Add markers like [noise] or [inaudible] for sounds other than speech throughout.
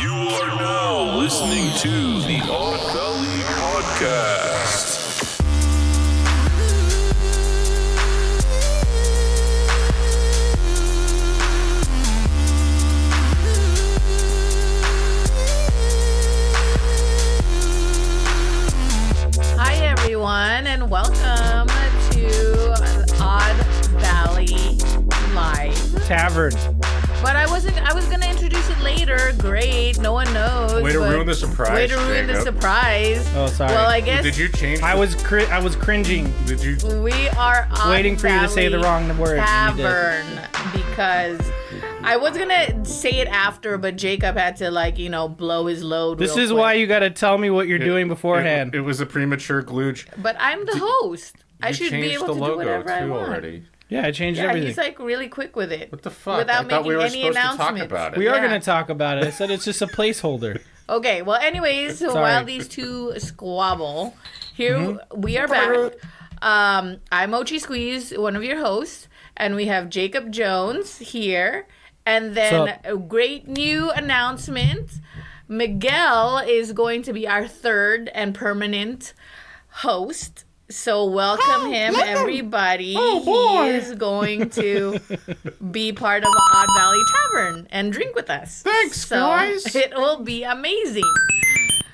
You are now listening to the Odd Valley Podcast. Hi, everyone, and welcome to Odd Valley Live. Tavern. But I wasn't. I was gonna introduce it later. Great. No one knows. Way to but- ruin the surprise. Way to ruin the Jacob. surprise. Oh, sorry. Well, I guess Did you change? I the- was cri- I was cringing. Did you? we are Odd Waiting for you to say the Valley wrong word, and you did. Tavern because. I was gonna say it after, but Jacob had to like you know blow his load. This real is quick. why you got to tell me what you're doing beforehand. It, it was a premature glooch. But I'm the host. I You should be changed able the to logo do whatever too I want. already. yeah, I changed Yeah, everything. he's like really quick with it. What the fuck? Without I thought making we were any supposed to talk announcements. about it. we are yeah. going to talk about it. I said it's just [laughs] a placeholder. Okay, well, anyways, so Sorry. while these two squabble, here we are back. Um, I'm Ochi Squeeze, one of your hosts, and we have Jacob Jones here. And then Sup? a great new announcement Miguel is going to be our third and permanent host. So welcome him, everybody. boy. He is going to be part of Odd Valley Tavern and drink with us. Thanks, so [laughs] guys. It will be amazing.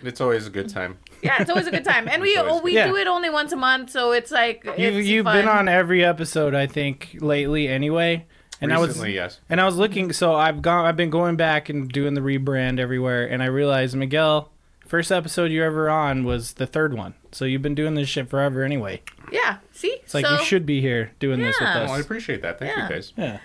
It's always a [laughs] good time. Yeah, it's always a good time, and we It's always we good. do Yeah. it only once a month, so it's like You it's you've fun. been on every episode I think lately anyway. And Recently, I was yes. and I was looking so I've gone I've been going back and doing the rebrand everywhere and I realized Miguel first episode you ever on was the third one. So you've been doing this shit forever anyway. Yeah, see, It's like so, you should be here doing this with Yeah. us. Well, Oh, I appreciate that. Thank Yeah. you guys. yeah.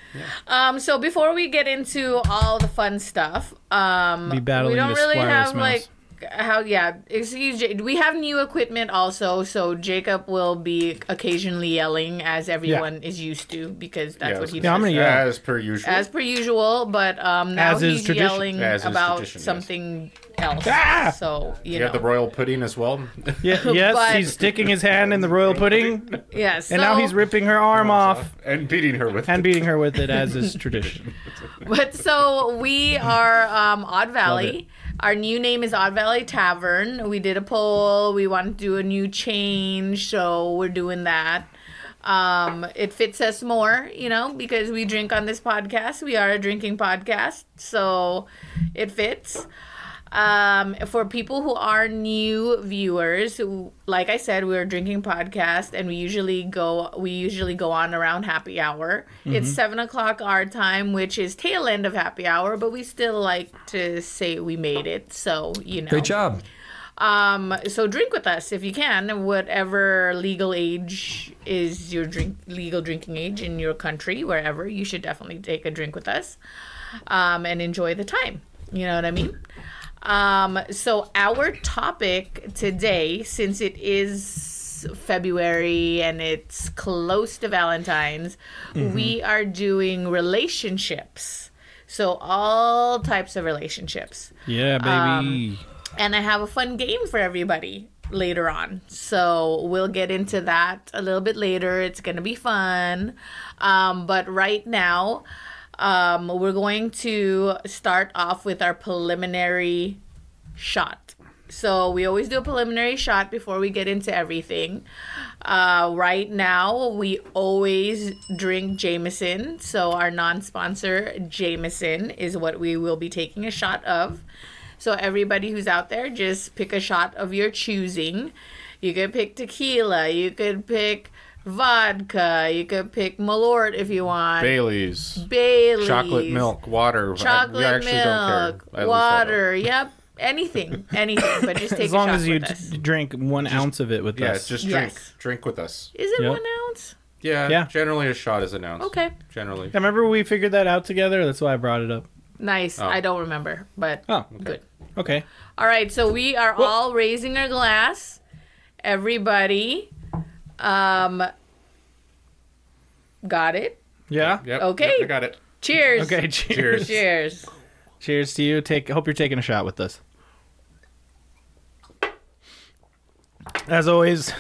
Um, so before we get into all the fun stuff, um, Be battling we don't this really wireless have mouse. like how yeah. Excuse, Ja- we have new equipment also, so Jacob will be occasionally yelling as everyone is used to because that's I what was he gonna I'm does. gonna say, yell. As per usual. As per usual, but um, now As is he's tradition. yelling As is about tradition, yes. something else. Ah! So you you know, have the royal pudding [laughs] as well. Yeah, yes, But- he's sticking his hand in the [laughs] royal pudding, and yeah. So, now he's ripping her arm off Uh, and beating her with. and beating her with it, as [laughs] is tradition. [laughs] But so we are um, Odd Valley. Our new name is Odd Valley Tavern. We did a poll. We want to do a new change, so we're doing that. Um, it fits us more, you know, because we drink on this podcast. We are a drinking podcast, so it fits. Um, for people who are new viewers, who- like I said, we're a drinking podcast, and we usually go we usually go on around happy hour. Mm-hmm. It's seven o'clock our time, which is tail end of happy hour, but we still like to say we made it. So you know, Great job. um, so drink with us if you can, whatever legal age is your drink legal drinking age in your country, wherever you should definitely take a drink with us, um, and enjoy the time. You know what I mean? Um, so our topic today, since it is February and it's close to Valentine's, we are doing relationships. So all types of relationships Yeah, Um, baby. and I have a fun game for everybody later on. So we'll get into that a little bit later. It's going to be fun. Um, but right now, um, we're going to start off with our preliminary shot. So we always do a preliminary shot before we get into everything. Uh, right now, we always drink Jameson. So our non-sponsor Jameson is what we will be taking a shot of. So everybody who's out there, just pick a shot of your choosing. You could pick tequila. You could pick vodka. You could pick Malort if you want. Bailey's. Bailey's. Chocolate milk, water. I- we Chocolate actually milk. don't care. At least I don't. Water. Yep. Anything. Anything. But [laughs] just take as long a shot as you with us. d- drink one ounce of it with Yeah, us. just drink. Yes. Drink with us. Is it Yep. one ounce? Yeah, Yeah. Generally, a shot is announced. Okay. Generally. I remember we figured that out together. That's why I brought it up. Nice. Oh. I don't remember, but Oh, good. okay. All right, so we are all raising our glass. Everybody, um, got it. Yeah. Yep. Okay. Yep, I got it. Cheers. Okay. [laughs] Cheers. Cheers. [laughs] Cheers. Cheers to you. Take. Hope you're taking a shot with us. As always,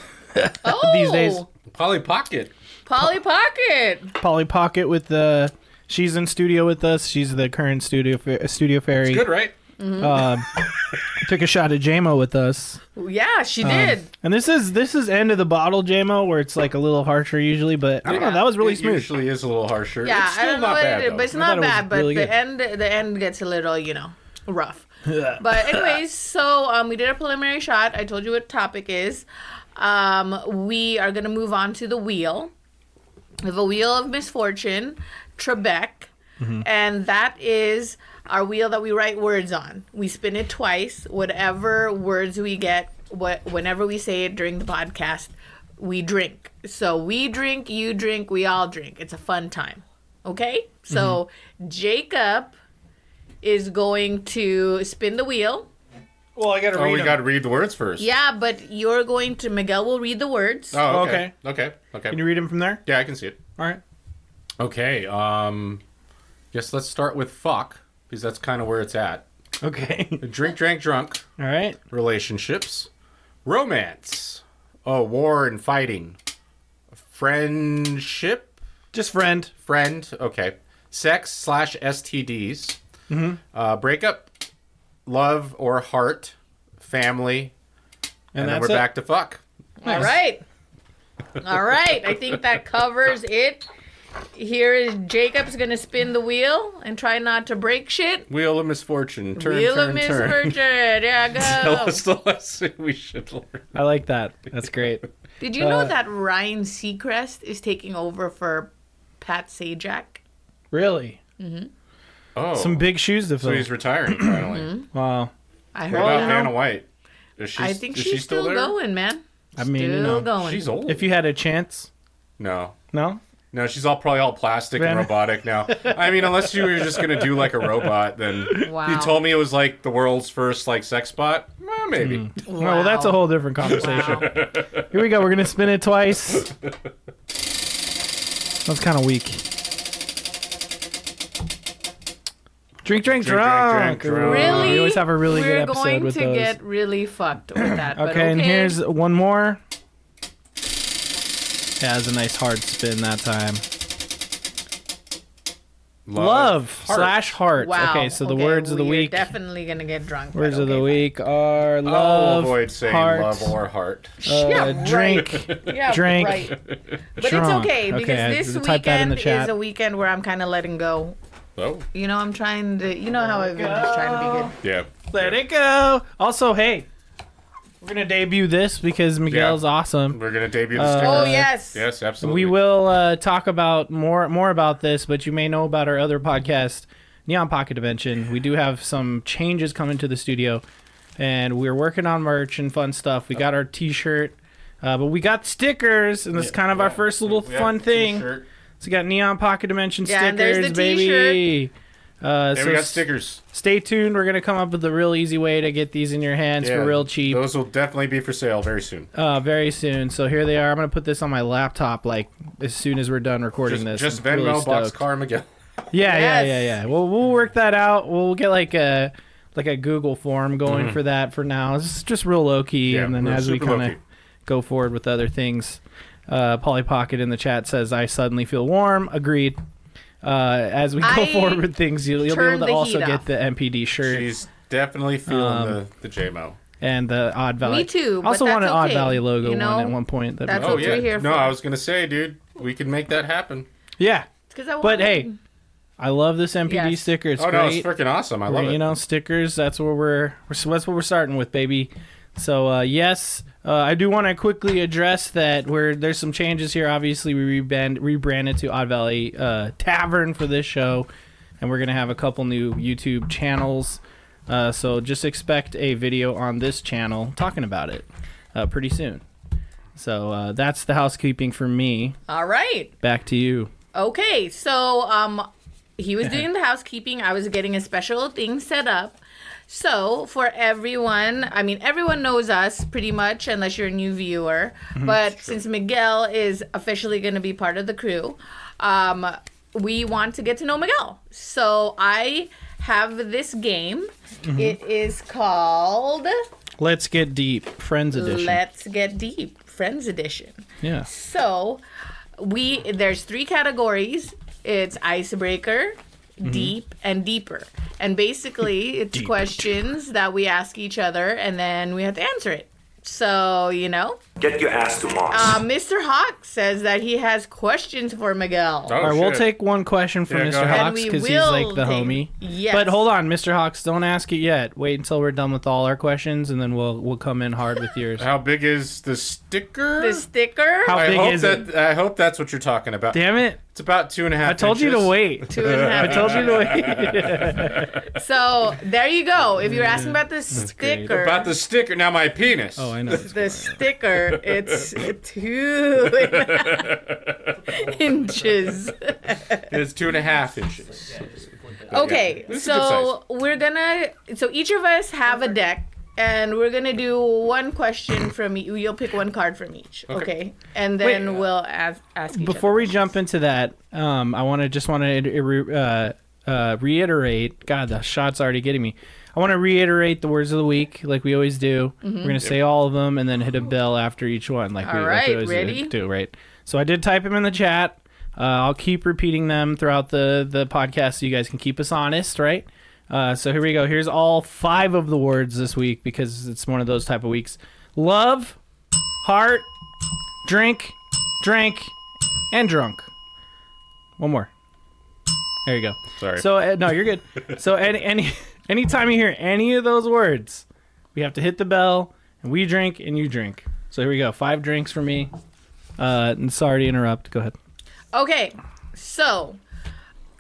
Oh, These days- Polly Pocket. Polly Pocket. Polly Pocket with the. She's in studio with us. She's the current studio fa- studio fairy. Good, right? [laughs] Uh, took a shot at JMO with us. Yeah, Um, she did. And this is this is end of the bottle JMO where it's like a little harsher usually, but I don't know, that was really it smooth. usually is a little harsher. yeah, it's still I don't know not what bad, it is, though. but it's I not thought it was bad. But really the good. end, the end gets a little, you know, [laughs] rough. but anyways, so um, we did a preliminary shot. I told you what topic is. Um, we are gonna move on to the wheel, the wheel of misfortune, Trebek, Mm-hmm. and that is our wheel that we write words on. We spin it twice. Whatever words we get, what whenever we say it during the podcast, we drink. So we drink, you drink, we all drink. It's a fun time. Okay, so Jacob is going to spin the wheel. well, I gotta Oh, we got to read the words first. Yeah, but you're going to Miguel will read the words. Oh, okay. Okay. Okay. Can you read them from there? yeah, I can see it. All right. Okay. Um, guess let's start with fuck because that's kind of where it's at. [laughs] Okay. Drink, drank, drunk. All right. Relationships, romance. Oh, war and fighting. Friendship, Just friend. friend. Okay. Sex slash STDs. Uh, breakup, love or heart, family, And, and, then that's we're it. back to fuck. All right. All right. I think that covers it. Here is Jacob's going to spin the wheel and try not to break shit. Wheel of misfortune. Turn, wheel turn, of turn. misfortune. Yeah, [laughs] Tell go. us the lesson we should learn. I like that. That's great. Did you uh, know that Ryan Seacrest is taking over for Pat Sajak? [laughs] Really? Oh, Some big shoes to so fill. he's [clears throat] retiring finally. wow. I what heard about that. Vanna White? Is she, Mm-hmm. I think is she's she still, there? going, man. I mean, you still know, going. She's old. If you had a chance, no, no? No, she's all probably all plastic and Vanna- robotic now. I mean, unless you were just gonna do like a robot, then Wow. you told me it was like the world's first like sex bot. Well, maybe. No, well, that's a whole different conversation. Wow. Here we go. We're gonna spin it twice. [laughs] That's kind of weak. Drink, drink, drunk. drink, drunk. Really? We always have a really We're good episode going with to those. get really fucked with that. but okay, and here's one more. Yeah, it's a nice hard spin that time. Love. Love slash heart. Wow. Okay, so the okay, words of the we're week. Definitely gonna get drunk. but words of the okay, week are I'll love, avoid saying heart, love or heart. uh, fine. Yeah, right. [laughs] drink. [laughs] Yeah, drink, [laughs] Right. But drunk. it's okay Okay, because I this typed that in the weekend chat. is a weekend where I'm kind of letting go. Oh, You know, I'm trying to. You know how I've been just trying to be yeah. Let it go. Also, hey, we're gonna debut this because Miguel's Yeah. awesome. We're gonna debut the Uh, good. sticker. Oh yes. Yes, absolutely. We will uh, talk about more more about this, but you may know about our other podcast, Neon Pocket Dimension. We do have some changes coming to the studio, and we're working on merch and fun stuff. We got our T-shirt, uh, but we got stickers, and this is kind of our first little We have fun the thing. So t-shirt. we got Neon Pocket Dimension Yeah, and stickers, there's the baby. Uh, And so we got s- stickers. stay tuned. We're gonna come up with a real easy way to get these in your hands Yeah, for real cheap Those will definitely be for sale very soon. uh, very soon. So here they are. I'm gonna put this on my laptop like as soon as we're done recording this. Just, just I'm Venmo box stoked. car Miguel. Yeah, Yes. yeah, yeah, yeah. We'll we'll work that out. We'll get like a like a Google form going for that for now. It's just real low key, Mm. Yeah, and then real as we super low kind of key. go forward with other things. Uh, Polly Pocket in the chat says, "I suddenly feel warm." Agreed. Uh, as we go I forward with things, you'll, you'll be turned able to the also heat get off. the MPD shirt She's definitely feeling Um, the the JMO. and the Odd Valley. Me too, I also but want an that's Odd okay. Valley logo You know, one at one point. That'd be that's cool. Oh what we're yeah. here No, for. I was gonna say, dude, we can make that happen. yeah. Because I. But wanna- hey, I love this MPD Yes. sticker. It's oh great. no, it's freaking awesome. I love you it. know stickers that's where we're, we're so that's what we're starting with baby so uh, yes uh, i do want to quickly address that where there's some changes here obviously we rebrand, rebranded to odd valley uh, tavern for this show and we're gonna have a couple new youtube channels uh, so just expect a video on this channel talking about it uh, pretty soon so uh, that's the housekeeping for me All right. back to you Okay, so um, he was doing the housekeeping. I was getting a special thing set up. So for everyone, I mean, everyone knows us pretty much, unless you're a new viewer. But since Miguel is officially going to be part of the crew, um, we want to get to know Miguel. So I have this game. It is called let's get deep friends edition Let's Get Deep Friends Edition. yeah So we Mm-hmm. there's three categories. It's icebreaker, deep, and deeper. And basically, it's questions that we ask each other, and then we have to answer it. So you know, Get your ass to Mars. uh, Mr. Hawk says that he has questions for Miguel. Oh, All right, we'll shit. take one question from Yeah, go Mr. ahead. And Hawks we because he's will like the take- homie. Yes. But hold on, Mr. Hawks, don't ask it yet. Wait until we're done with all our questions, and then we'll we'll come in hard with yours. [laughs] How big is the sticker? The sticker. How I big hope is that it? I hope that's what you're talking about. Damn it! It's about two and a half. I told you to inches. wait. Two and [laughs] a half I told you to wait. [laughs] So there you go. If you're asking about the sticker, About the sticker. Now my penis. oh, I know. the sticker, it's two [laughs] and a half [laughs] inches. It's two and a half inches. Okay, This is a good so we're gonna. So each of us have a deck. And we're gonna do one question from each. You'll pick one card from each, okay? And then we'll ask, ask each Before other. we jump into that, um, I want to just want to uh, uh, reiterate. God, the shot's already getting me. I want to reiterate the words of the week, like we always do. Mm-hmm. We're gonna say all of them and then hit a bell after each one, like, we, All like right, we always ready? do. Right. So I did type them in the chat. Uh, I'll keep repeating them throughout the the podcast, so you guys can keep us honest, right? Uh, so here we go. Here's all five of the words this week because it's one of those type of weeks. Love, heart, drink, drank, and drunk. One more. There you go. Sorry. So uh, no, you're good. [laughs] so any, any anytime you hear any of those words, we have to hit the bell, and we drink, and you drink. So here we go. Five drinks for me. Uh, and sorry to interrupt. Go ahead. Okay, so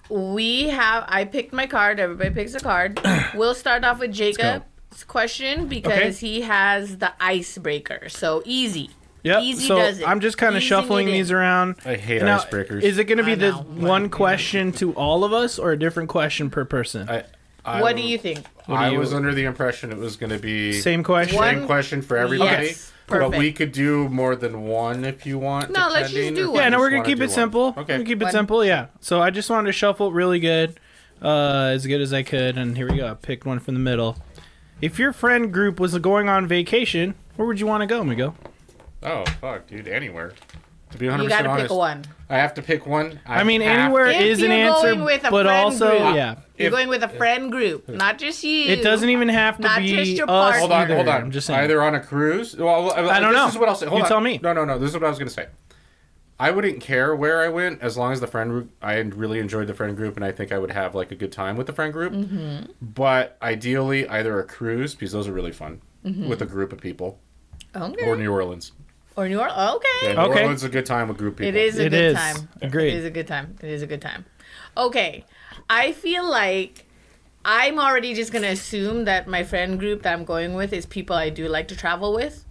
we have. I picked my card. Everybody picks a [coughs] card. we'll start off with Jacob's question because he has the icebreaker. So easy. Yep. Easy so does it. I'm just kind of Easing shuffling it in. these around. I hate And now, icebreakers. Is it going to be I the know. one question to all of us, or a different question per person? I, I, What do you think? I do you- was under the impression it was going to be Same question. One- same question for everybody. Yes, But we perfect. could do more than one if you want. No, let's just depending, do if you one. Yeah, no, just we're gonna wanna keep do it one. simple. Okay. We're gonna keep it One. simple. Yeah. So I just wanted to shuffle it really good, uh, as good as I could, and here we go. I picked one from the middle. If your friend group was going on vacation, where would you want to go, Miguel? oh fuck, dude, anywhere. To be 100% You gotta honest, pick one. I have to pick one. I mean, have anywhere If is an you're answer, going with a but friend also, group. yeah, You're If- going with a friend group, not just you. it doesn't e- even have to Not be just your us. partner. Hold on, either. hold on. I'm just saying. Either on a cruise. Well, I don't this know. This is what I'll say. Hold You on. tell me. No, no, no. This is what I was gonna say. I wouldn't care where I went as long as the friend group. I really enjoyed the friend group, and I think I would have like a good time with the friend group. Mm-hmm. But ideally, either a cruise because those are really fun Mm-hmm. with a group of people, Okay. or New Orleans. Or New Orleans. Okay. Yeah, New Okay. Orleans is a good time with group people. It is a It good is. time. Agreed. It is a good time. It is a good time. Okay. I feel like I'm already just going to assume that my friend group that I'm going with is people I do like to travel with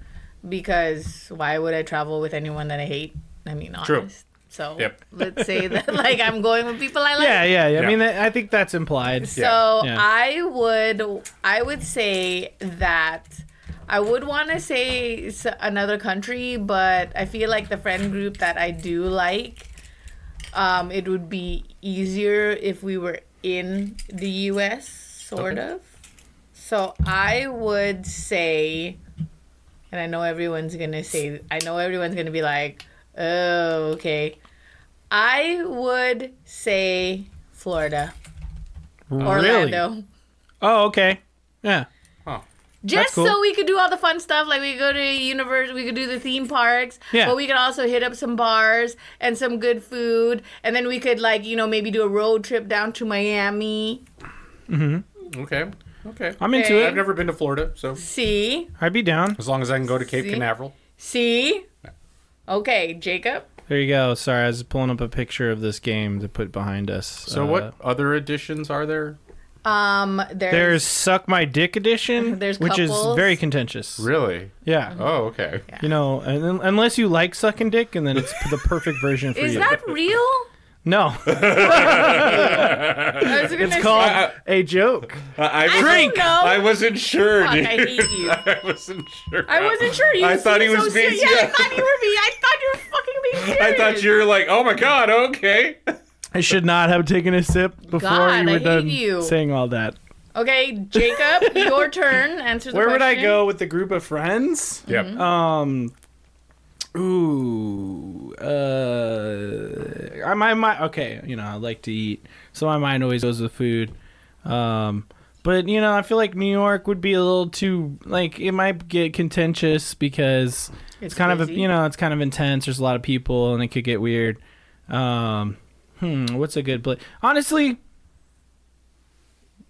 because why would I travel with anyone that I hate? I mean, honest. True. So Yep. let's say that [laughs] like I'm going with people I like. yeah, yeah, yeah. I Yeah. mean, that, I think that's implied. So Yeah. I would I would say that I would want to say s- another country, but I feel like the friend group that I do like, um, it would be easier if we were in the U.S. sort of. So I would say, and I know everyone's gonna say, I know everyone's gonna be like, oh, okay. I would say Florida. Orlando. Oh, okay. Yeah. Just cool. so we could do all the fun stuff, like we could go to universe, we could do the theme parks, Yeah. but we could also hit up some bars and some good food, and then we could like you know maybe do a road trip down to Miami. Okay. Okay. I'm into Okay. I've it. never been to Florida, so See, I'd be down. as long as I can go to Cape See? Canaveral. see, okay, Jacob. There you go. Sorry, I was pulling up a picture of this game to put behind us. So Uh, what other additions are there? Um, there's, There's Suck My Dick Edition, [laughs] There's which is couples. Uh-huh. very contentious. Really? Yeah. Oh, okay. You know, and, un- unless you like sucking dick, and then it's the perfect version for is you. that real? no, [laughs] I was gonna it's say- called a joke. Uh, I, I Drink! Drink. Know. I wasn't sure. Fuck, I dude. hate you. [laughs] I wasn't sure. I wasn't sure. You I thought he seemed was so being. serious. Yeah, I thought you were being. I thought you were fucking being [laughs] serious. I thought you were like, oh my god, okay. I should not have taken a sip before God, you I were hate done you. saying all that. Okay, Jacob, [laughs] your turn. Answer the Where would I question. go with the group of friends? Yep. Mm-hmm. Um, ooh, uh, I- my my okay. You know, I like to eat, so my mind always goes with food. Um, but you know, I feel like New York would be a little too like it might get contentious because it's, It's kind of a, busy. you know it's kind of intense. There's a lot of people and it could get weird. Um, hmm, what's a good place? Honestly,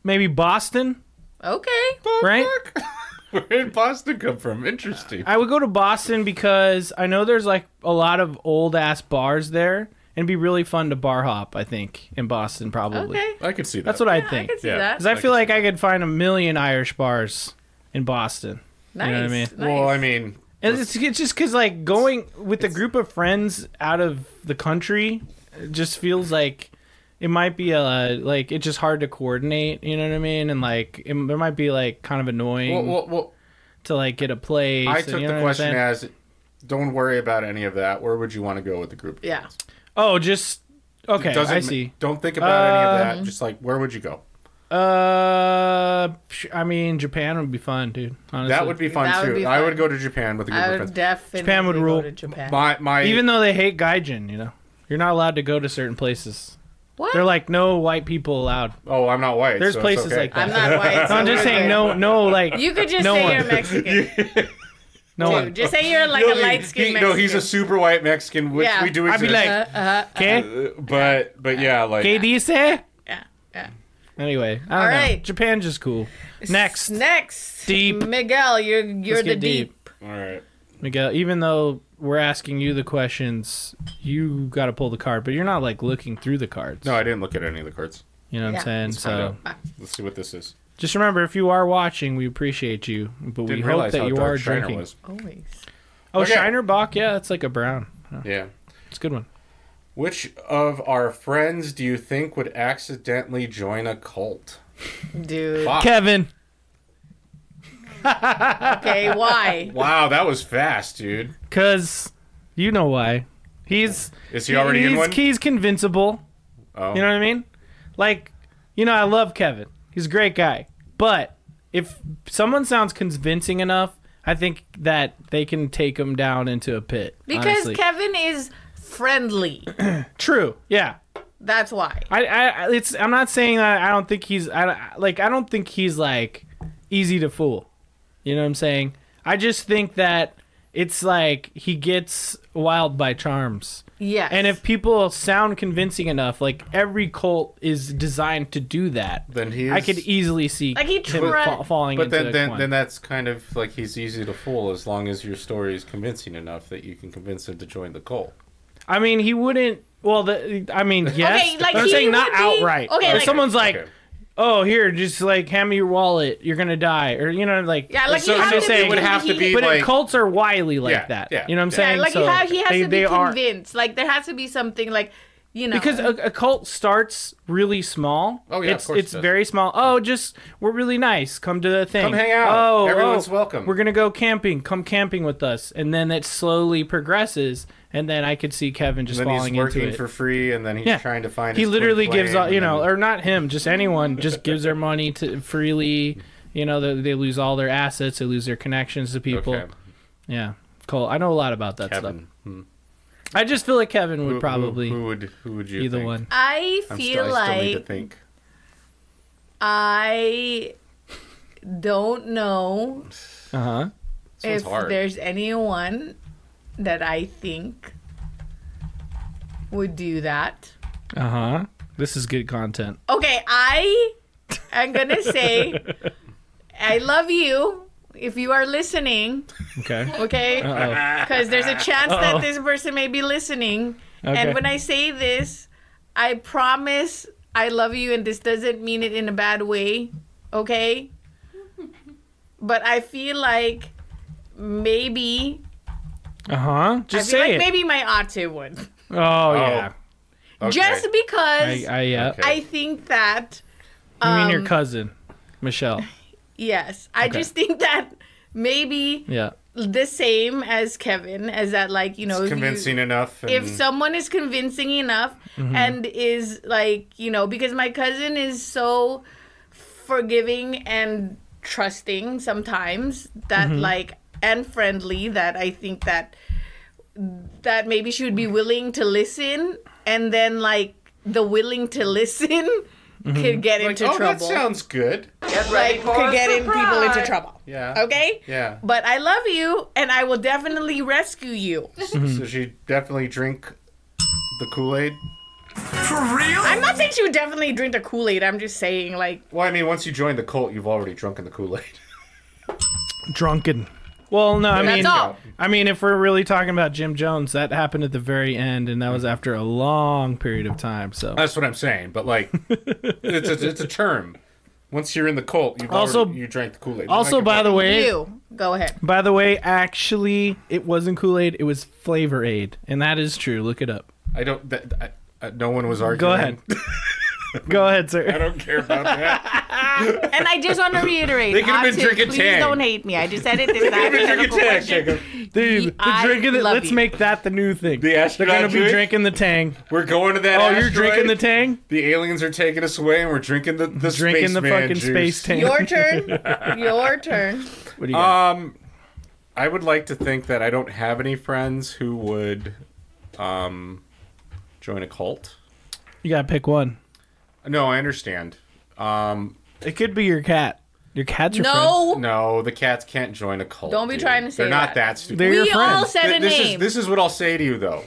maybe Boston, Okay. right? [laughs] Where did Boston come from? Interesting. I would go to Boston because I know there's like a lot of old ass bars there, and it'd be really fun to bar hop. I think in Boston probably. Okay. I could see that. That's what I Yeah, I think. can see Yeah. that. Because I feel like I could find a million Irish bars in Boston. Nice. know what I mean? nice. Well, I mean, And it's, it's just because, like, going with a group of friends out of the country it just feels like it might be, a, like, it's just hard to coordinate, you know what I mean? And, like, it, there might be, like, kind of annoying well, well, well to, like, get a place. I and took you know the what I'm question saying? as, don't worry about any of that. Where would you want to go with the group? yeah. Oh, just, okay, Doesn't I ma- see. Don't think about any of Um, that. Just like, where would you go? Uh, psh, I mean, Japan would be fun, dude. Honestly. That would be fun That would too. be I fun. would go to Japan with a group I of would friends. definitely Japan would go rule. to Japan. my my Even though they hate Gaijin, you know? You're not allowed to go to certain places. what? They're like no white people allowed. oh, I'm not white. There's so it's places okay. like that. I'm [laughs] not white. so I'm just we're saying good. no no like You could just No say one. you're [laughs] Mexican. no too. one. Just say you're like No, a he- light skinned he- Mexican. No, he's a super white Mexican, which Yeah. we do I'd be exist. like, Uh, uh, [laughs] okay, but but yeah, like ¿qué dice? yeah, yeah. Anyway, I don't All know. right. Japan's just cool. Next, Next. Deep. Miguel, you're you're Let's the get deep. all right. Miguel. Even though we're asking you the questions, you got to pull the card, but you're not like looking through the cards. No, I didn't look at any of the cards. you know what Yeah. I'm saying. find So Let's see what this is. just remember, if you are watching, we appreciate you, but Didn't we hope realize that how you dark are Shiner drinking. was. Always. Oh, Okay. Shiner Bach, yeah, that's like a brown. Yeah. It's a good one. Which of our friends do you think would accidentally join a cult? Dude. Fuck. Kevin, Okay, [laughs] why? Wow, that was fast, dude. cause you know why. He's Is he already in he's- one? He's convincible. Oh. You know what I mean? Like, you know, I love Kevin. He's a great guy. But if someone sounds convincing enough, I think that they can take him down into a pit. Because honestly. Kevin is friendly. true, yeah. That's why. I, I, I- it's. I'm not saying that. I don't think he's. I don't- like. I don't think he's like easy to fool. You know what I'm saying? I just think that it's like he gets wild by charms. Yes. And if people sound convincing enough, like every cult is designed to do that, Then he I is- could easily see Like, he him tried- fa- falling But into then, then, one. then that's kind of like he's easy to fool as long as your story is convincing enough that you can convince him to join the cult. I mean, he wouldn't. Well, the, I mean, yes. Okay, like, but I'm he saying not would be- outright. okay, if like- someone's like, Okay. "Oh, here, just like hand me your wallet. You're gonna die,or you know, like Yeah, like So- you have so to saying- be it would have to be he- But like- cults are wily like Yeah, that. yeah. you know what I'm Yeah, saying? Yeah, like so you have, he has they, to be they are- convinced. Like there has to be something like, you know, because a, a cult starts really small. Oh, yeah, of it's, course it it's does. very small. Oh, just we're really nice. Come to the thing. Come hang out. Oh, Everyone's oh, welcome. We're gonna go camping. Come camping with us, and then it slowly progresses, and then I could see Kevin just And then falling he's working into it. for free, and then he's trying to find. He his twin literally gives flame, all, you and know, then- or not him, just anyone, just gives their money to freely. You know, they, they lose all their assets. They lose their connections to people. Okay. Yeah, Cole, I know a lot about that Kevin. stuff. I just feel like Kevin would Who- who- probably Who, would who would you? be the think? one. I I'm feel still, I still need to like think. I don't know Uh huh. This if one's hard. there's anyone that I think would do that. Uh huh. This is good content. Okay, I am gonna say [laughs] I love you if you are listening. Okay. [laughs] Okay, [laughs] Uh-oh. because there's a chance Uh-oh. that this person may be listening. Okay. And when I say this, I promise I love you, and this doesn't mean it in a bad way, [laughs] okay? But I feel like maybe Uh huh. I Just feel say like it. maybe my auntie would, Oh, yeah. Okay. just because I, I, I yeah. Okay. think that You mean your um, cousin, [laughs] Michelle? yes, I Okay. just think that maybe Yeah. the same as Kevin, as that like you know if you- convincing enough. And if someone is convincing enough Mm-hmm. and is like you know because my cousin is so forgiving and trusting sometimes that Mm-hmm. like and friendly that i think that that maybe she would be willing to listen and then like the willing to listen could get into oh, that trouble. sounds good. like oh, could get in people into trouble. Yeah. Okay? Yeah. But I love you and I will definitely rescue you. Hmm. So she definitely drink the Kool Aid. I'm not saying she would definitely drink the Kool-Aid. I'm just saying like Well, I mean, once you join the cult, you've already drunken the Kool Aid. Drunken. Well, no, I That's mean, all. I mean, if we're really talking about Jim Jones, that happened at the very end, and that was after a long period of time. So [laughs] That's what I'm saying. But [laughs] like, it's a, it's a term. Once you're in the cult, you've Also- already, you drank the Kool Aid. Also, by the way, you. Go ahead. by the way, actually, it wasn't Kool Aid; it was Flavor Aid, and that is true. Look it up. I don't. That, I, I, no one was arguing. Go ahead. [laughs] Go ahead, [laughs] I sir. don't care about that. And I just want to reiterate. They could have been autism, drinking Please Tang. don't hate me. I just said it this time. You've been drinking Tang, Jacob. Dude, the I drinking it. love Let's you. make that the new thing. The They're astronaut gonna be drink? drinking the Tang. We're going to that. Oh, you're drinking the asteroid. Tang. The aliens are taking us away, and we're drinking the the Drinking the spaceman fucking juice. space Tang. Your turn. Your turn. What do you got? Um, I would like to think that I don't have any friends who would, um, join a cult. you gotta pick one. No, I understand. Um, It could be your cat. Your cat's your friend. No. no, the cats can't join a cult. Don't be dude. trying to say they're not that. that stupid. They're your We all friend. said a Th- this name. is this is what I'll say to you though.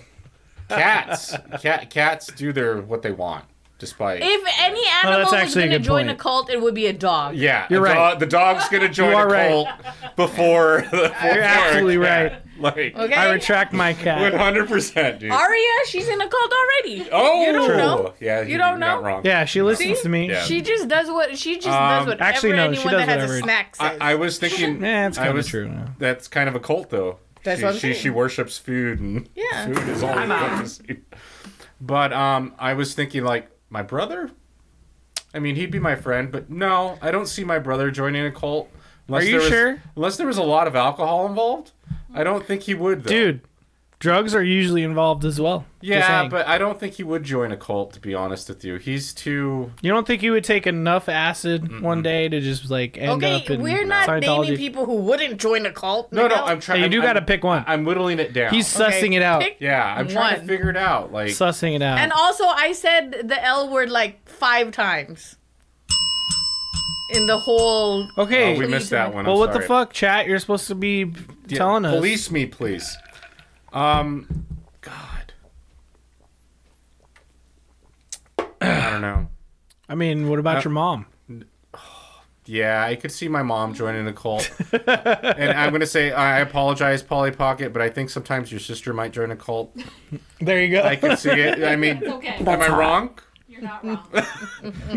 Cats, [laughs] cat, cats do their what they want, despite. if any that's animal was actually a going to good join point. a cult, it would be a dog. yeah, You're a right. dog- the dog's [laughs] gonna join are a right. cult before. [laughs] before You're absolutely right. Like Okay. I retract my one cat. hundred percent, dude. Aria, she's in a cult already. oh, you don't know. Yeah, You don't not know? Wrong. Yeah, she listens See? to me. Yeah. She just does what she just Um, does whatever actually, no, she anyone does that has whatever- a snack says. I, I was thinking. Yeah, that's I kind of was- true. no. That's kind of a cult, though. That's she, what I'm she, saying. she worships food, and Yeah. food is all. I'm out. But um, I was thinking like my brother. I mean, he'd be my friend, but no, I don't see my brother joining a cult. Unless Are you there was- sure? Unless there was a lot of alcohol involved, I don't think he would. Though. Dude, drugs are usually involved as well. Just Yeah, saying. but I don't think he would join a cult. To be honest with you, he's too. you don't think you would take enough acid one day to just like end up okay, in we're not naming Scientology? people who wouldn't join a cult. No, no, Miguel. I'm trying. Hey, you do I'm- got to pick one. I'm whittling it down. He's Okay, sussing it out. pick- yeah, I'm trying to One. figure it out. Like Sussing it out. And also, I said the L word like five times in the whole. Oh, okay. we missed that one. well, I'm what the sorry. fuck, chat? You're supposed to be Yeah, telling us. Police me, please. Um, God. I don't know. I mean, what about Uh, your mom? Yeah, I could see my mom joining [laughs] a cult. and I'm going to say, I apologize, Polly Pocket, but I think sometimes your sister might join a cult. There you go. I could see it. [laughs] I mean, It's okay. am I wrong? You're not wrong.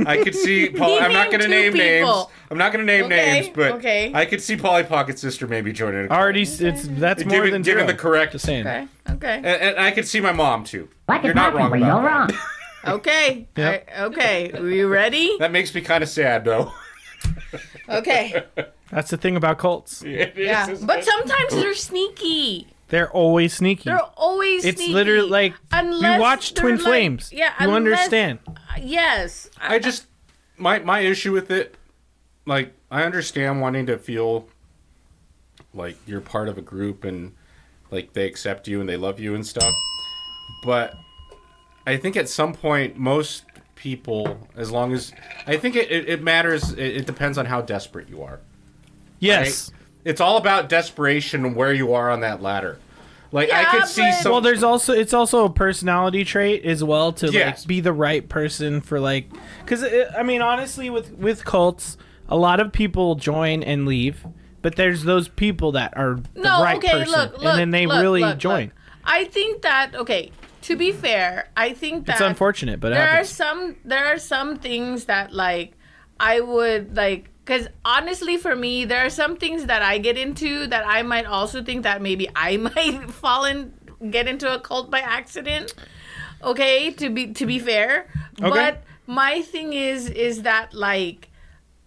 I could [laughs] see. Polly, He I'm named not going to two name names. people. I'm not going to name Okay, names, but okay. I could see Polly Pocket's sister maybe joining a cult. Already, s- it's that's more given than given the zero. correct. Just saying. Okay. Okay. And, and I could see my mom too. What You're is not wrong happening? about You're that. wrong. Okay. Yep. I- okay. Are you ready? That makes me kind of sad, though. [laughs] [laughs] Okay. That's the thing about cults. Yeah. But sometimes they're sneaky. They're always sneaky. They're always it's sneaky. literally like Unless you watch they're Twin like- Flames. Yeah. you unless- understand. Yes. I- I just my my issue with it, like I understand wanting to feel like you're part of a group and like they accept you and they love you and stuff, but I think at some point most people, as long as I think it, it, it matters, it, it depends on how desperate you are. Yes. It's all about desperation and where you are on that ladder. Like I Yeah, could see but- some. well, there's also it's also a personality trait as well to Yes. like be the right person for like because I mean honestly with with cults a lot of people join and leave but there's those people that are the no, right okay, person look, look, and then they look, really look, join. look. I think that okay. To be fair, I think that It's unfortunate, but it there are happens. some there are some things that like I would like because honestly for me there are some things that I get into that I might also think that maybe I [laughs] might fall in get into a cult by accident. Okay, to be to be fair, but my thing is is that like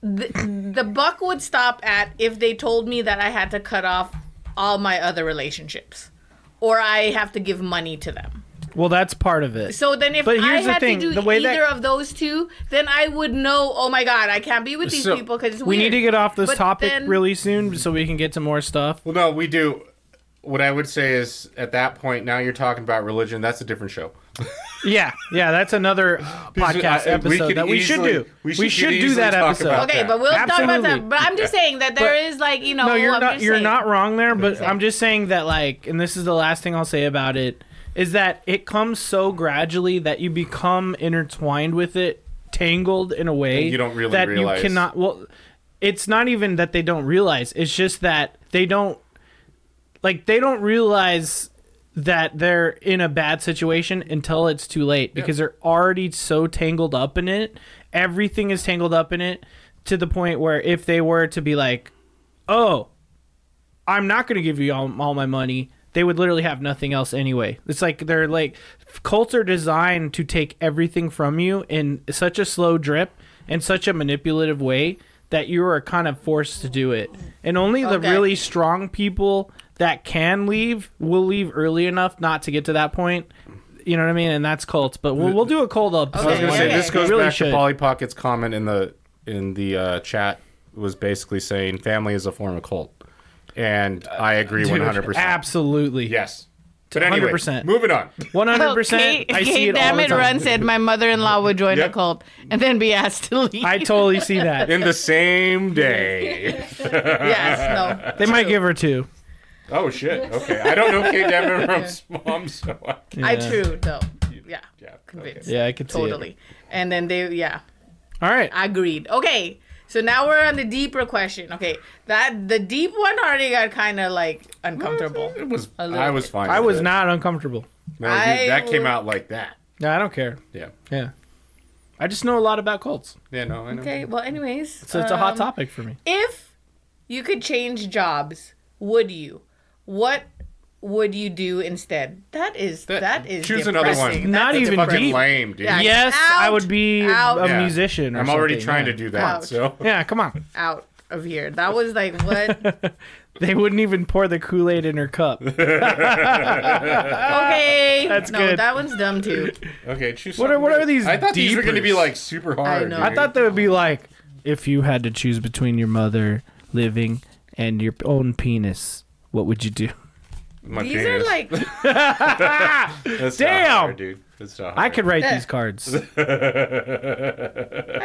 the, the buck would stop at if they told me that I had to cut off all my other relationships or I have to give money to them. well, that's part of it. So then if But here's I the had thing, to do the way that- either of those two, then I would know, oh my god, I can't be with these So, people cuz it's we weird. need to get off this But topic then- really soon so we can get to more stuff. Well, no, we do. What I would say is at that point, now you're talking about religion. That's a different show. Yeah, yeah, that's another podcast I- uh, we episode could that we easily- should do. we We should- should, we could do easily that talk episode. about Okay, that. but we'll talk about Absolutely. that. But I'm just saying that there is like you know. No, you're I'm not. just You're saying. Oh, not wrong there. But I'm just saying that, like, and this is the last thing I'll say about it is that it comes so gradually that you become intertwined with it, tangled in a way And you don't really that realize. you cannot. Well, it's not even that they don't realize. It's just that they don't like they don't realize that they're in a bad situation until it's too late because they're already so tangled up in it. Everything is tangled up in it to the point where if they were to be like, "Oh, I'm not going to give you all, all my money," they would literally have nothing else anyway. It's like they're like cults are designed to take everything from you in such a slow drip and such a manipulative way that you are kind of forced to do it. And only the Okay. really strong people that can leave will leave early enough not to get to that point. You know what I mean? And that's cults. But we'll, we'll do a cult up. I was gonna say Okay. this goes We really back should. to Polly Pocket's comment in the in the uh, chat was basically saying family is a form of cult, and I agree one hundred Uh, Dude, percent. Absolutely. Yes, but anyway, 100%. moving on. 100%. Kate, I see Kate it all the Dammit time. Run said my mother-in-law would join Yep. a cult and then be asked to leave. I totally see that. In the same day. [laughs] yes, no. [laughs] They might give her two. oh shit. Okay, I don't know [laughs] Kate Davenport's mom, so I can. I Yeah. true though. Yeah. Yeah, Convinced. Yeah, I could see Totally. And then they yeah. All right. Agreed. Okay. So now we're on the deeper question. Okay. That the deep one already got kind of like uncomfortable. It was. A little I was fine. I with was it. not uncomfortable. No, I you, that came would- out like that. No, I don't care. Yeah. Yeah. I just know a lot about cults. Yeah. No. I know. Okay. Well, anyways. So it's a hot um, topic for me. If you could change jobs, would you? What would you do instead? That is That- that is choose another [laughs] one. depressing. Not That's even Fucking deep. lame, dude. Yeah, I- Yes, I Out, would be out. a Yeah. musician. Or I'm already something, trying yeah. to do that. Ouch. So Yeah, come on. out of here. That was like [laughs] what? They wouldn't even pour the Kool Aid in her cup. okay, That's no, good. that one's dumb [laughs] too. okay, choose. What are- something what are good. these I thought these were going to be deepers? like super hard. I know. dude. I thought they would be like, if you had to choose between your mother living and your own penis, what would you do? My These penis. are like That's Damn! not hard, dude. That's not I hard. could write Yeah. these cards. I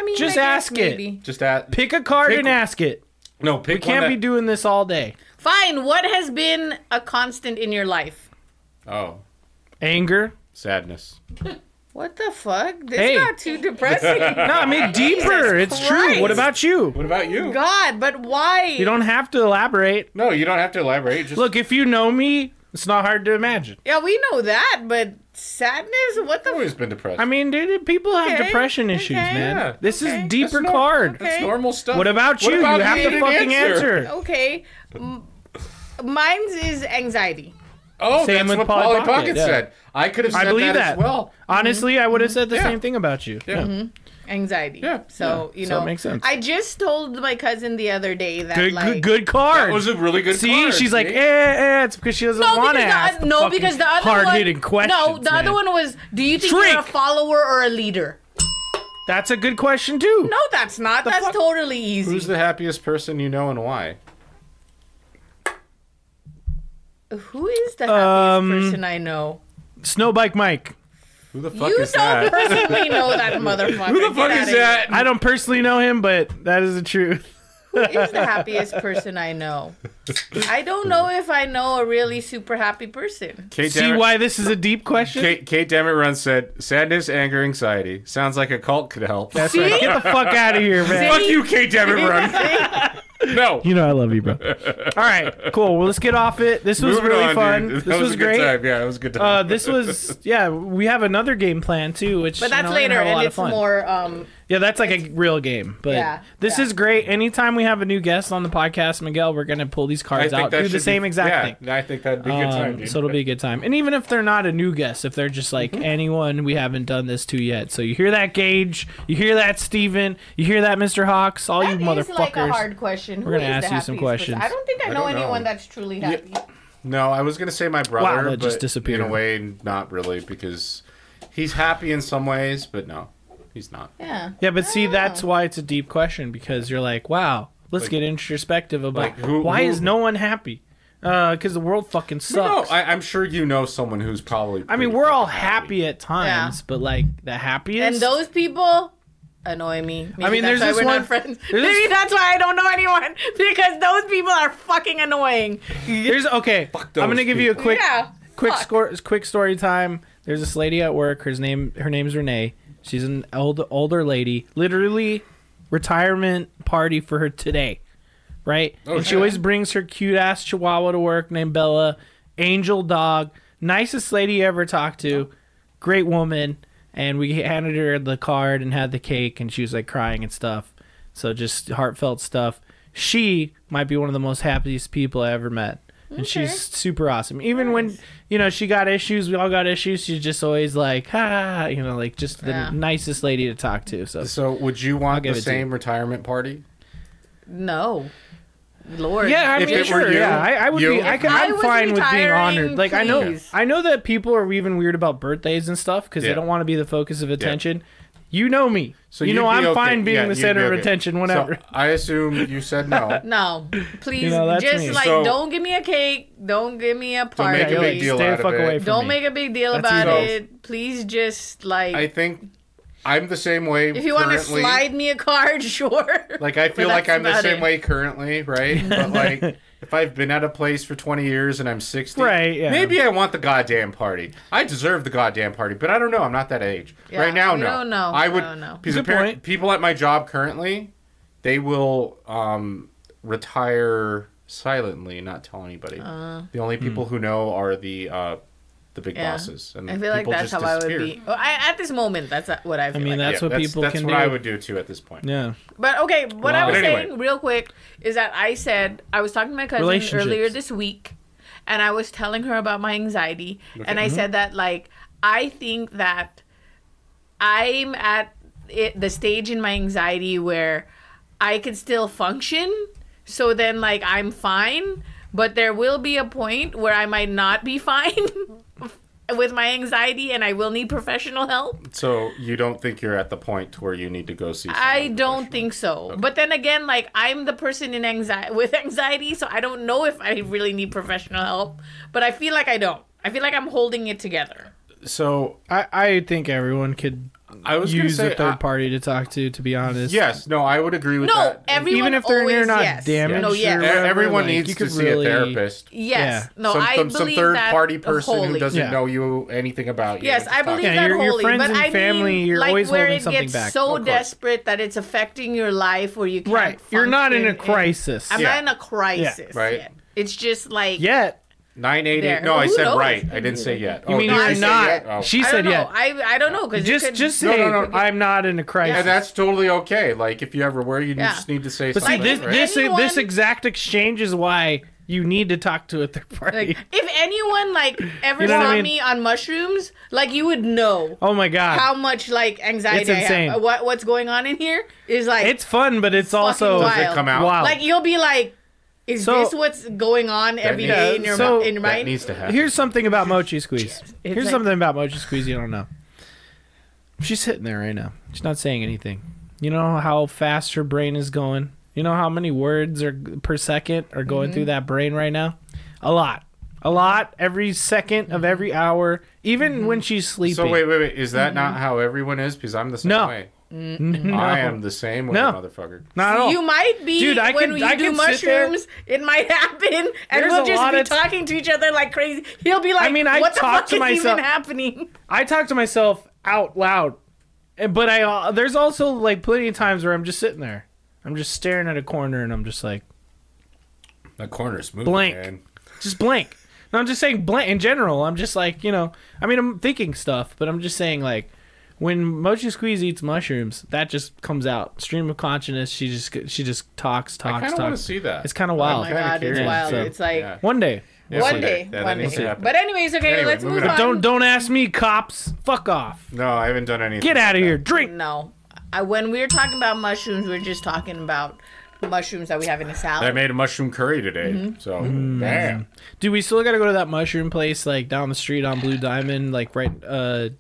mean, [laughs] Just I guess ask it. maybe. just at Pick a card Pick- and ask it. no. Pick We can't one be that- doing this all day. Fine. What has been a constant in your life? Oh, Anger. sadness. What the fuck? This Hey. got too depressing. [laughs] No, I mean deeper. It's true. What Christ. about you? What about [laughs] you? God, but why? You don't have to elaborate. No, you don't have to elaborate. Just Look, if you know me, it's not hard to imagine. Yeah, we know that, but sadness. What the? F- I've always been depressed. I mean, dude, people have Okay, depression issues, okay. man. Yeah. This Okay. is deeper That's nor- card. That's Okay. normal stuff. What about you? about you have you? to You didn't fucking answer. answer. okay. M- mine's is anxiety. Oh, Same that's with what Polly Polly Pocket, Pocket yeah. said. I could have said I believe that, that. as well. Honestly, I would have said the Yeah. same thing about you. Yeah. Mm-hmm. Anxiety. Yeah, So you So know. it makes sense. I just told my cousin the other day that Good, like good, good card. That was a really good. See, card, she's like, eh, see? eh, it's because she doesn't No, want to because the, ask. oth- no, because the other hard hitting one. questions. no, the other man. one was. Do you think you're a Shrink. follower or a leader? That's a good question too. No, that's not. that's fuck- totally easy. "Who's the happiest person you know and why?" Who is the happiest Um, person I know? Snowbike Mike. Who the fuck You don't is that? personally know that [laughs] motherfucker. Who the fuck is that? I don't personally know him, but that is the truth. Who is the happiest person I know? I don't know if I know a really super happy person. [laughs] Kate See Damer- why this is a deep question? Kate, Kate Dammit Run said, sadness, anger, anxiety. Sounds like a cult could help. That's right. Get the fuck out of here, man. Fuck [laughs] you, Kate Dammit Run. no. You know I love you, [laughs] bro. All right, cool. Well, let's get off it. This was Moving really on, fun. dude. This That was, a good great. time. Yeah, it was a good time. Uh, this was yeah. We have another game plan too, which But you that's know, we're later, gonna have a lot and of it's fun. more. Um, Yeah, that's like a real game. But Yeah, this yeah. is great. Anytime we have a new guest on the podcast, Miguel, we're gonna pull these I cards think out, that do the should same be, exact yeah, thing. I think that'd be a good time, Um, dude. so it'll be a good time. And even if they're not a new guest, if they're just like Mm-hmm. anyone we haven't done this to yet. So you hear that Gage, you hear that Steven, you hear that Mr. Hawks, all that you is motherfuckers. like a hard question. We're gonna ask you some questions. I don't think I I know don't know. anyone that's truly happy. no, I was going to say my brother, that just but disappeared. in a way, not really, because he's happy in some ways, but no, he's not. Yeah. yeah, but see, Oh. that's why it's a deep question because you're like, wow, let's Like- get introspective about like, who- why who- is no one happy? because the world fucking No, sucks. I, I, I'm sure you know someone who's probably. mean, pretty we're all fucking happy at times, Yeah. but like the happiest. And those people annoy me. Maybe mean, that's there's why this we're one- not friends. there's Maybe this- that's why I don't know anyone [laughs] because those people are fucking annoying. Here's okay. those I'm gonna give you a people. quick, Yeah, quick fuck. score, quick story time. There's this lady at work. Her name, her name's Renee. She's an old, older lady. Literally, retirement party for her today, right? and she shit. always brings her cute ass Chihuahua to work, named Bella. Angel dog, nicest lady you ever talked to. Great woman. And we handed her the card and had the cake, and she was like crying and stuff. So just heartfelt stuff. She might be one of the most happiest people I ever met. And she's super awesome. Even when, you know, she got issues, we all got issues, she's just always like, ah, you know, like just the Yeah. nicest lady to talk to. So, So, would you want give the it to you. same retirement party? No, Lord. yeah, I If mean, it were sure, you- yeah, I, I would you- be. I If could, I I'm was fine with being retiring, honored. Like I know, please. I know that people are even weird about birthdays and stuff because Yeah. they don't want to be the focus of attention. You know me, so you you'd know be I'm okay- fine being yeah, the you'd center be of okay. attention. Whenever So, I assume you [laughs] said no. No, please, You know, that's just me. like So- don't give me a cake, don't give me a party, make a big deal stay out the of fuck it. away from don't me. make a big deal That's about easy. it. Please, just like I think I'm the same way. if you want to currently. slide me a card, [laughs] [laughs] sure. like I But feel like that's I'm the about same it. way currently, right? But [laughs] like, if I've been at a place for 20 years and I'm 60, Right, yeah. Maybe I want the goddamn party. I deserve the goddamn party, but I don't know. I'm not that age Yeah, right now. we no, don't know. I We would don't know. because Good apparent- point. people at my job currently, they will um, retire silently, and not tell anybody. the only people Hmm. who know are the uh, the big Uh. Yeah. bosses, and I feel like people that's just how I disappear. would be. Well, I, at this moment, that's what I feel. I mean, like. that's yeah, what people that's can what do. I would do too at this point. Yeah. But okay, what I Wow. was But anyway. saying real quick is that I said I was talking to my cousin Relationships. earlier this week, and I was telling her about my anxiety, and I said that like I think that I'm at it, the stage in my anxiety where I can still function, so then like I'm fine, but there will be a point where I might not be [laughs] fine. With my anxiety, and I will need professional help. So you don't think you're at the point to where you need to go see? someone I professional? don't think so. But then again, like I'm the person in anxiety with anxiety, so I don't know if I really need professional help. But I feel like I don't. I feel like I'm holding it together. So I, I think everyone could I was use gonna say, a third uh, party to talk to. To be honest, Yes, no, I would agree with No, that. everyone even if they're always, near not yes. damaged No, or yes. E- whatever, everyone like, needs you to could see really- a therapist. Yes. Yeah. No, some, I some, believe some third that party person who wholly. doesn't Yeah. know you anything about you. Yes, and I just talk- believe Yeah, that your- your wholly. friends but and I family, mean, you're like always where holding it something gets back. so Of course. desperate that it's affecting your life, where you can't. Right. You're not in function a and- crisis. I'm Yeah. not in a crisis. Right. yet. It's just like Yet Nine eighty. There. No, I Who said knows? right. I didn't say yet. you Oh, mean did I I you're say not? yet? Oh. She I don't said know. yet. I I don't know because just just say No, no, no. I'm not in a crisis. Yeah, that's totally okay. Like if you ever were, you Yeah. just need to say But see, something. this right? this Anyone- this exact exchange is why you need to talk to a third party. Like, if anyone like ever You know what saw I mean? me on mushrooms, like you would know oh my god, how much like anxiety It's I insane. have. What what's going on in here is like it's fun, but it's also wild. Does it come out? Wow. like you'll be like, is So- this what's going on every needs- day in your so- in your that mind? needs to happen. Here's something about Mochi Squeeze. Here's like- something about Mochi Squeeze you don't know. She's sitting there right now. She's not saying anything. You know how fast her brain is going. You know how many words are per second are going Mm-hmm. through that brain right now. A lot, a lot. Every second of every hour, even Mm-hmm. when she's sleeping. so wait, wait, wait. Is that not how everyone is? Because I'm the same No. Mm-hmm. way. I am the same way, No. motherfucker. not at all. You might be Dude, I when can- you I do can sit there- mushrooms, it might happen, and There's a we'll just lot be of t- talking to each other like crazy. He'll be like, mean, I "What the talk fuck to is myself- even happening?" I talk to myself out loud, and- but I uh, there's also like plenty of times where I'm just sitting there. I'm just staring at a corner, and I'm just like. The corner's moving. Blank. Man. just blank. No, I'm just saying blank in general. I'm just like you know. I mean, I'm thinking stuff, but I'm just saying like when Mochi Squeeze eats mushrooms, that just comes out stream of consciousness. She just she just talks, talks, I kind of want to talks. see that. It's kind of Oh wild. my kinda god, it's curious, wild. so- It's like Yeah. One day, Yeah, one day, see that. Yeah, that one needs to day. happen. But anyways, okay, Anyway, let's move moving on. on. don't don't ask me, cops. Fuck off. no, I haven't done anything. Get out of like here. that. Drink. No. I, when we were talking about mushrooms, we are just talking about mushrooms that we have in a I salad. made a mushroom curry today. Mm-hmm. So, Mm. damn. Dude, we still gotta go to that mushroom place like down the street on Blue Diamond, like right. uh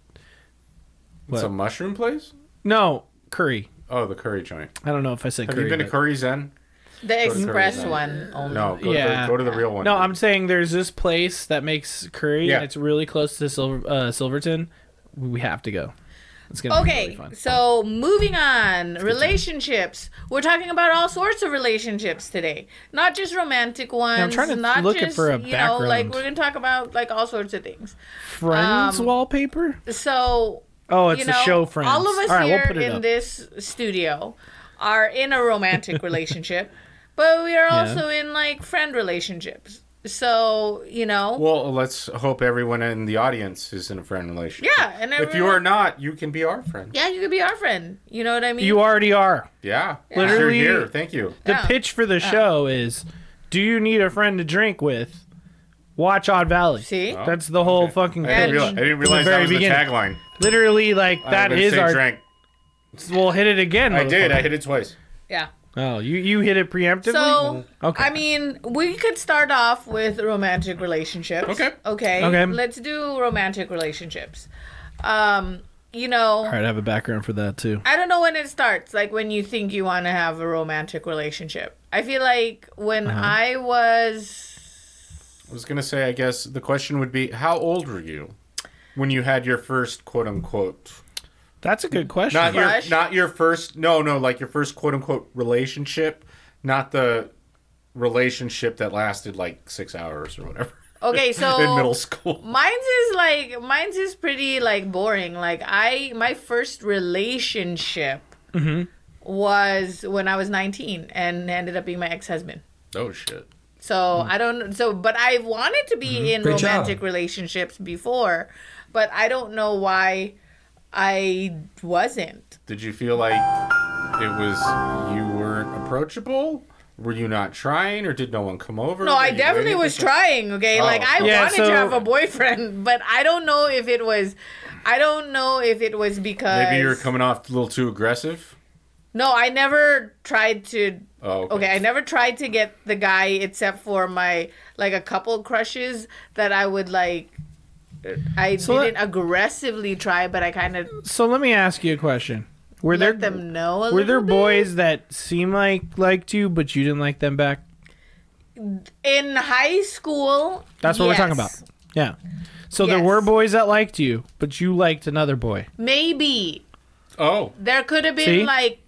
It's a mushroom place? No, curry. Oh, the curry joint. I don't know if I said Have curry. you been to but- Curry's Inn? The express Curry's. one only. No, go, Yeah. to the, go to the real one. No, I'm saying there's this place that makes curry, Yeah. and it's really close to Silver, uh, Silverton. We have to go. It's gonna be really Okay, fun. so moving on, relationships. We're talking about all sorts of relationships today, not just romantic ones. trying to not look just, for a you know, like background. we're gonna talk about like all sorts of things. Friends Um, wallpaper. So Oh, it's you the know, show Friends. All of us All right, we'll here put it in up. this studio are in a [laughs] romantic relationship, but we are also in like friend relationships. So you know, Well, let's hope everyone in the audience is in a friend relationship. Yeah, and if you everyone- are not, you can be our friend. yeah, you could be our friend. You know what I mean? You already are. Yeah, Literally- You're here. Thank you. The Yeah. pitch for the show is: Do you need a friend to drink with? Watch Odd Valley. See? Oh, that's the whole fucking I didn't And- pitch. realize, I didn't from realize the that very was beginning. the tagline. Literally, like I that was gonna is say our. drank. We'll hit it again. I did. I motherfucker. hit it twice. yeah. Oh, you you hit it preemptively. So, Okay. I mean, we could start off with romantic relationships. Okay. Okay. Okay. Let's do romantic relationships. Um, you know, all right, I have a background for that too. I don't know when it starts, like when you think you want to have a romantic relationship. I feel like when Uh-huh. I was I was gonna say. I guess the question would be, how old were you when you had your first quote unquote? That's a good question. Not your, Crush? not your first. No, no, like your first quote unquote relationship, not the relationship that lasted like six hours or whatever [laughs] Okay, so in middle school. Mine's is like mine's is pretty like boring. Like I my first relationship Mm-hmm. was when I was 19 and ended up being my ex-husband. Oh shit. So Hmm. I don't. So, but I wanted to be Mm-hmm. in Great job. romantic relationships before, but I don't know why I wasn't. Did you feel like it was you weren't approachable? Were you not trying, or did no one come over? No, Were I you definitely waiting for was some- trying. Okay, Oh. like I Yeah, wanted so- to have a boyfriend, [laughs] but I don't know if it was. I don't know if it was because Maybe you were coming off a little too aggressive. No, I never tried to. Oh, okay. Okay, I never tried to get the guy except for my like a couple crushes that I would like. I So let- didn't aggressively try, but I kind of so let me ask you a question. Were let there them know. A were there little bit. boys that seem like liked you, but you didn't like them back? in high school? That's what we're talking about. yes. Yeah. So there Yes. were boys that liked you, but you liked another boy. Maybe Oh, there could have been See? like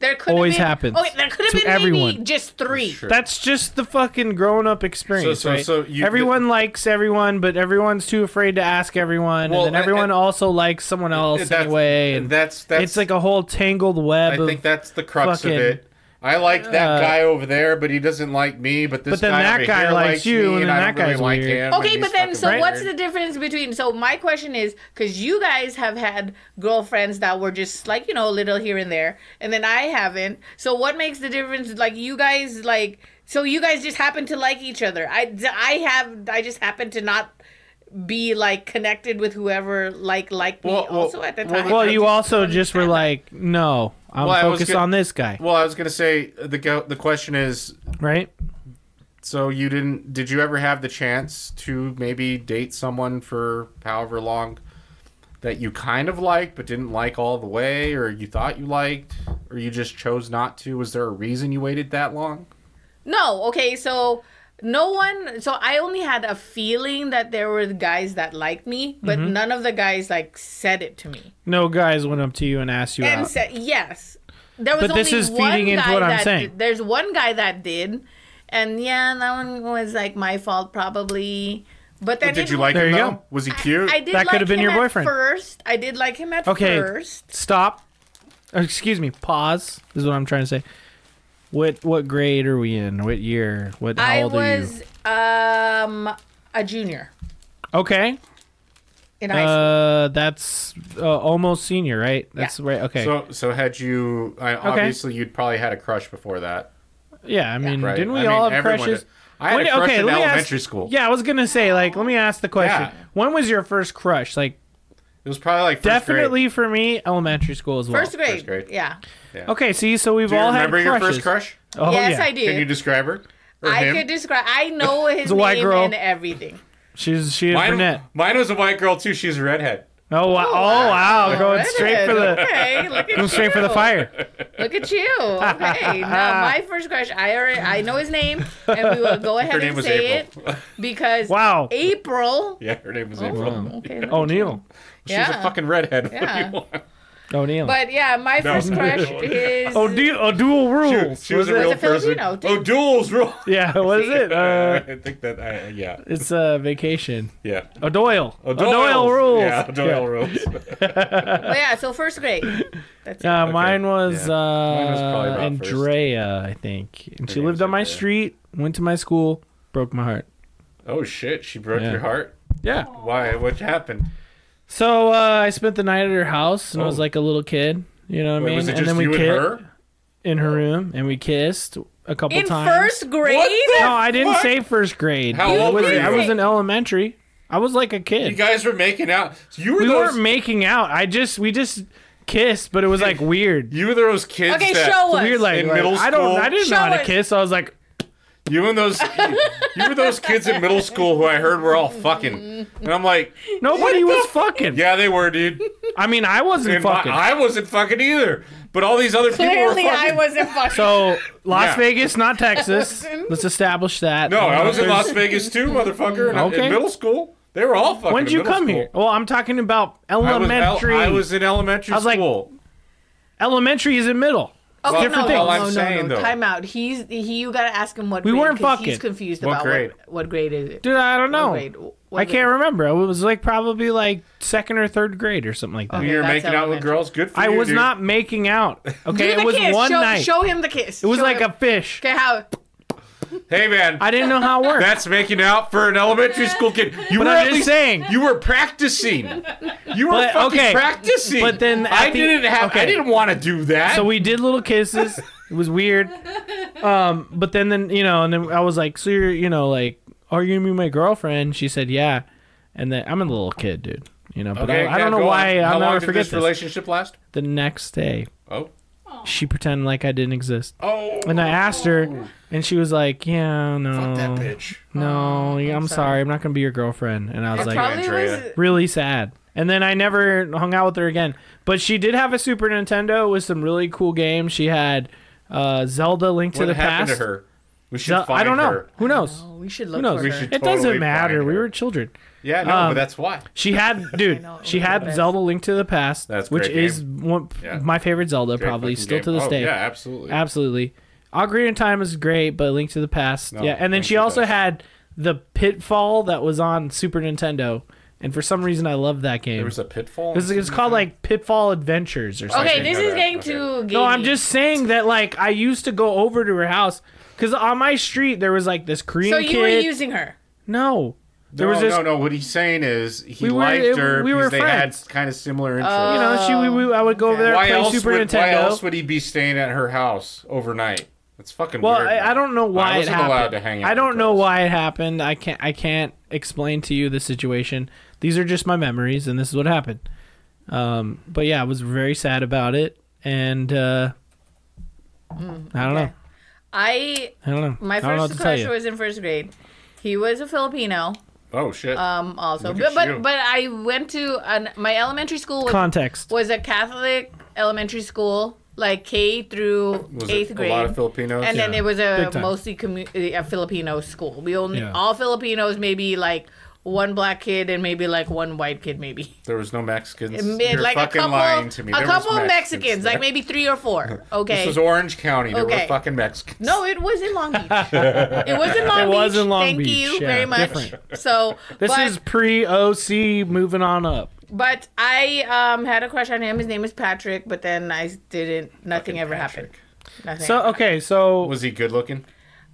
there could Always have been, happens Okay, there could have to been maybe everyone. just three. Sure. That's just the fucking grown-up experience, So- so- right? so you- everyone likes everyone, but everyone's too afraid to ask everyone, Well, and then and- everyone and- also likes someone else that's- anyway. And that's that's. it's like a whole tangled web. I of, think that's the crux fucking- of it. I like that Uh, guy over there, but he doesn't like me. But this But then guy that over guy here likes you, me, and then I that don't really guy's like weird. him, Okay, and but he's then fucking so weird. what's the difference between so my question is cuz you guys have had girlfriends that were just like, you know, a little here and there and then I haven't. So what makes the difference like you guys like so you guys just happen to like each other. I I have I just happen to not be like connected with whoever like liked me Well, well, also at the well, time. Well, I you just also don't just were understand like, no, I'm Well, I was focused gonna- on this guy, Well, I was gonna say uh, the go- the question is right? So you didn't? Did you ever have the chance to maybe date someone for however long that you kind of liked but didn't like all the way, or you thought you liked, or you just chose not to? Was there a reason you waited that long? that. No, okay, so no one so I only had a feeling that there were guys that liked me, but Mm-hmm. none of the guys like said it to me. No guys went up to you and asked you and out. said yes. There was But this only is one feeding into guy what I'm that saying. did- there's one guy that did, and yeah, that one was like my fault probably. But then Did it- you like There him you though? go. Was he cute? I did That like could have been him your at boyfriend. first. I did like him at Okay. first. Stop. Uh, Excuse me. Pause. Is what I'm trying to say. What what grade are we in? What year? What how I old are was um a junior you? Okay. in high school. Uh, that's uh, almost senior, right? That's right. Okay. So so had you? I, Obviously, you'd probably had a crush before that, yeah. I mean, right? Mm, didn't we I mean, all have everyone crushes? did. I had When- a crush in let me elementary ask- school. Yeah, I was gonna say like, let me ask the question. Yeah. When was your first crush? Like, it was probably like first definitely for me, elementary school as well. First grade. Oh, first grade. Yeah. Grade. Yeah. Okay, see, so we've Do you all had remember crushes. your first crush? Oh, yes, yeah. I do. Can you describe her? Or I him? could describe. I [laughs] know his a white name girl. and everything. She's she a brunette. Mine, mine was a white girl too. She's a redhead. Oh wow! Oh wow! Going straight for the okay. Look [laughs] at going straight for the you. fire. Look at you. [laughs] Okay. now my first question. I already I know his name, and we will go ahead Her and name was say April. it because Wow. April. yeah, her name was April. Oh, [laughs] okay. look at you. O'Neill. She's Yeah. a fucking redhead. What do you Yeah. want? Oh, O'Neill. But yeah, my No, first [laughs] no, crush no. is Oh, du- oh, dual rules. She was, a it? real a person. Filipino, too. Oh, duels, real. Yeah, what is [laughs] it? Uh, I think that. I, yeah, it's uh, vacation. yeah. O'Doyle. O'Doyle, O'Doyle's. rules. Yeah, O'Doyle rules. [laughs] But oh, yeah, so first grade. That's Yeah, Okay, Uh, mine was yeah. uh, Mine was probably about first. Andrea, I think, and she name lived was on my Andrea. street, went to my school, broke my heart. oh shit! She broke Yeah. your heart. Yeah. Why? What happened? So uh, I spent the night at her house, and I was Oh. like a little kid. You know what I Wait, mean? was it and just then we you and ki- her? in her room, and we kissed a couple it. In times. first grade. no, I didn't fuck? say first grade. How I old was, were I you? was in elementary. I was like a You kid. guys were making out. You were we those. weren't making out. I just we just kissed, but it was like [laughs] weird. you were those kids. Okay, that, show us. Weird, like, In like, middle I don't, school- I didn't know Show how to us. kiss. So I was like, You [laughs] and those. you were those kids in middle school who I heard were all fucking, and I'm like, nobody was fucking. yeah, they were, dude. I mean, I wasn't And [laughs] fucking. I, I wasn't fucking either. But all these other people were Clearly, fucking. I wasn't [laughs] fucking. so Las Yeah. Vegas, [laughs] not Texas. Let's establish that. No, I was in There's- Las Vegas too, motherfucker. And Okay. In middle school, they were all fucking. When did in you middle come school. here? Well, I'm talking about I was, elementary. el- I was in elementary I was like- school. elementary is in middle. okay, well, no, different things. no, I'm no, no, saying, no. though. Time out. He's he. You gotta ask him what. We grade, weren't 'cause He's fucking. confused What about grade? what what grade is it. Dude, I don't What know. grade? What I grade? can't remember. It was like probably like second or third grade or something like that. Okay. You're that's making out with elementary. girls. Good for I you. was dude. not making [laughs] out. Okay, Do the it was kiss. one show, night. Show him the kiss. it was Show like him. a fish. Okay, how? Hey man, I didn't know how it worked. that's making out for an elementary school kid. You But were I'm at just least- saying. You were practicing. You were But, fucking okay. practicing. But then at I the- didn't have. I okay. didn't want to do that. so we did little kisses. It [laughs] was weird. Um, but then, then you know, and then I was like, "So you're, you know, like, are you gonna be my girlfriend?" She said, "Yeah." And then I'm a little kid, dude. You know, but okay, I, I yeah, don't know go why. On. How I'll long never did forget this this. relationship last? The next day, Oh. she pretended like I didn't exist, Oh. and I asked her, and she was like, "Yeah, no, Fuck that bitch. no, yeah, I'm sorry. Oh, sorry. I'm not gonna be your girlfriend." And I was It like, probably Andrea. was. really sad. And then I never hung out with her again. But she did have a Super Nintendo with some really cool games. She had uh, Zelda: Link to what the happened Past. to her? We should Ze- find I don't know. her. Who knows? Oh, we should Who look knows? for We her. should it totally doesn't find matter. We her. were children. Yeah, no, Um, but that's why. [laughs] She had, dude. know, it she was the had best. Zelda: Link to the Past, That's a which great is one, Yeah. my favorite Zelda, Great probably fucking still game. to this Oh, day. Yeah, absolutely. Absolutely. Ocarina of Time is great, but Link to the Past. No, yeah, and then Link she to the also Past. had the Pitfall that was on Super Nintendo, and for some reason I love that game. there was a pitfall. It was, it was called like Pitfall Adventures or something. Okay, I this know is that. getting Okay. too. No, I'm gamey. just saying that like I used to go over to her house because on my street there was like this Korean So you kid. were using her. no, there no, was this. no, no. What he's saying is he We were- liked it- her we were because they had friends. kind of similar interests. You know, she we, we, I would go over there why, and else play Super would, Nintendo. why else would he be staying at her house overnight? That's fucking well, weird. I, man. I don't know why I it wasn't happened. allowed to hang out I with don't know girls. why it happened. I can't. I can't explain to you the situation. These are just my memories, and this is what happened. Um, but yeah, I was very sad about it, and uh, I don't know. I I don't know. Mm, my I don't know what first to tell crush you. was in first grade. He was a Filipino. Oh shit. Um, also, Look but at but, you. but I went to an, my elementary school was, Context. was a Catholic elementary school, like K through was it eighth grade. A lot of Filipinos. and then Yeah. it was a Big time. mostly commu- a Filipino school. We only Yeah. all Filipinos, maybe like one black kid and maybe like one white kid, maybe [laughs] there was no Mexicans. Mid- You're Mm, like a fucking couple, lying to me. a There was couple Mexicans Mexicans, there. like maybe three or four. Okay, [laughs] This was Orange County. There Okay. were fucking Mexicans. No, it was in Long Beach. [laughs] it was in Long Beach. It was in Long Thank Beach, you yeah, very much. different. So This but, is pre OC moving on up. but I um had a crush on him. His name is Patrick, but then I didn't. Nothing ever happened. Nothing. So okay, so Was he good looking?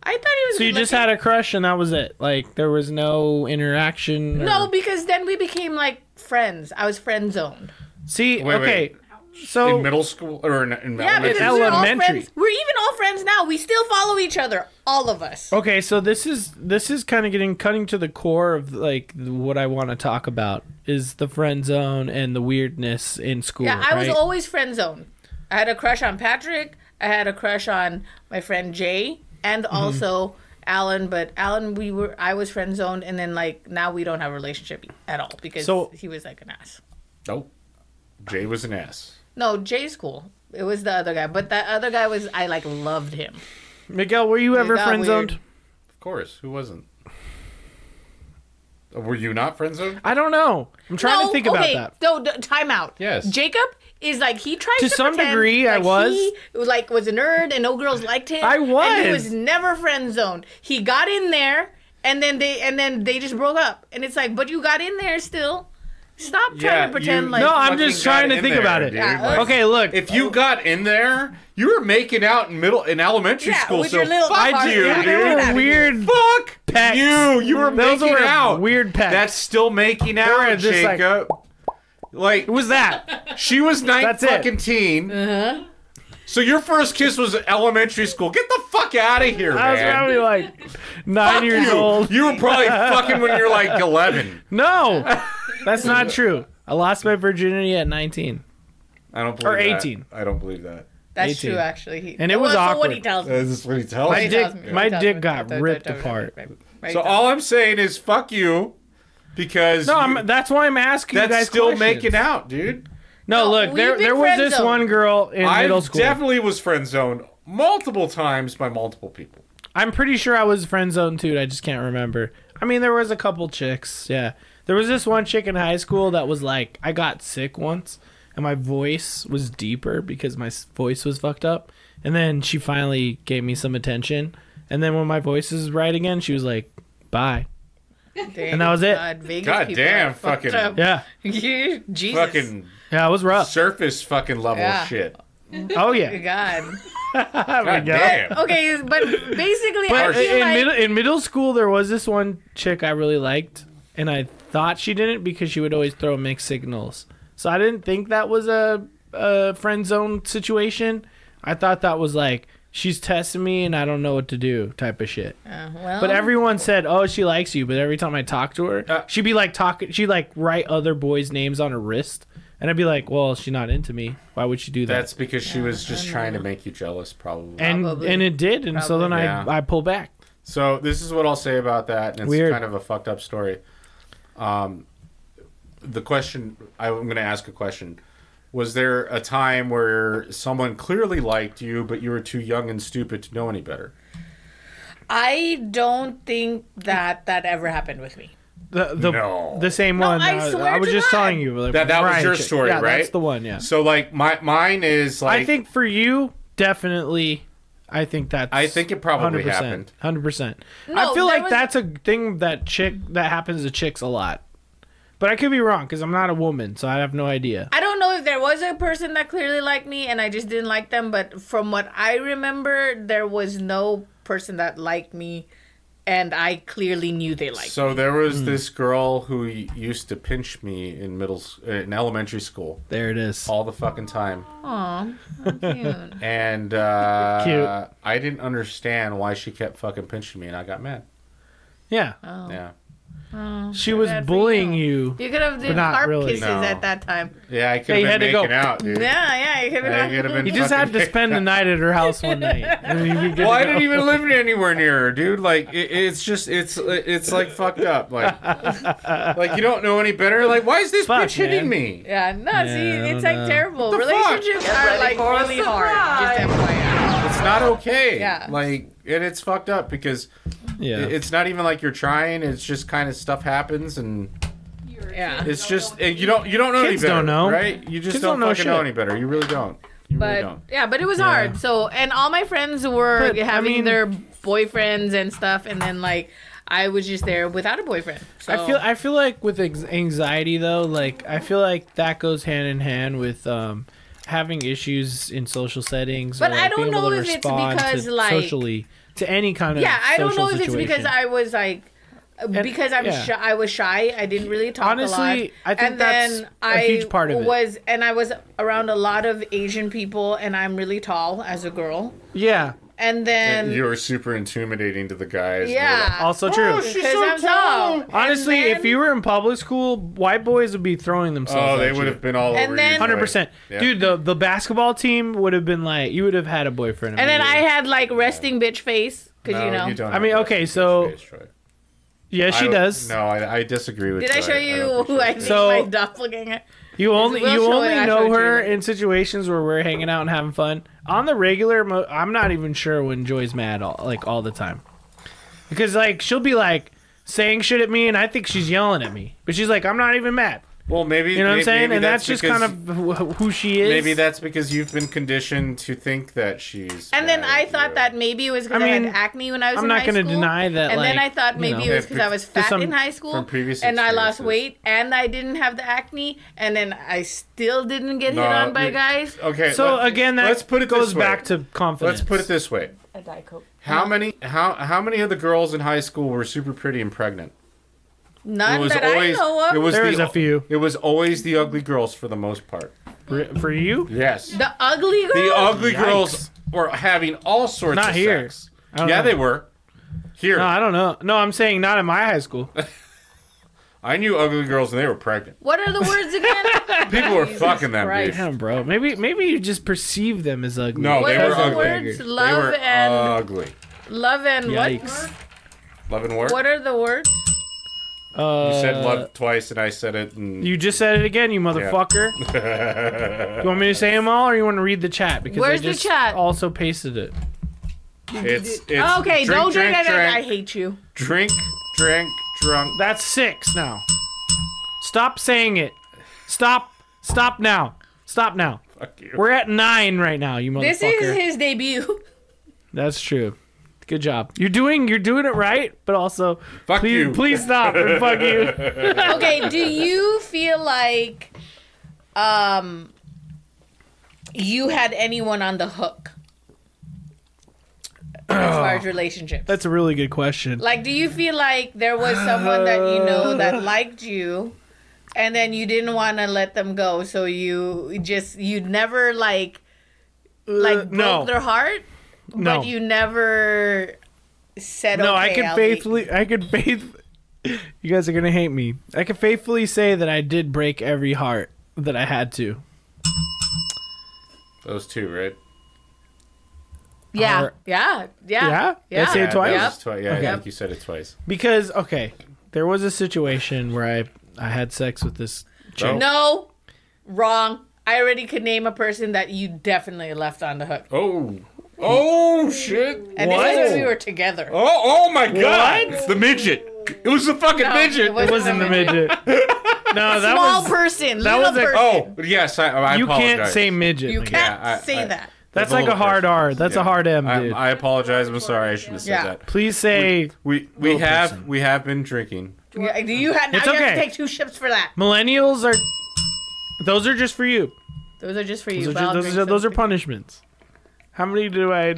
I thought he was. so you just good-looking. had a crush and that was it. Like there was no interaction. or- no because then we became like friends. I was friend zoned. See, Wait, okay. wait. So In middle school or in, in Yeah, elementary because school? we're all elementary. friends. We're even all friends now. We still follow each other, all of us. okay, so this is this is kind of getting cutting to the core of like what I want to talk about is the friend zone and the weirdness in school. Yeah, I was right? always friend zoned. I had a crush on Patrick. I had a crush on my friend Jay and Mm-hmm. also Alan. But Alan, we were I was friend zoned, and then like now we don't have a relationship at all because So- he was like an ass. Nope. Jay was an ass. No, Jay's cool. It was the other guy, but that other guy was I like loved him. Miguel, were you ever got friend zoned? weird. Of course. Who wasn't? Were you not friend zoned? I don't know. I'm trying to think about that. No, d- time out. Yes. Jacob is like he tries To to, some pretend degree, I that was. he, like was a nerd and no girls liked him. I And he was. was never friend zoned. He got in there and then they and then they just broke up. And it's like, but you got in there still. Stop Yeah, trying to pretend you- like No, I'm fucking just trying got to in think there, about it. dude. Yeah, Like, Okay, look. If you got in there, you were making out in middle in elementary Yeah, school. with so your little fuck I I do, you, yeah, dude. they Get out were of weird. Fuck Pecs. you. You were Those making were out. weird pecs. That's still making out, were just like- Jacob. Like It was [laughs] that. she was ninth That's it. fucking teen. Uh-huh. So your first kiss was elementary school. Get the fuck out of here, I was man. probably like nine years old. You were probably fucking when you're like 11. No, [laughs] that's not true. I lost my virginity at 19, I don't believe Or that. 18. I don't believe that. that's 18. true actually. He, And it was Well, so what awkward. Uh, he tells me. This is what he tells My He me. dick- tells me, he my tells dick me, got right, ripped right, right, apart. right, right, So right. all I'm saying is fuck you because No, you- I'm, that's why I'm asking you that's guys still questions. making out, dude. No, No, look, we've there been there was friend this zoned. one girl in I middle school. definitely was friend zoned multiple times by multiple people. I'm pretty sure I was friend zoned too. I just can't remember. I mean, there was a couple chicks. Yeah, there was this one chick in high school that was like, I got sick once, and my voice was deeper because my s- voice was fucked up. And then she finally gave me some attention. And then when my voice is right again, she was like, "Bye." Damn, and that was it. God, Vegas God people damn, are fucked fucking- up. Yeah, [laughs] You- Jesus. Fucking yeah, it was rough. surface fucking level Yeah. shit. Oh yeah, God. [laughs] God God. damn. [laughs] Okay, but basically, I But feel in like middle in middle school, there was this one chick I really liked, and I thought she didn't because she would always throw mixed signals. So I didn't think that was a, a friend zone situation. I thought that was like she's testing me and I don't know what to do type of shit. Uh, well, But everyone said, "Oh, she likes you," but every time I talked to her, Uh, she'd be like talking. She'd like write other boys' names on her wrist, and I'd be like, "Well, she's not into me. Why would she do that?" That's because she was just trying to make you jealous, probably. and Probably. and it did, and so then Probably. Yeah. I I pull back. So this is what I'll say about that, and it's Weird. kind of a fucked up story. Um, the question I'm going to ask a question: Was there a time where someone clearly liked you, but you were too young and stupid to know any better? I don't think that that ever happened with me. The the, No. the same No, one. I uh, swear I was to just God. telling you like, That- that was Ryan your chick. story, yeah, right? That's the one. Yeah. So like my mine is like I think for you, definitely. I think that's. I think it probably happened. Hundred percent. I No, feel there like was- that's a thing that chick that happens to chicks a lot, but I could be wrong because I'm not a woman, so I have no idea. I don't know if there was a person that clearly liked me and I just didn't like them, but from what I remember, there was no person that liked me and I clearly knew they liked me. so. There Hmm. was this girl who y- used to pinch me in middle s- uh, in elementary school There it is. all the fucking time. Aw, how cute. and uh, Cute. I didn't understand why she kept fucking pinching me, and I got mad. Yeah, Yeah, she was Oh, bad for bullying [laughs] you. You could have done not harp really. kisses No. at that time. yeah, I could They have had to been go- making out, dude. Yeah, yeah, you could I could have. have been. You just had to [laughs] fucking- spend the night at her house one [laughs] night. And you get to Well, I go. didn't even live anywhere near her, dude. Like it, it's just it's it's like fucked [laughs] up. Like like you don't know any better. Like why is this Fuck, bitch hitting man. me? [laughs] Yeah, no, see, I it's don't like know. terrible. What the fuck? Relationships are like really hard. Just FYI. It's not okay. Yeah. Like and it's fucked up because Yeah. it- it's not even like you're trying. It's just kind of stuff happens and. Yeah. It's just and you don't you don't know Kids any better, don't know. right? You just Kids don't, don't know fucking know shit. any better. You really don't. You really but don't. yeah, but it was hard. So, and all my friends were But, I having mean- their boyfriends and stuff, and then like I was just there without a boyfriend. So. I feel I feel like with ex- anxiety though, like I feel like that goes hand in hand with um having issues in social settings. But or, I like, don't being able know to if it's respond because, to like- socially to any kind of yeah, I don't social know if it's because situation. I was like. because I'm yeah. shy, I was shy. I didn't really talk a lot. Honestly, I think and that's then a I huge part of it. was, and I was around a lot of Asian people, and I'm really tall as a girl. yeah And then you were super intimidating to the guys. yeah, also true. she's because so I'm tall. tall. Honestly, And if then- you were in public school, white boys would be throwing themselves. Oh, they at would you. have been all And over then- you. 100%. Yeah. Dude, the, the basketball team would have been like, you would have had a boyfriend. And then I immediately. had like resting bitch face because you know. don't I mean, have okay, that so- face, Troy. Yes, she I- does. No, I, I disagree with Did I Troy. show you don't think who I [laughs] she think does. So- my doppelganger? You only will you show only an know actual her achievement. in situations where we're hanging out and having fun. On the regular, mo- I'm not even sure when Joy's mad all, like all the time, because like she'll be like saying shit at me, and I think she's yelling at me, but she's like, I'm not even mad. Well, maybe You know what may- I'm saying? maybe And that's, just because- kind of wh- who she is. maybe that's because you've been conditioned to think that she's. And then bad I at thought you. that maybe it was because I I, mean, had acne when I was. I'm in not high gonna school. deny that, And then like, I thought you maybe know. it was because I was From fat some- in high school from previous and I lost experiences. weight and I didn't have the acne and then I still didn't get No, hit on by you- uh, guys. Okay. so let- again. That let's put it goes this way. back to confidence. Let's put it this way. A Diet Coke. How many how how many of the girls in high school were super pretty and pregnant? None that I know of. it was There the- is a few. It was always the ugly girls for the most part. for, for you. Yes. the ugly girl. the ugly Yikes. girls were having all sorts Not of here. sex. I don't Yeah, know. they were. Here. No, I don't know. No, I'm saying not in my high [laughs] school. I knew ugly girls and they [laughs] were pregnant. what are the words again? [laughs] People were Jesus fucking them, dude. Christ. Damn, bro. Maybe maybe you just perceive them as ugly. No, what they are were the ugly. words? They Love were and ugly. love and Yikes. what? Love and work. What are the words? Uh, you said love twice and I said it and You just said it again, you motherfucker. [laughs] you want me to say them all, or you want to read the chat? Because Where's I the just chat? Also pasted it. it's, it's okay, drink, don't drink, drink, that. I drink, hate you. drink, drink, drunk. That's six now. Stop saying it. Stop. Stop now. Stop now. Fuck you. We're at nine right now, you motherfucker. This is his debut. That's true. Good job. You're doing you're doing it right, but also Fuck please you. please stop and fuck [laughs] you. okay, do you feel like um you had anyone on the hook as far [clears throat] as relationships? That's a really good question. like do you feel like there was someone that you know [sighs] that liked you and then you didn't want to let them go so you just you never like like Uh, broke no. their heart No. but you never said No, okay, I could I'll leave." faithfully. I could faith. You guys are gonna hate me. I could faithfully say that I did break every heart that I had to. Those two, right? yeah, Or- yeah yeah Yeah? That's it. yeah Say twice? that was twi- yeah, Okay. I think you said it twice. Because okay, there was a situation where I I had sex with this chick. Oh. no wrong i already could name a person that you definitely left on the hook Oh. Oh shit. and What? this is when we were together Oh, oh my god! What? The midget. It was the fucking No, midget. it wasn't It wasn't [laughs] the midget. No, that small was. person that little was a- person Oh yes, I, I you apologize. can't say midget. you like that. can't I- say I- that That's The like a little hard person. R. That's a hard M, I, dude. I apologize. I'm sorry. I shouldn't have said Yeah. that. Please say We we Little have person. we have been drinking. Yeah, do you have, now It's you have okay. to take two ships for that. millennials are. Those are just for you. Those are just for you. Those are, but I'll just, those drink are, those are some. punishments. How many do I?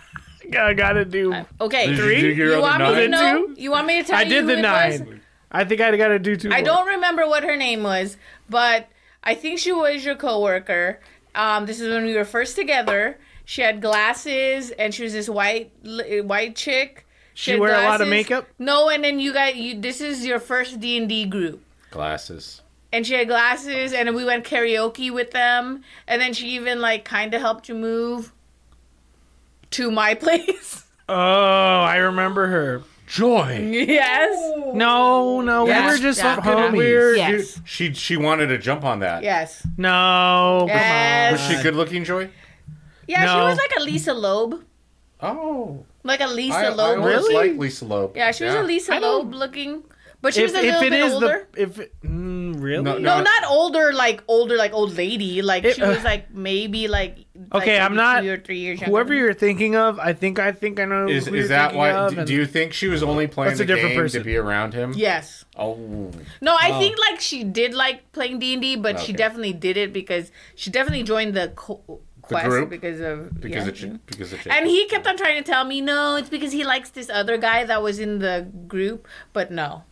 [laughs] I gotta do. okay. Did Three? You, do your You other want me to nine? know? Two? You want me to tell I you did who the it was? nine. I think I gotta do two. I more. don't remember what her name was, but I think she was your coworker. Um, this is when we were first together. She had glasses, and she was this white li- white chick. She had wear a lot of glasses. makeup? No, and then you got you. This is your first D and D group. Glasses. and she had glasses and we went karaoke with them and then she even like kind of helped you move to my [laughs] place Oh, I remember her. Joy. yes No, no, Yeah. we were just Yeah. homies. Weird. Yes. dude. She she wanted to jump on that. yes No, Yes. Was come on. she good looking, Joy? yeah she No. was like a lisa loeb Oh. like a lisa I, I loeb always Really? liked Lisa Loeb. yeah she was a lisa I don't- loeb looking but she If, was a if little it bit is older the if it, mm, really No, no, not older, like older, like old lady. Like It- she [laughs] was like maybe like like, Okay, I'm maybe not- two or three years. younger whoever than me. you're thinking of, I think I think I know. Is who you're is that thinking why? of, Do, and- do you think she was only playing That's the a different game person. to be around him? yes. Oh. No, I Oh. think like she did like playing D and D, but she Okay. definitely did it because she definitely joined the co- quest group? because of Because yeah. of Ch- because of Jacob. And he kept on trying to tell me no, it's because he likes this other guy that was in the group, but no,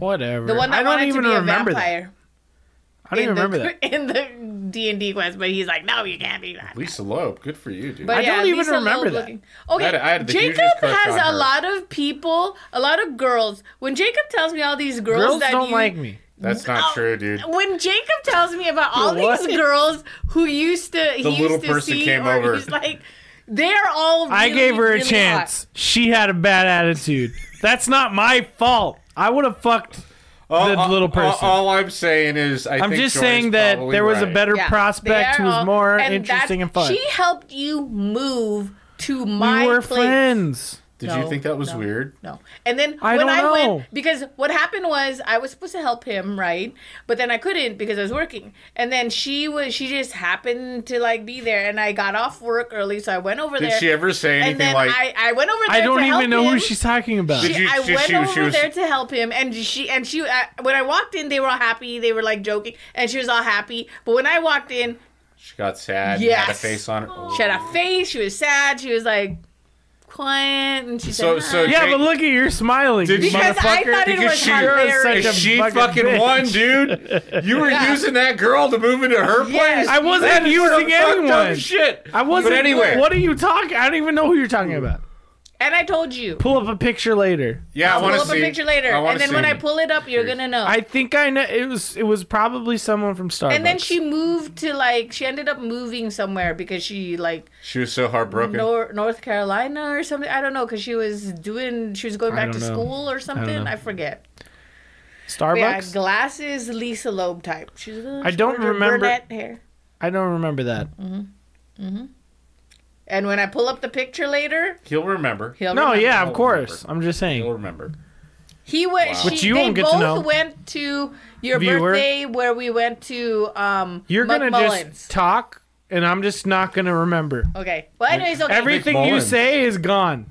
whatever? the one that I don't wanted even to be a remember vampire. that. I don't even remember the, that. in the D and D quest, but he's like, no, you can't be that. Lisa Loeb. Good for you, dude. But I don't even Lisa Loeb remember that. Okay, I had- I had the hugest Jacob crush has on a her. lot of people, a lot of girls. When Jacob tells me all these [laughs] girls, Girls that don't you, like me. That's not Oh, true, dude. When Jacob tells me about all [laughs] What? these girls who used to, he The used little to person see, came or over. he's like, they're all. Really, I gave her a really chance. She had a bad attitude. That's not my fault. I would have fucked All- all- little all- person. All, I'm saying is, I I'm think just Joy's saying that probably there was a right. better Yeah, prospect they who are was all- more and interesting that- and fun. She helped you move to my we were place. friends. Did No, you think that was no. weird? No. And then I when don't I know. went because what happened was I was supposed to help him, right? But then I couldn't because I was working. And then she was she just happened to like be there and I got off work early, so I went over Did there. she ever say and anything then like? I, I went over there I don't to help even know who him. she's talking about. Did She, you- I she- went she- over she was- there to help him, and she and she. I, when I walked in, they were all happy. They were like joking, and she was all happy. But when I walked in, she got sad. Yes. Had a face on her. she had a face. She was sad. She was like quiet, and she So- said, so- "Hi." yeah, but look at you're smiling. Did you she- because I motherfucker. thought it Because was she- You're hilarious. such a she fucking fucking bitch. won, [laughs] dude. You were Yeah. using that girl to move into her Yes. place. I wasn't That is some using fucked up anyone. Shit. I wasn't. But anyway, Mm. what are you talking? I don't even know who you're talking about. and I told you. Pull up a picture later. yeah, I I'll want pull to up see. a picture later, I wanna and then see. when I pull it up, you're gonna know. I think I know. It was. It was probably someone from Starbucks. and then she moved to like she ended up moving somewhere because she like she was so heartbroken. Nor- North Carolina or something. I don't know because she was doing she was going I back to don't know. school or something. know. I forget. Starbucks. But yeah, glasses, Lisa Loeb type. She's a little I don't shorter, remember- brunette hair. I don't remember that. And when I pull up the picture later, He'll remember. he'll No, remember. yeah, I'll of course. remember. I'm just He'll saying. remember. He went. Wow. She, But you they won't get to both know. went to your Viewer. birthday where we went to um. You're gonna McMullen's. just talk, and I'm just not gonna remember. Okay. Well, anyways, okay. Everything you McMullen. say is gone.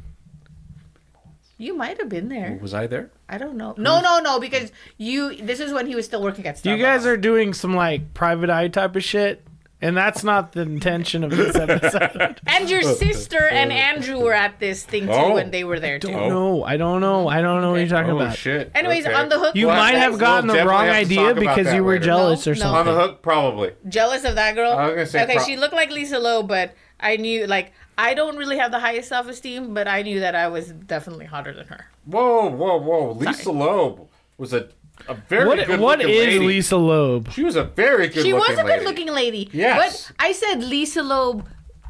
you might have been there. Was I there? I don't know. No, no, no. Because you. This is when he was still working at. Starbucks. You guys are doing some like private eye type of shit, and that's not the intention of [laughs] this episode. And your sister and Andrew were at this thing too Oh. when they were there too. Oh. No, I don't know. I don't know what you're talking Oh about. shit. Anyways, Okay. on the hook. You was might that- have gotten We'll the wrong definitely have to idea talk about because that you were later. jealous or No, no. on the something. hook, probably. jealous of that girl. I was gonna say okay, pro- she looked like Lisa Lowe, but I knew like I don't really have the highest self esteem, but I knew that I was definitely hotter than her. Whoa, whoa, whoa! Lisa Loeb was a a very What good what is looking lady. Lisa Loeb? She was a very good. she looking was a lady. good looking lady. Yes. But I said Lisa Loeb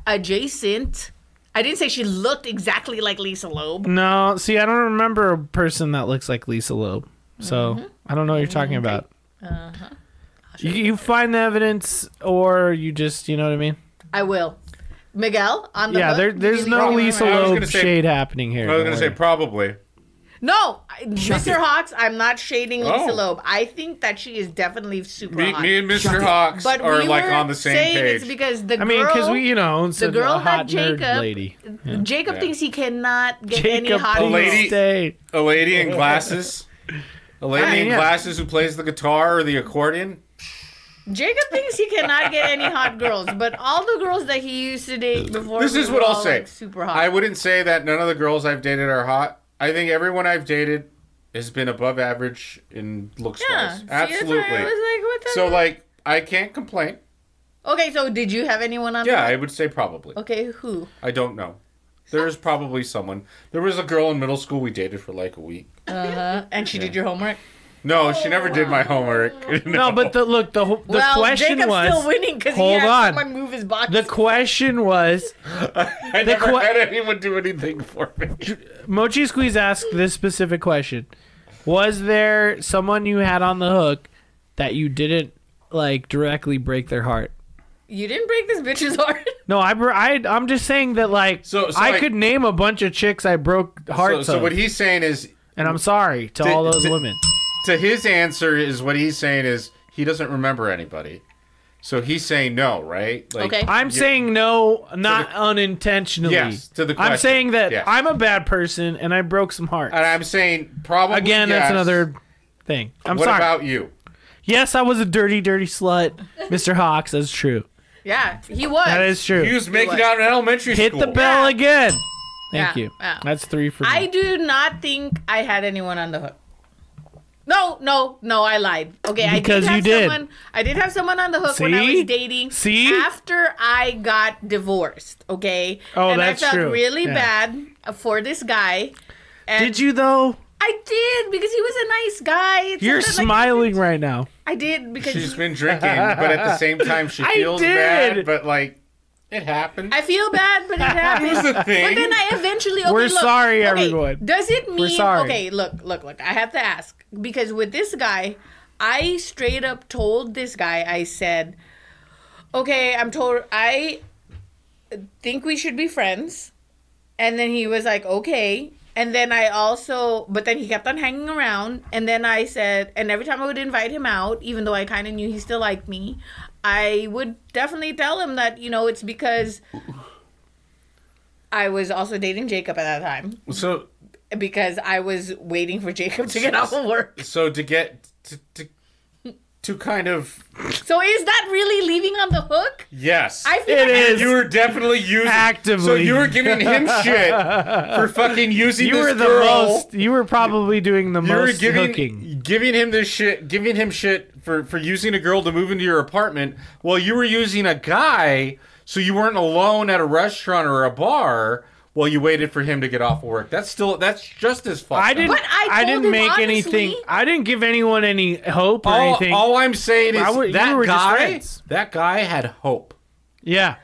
adjacent. I didn't say she looked exactly like Lisa Loeb. No, see, I don't remember a person that looks like Lisa Loeb, so Mm-hmm. I don't know what you're talking about. Uh-huh. You, you find the evidence, or you just, you know what I mean? I will. Miguel on the Yeah, hook, there, there's really no good. Lisa I was gonna Loeb say- shade happening here. I was don't gonna say worry. probably. No, I- Mr. Hawks, I'm not shading Oh. Lisa Loeb. I think that she is definitely super Me, hot. me and Mr. Hawks but are we like were on the same saying page. it's because the I mean, girl, because we, you know, it's the a- girl a hot had Jacob. nerd lady. Jacob Yeah. thinks he cannot get any Jacob, hot please lady- girl. stay. a lady in glasses. A lady Hey, in yeah. glasses who plays the guitar or the accordion. Jacob thinks he cannot get any [laughs] hot girls, but all the girls that he used to date before This we is were what I'll all, say. like, super hot. I wouldn't say that none of the girls I've dated are hot. I think everyone I've dated has been above average in looks yeah, wise. see, that's why Absolutely. I was like, what the so heck? like I can't complain. okay, so did you have anyone on? Yeah, I would say probably. Okay, who? I don't know. There's probably someone. There was a girl in middle school we dated for like a week. Uh-huh. And she did your homework. No, she never did my homework. [laughs] No, but the look, the whole- the well, question Jacob's was. still winning because he Hold had on. someone move his box. the question was, I never que- had anyone do anything for me. Mochi Squeeze asked this specific question: Was there someone you had on the hook that you didn't like directly break their heart? you didn't break this bitch's [laughs] heart. No, I, br- I I'm just saying that like So- so, I like- could name a bunch of chicks I broke So, hearts so of, what he's saying is, and I'm sorry to all those did- women. to his answer is what he's saying is he doesn't remember anybody. So he's saying no, right? Like, Okay. I'm saying no, not the- unintentionally. Yes, to the I'm question. saying that Yes. I'm a bad person and I broke some hearts. and I'm saying probably Again, yes. that's another thing. I'm what sorry. about you? yes, I was a dirty, dirty slut, [laughs] Mr. Hawks. That's true. Yeah, he was. That is true. He was making out in elementary Hit school. the bell again. Yeah, Thank you. yeah. That's three for me. I do not think I had anyone on the hook. No, no, no, I lied. Okay, Because I did have you did. someone I did have someone on the hook when I See? was dating See? after I got divorced, okay? Oh, and that's I felt true. really Yeah. bad for this guy. And Did you though? I did because he was a nice guy. It's You're not that, like, smiling right now. I did because She's been drinking, but at the same time [laughs] she I feels did. bad. But like, it happened. I feel bad, but it happened. Here's the thing. But then I eventually. Okay, We're look, sorry, okay, everyone. Does it mean? sorry. Okay, look, look, look. I have to ask. because with this guy, I straight up told this guy, I said, okay, I'm told, I think we should be friends. And then he was like, okay. And then I also, but then he kept on hanging around. And then I said, and every time I would invite him out, even though I kind of knew he still liked me, I would definitely tell him that, you know, it's because I was also dating Jacob at that time So because I was waiting for Jacob to [laughs] get off of work. so to get to, to to kind of So is that really leaving on the hook? yes. I feel It like is. you were definitely using Actively. So you were giving him [laughs] shit for fucking using You this were the girl. most. You were probably doing the You were most giving hooking. giving him this shit, giving him shit for for using a girl to move into your apartment while you were using a guy, so you weren't alone at a restaurant or a bar while you waited for him to get off work. That's still that's just as fucked. I up. didn't. But I I, told didn't him make honestly- anything. I didn't give anyone any hope or All, anything. all I'm saying is I would- you that were just guy, friends. that guy had hope, yeah,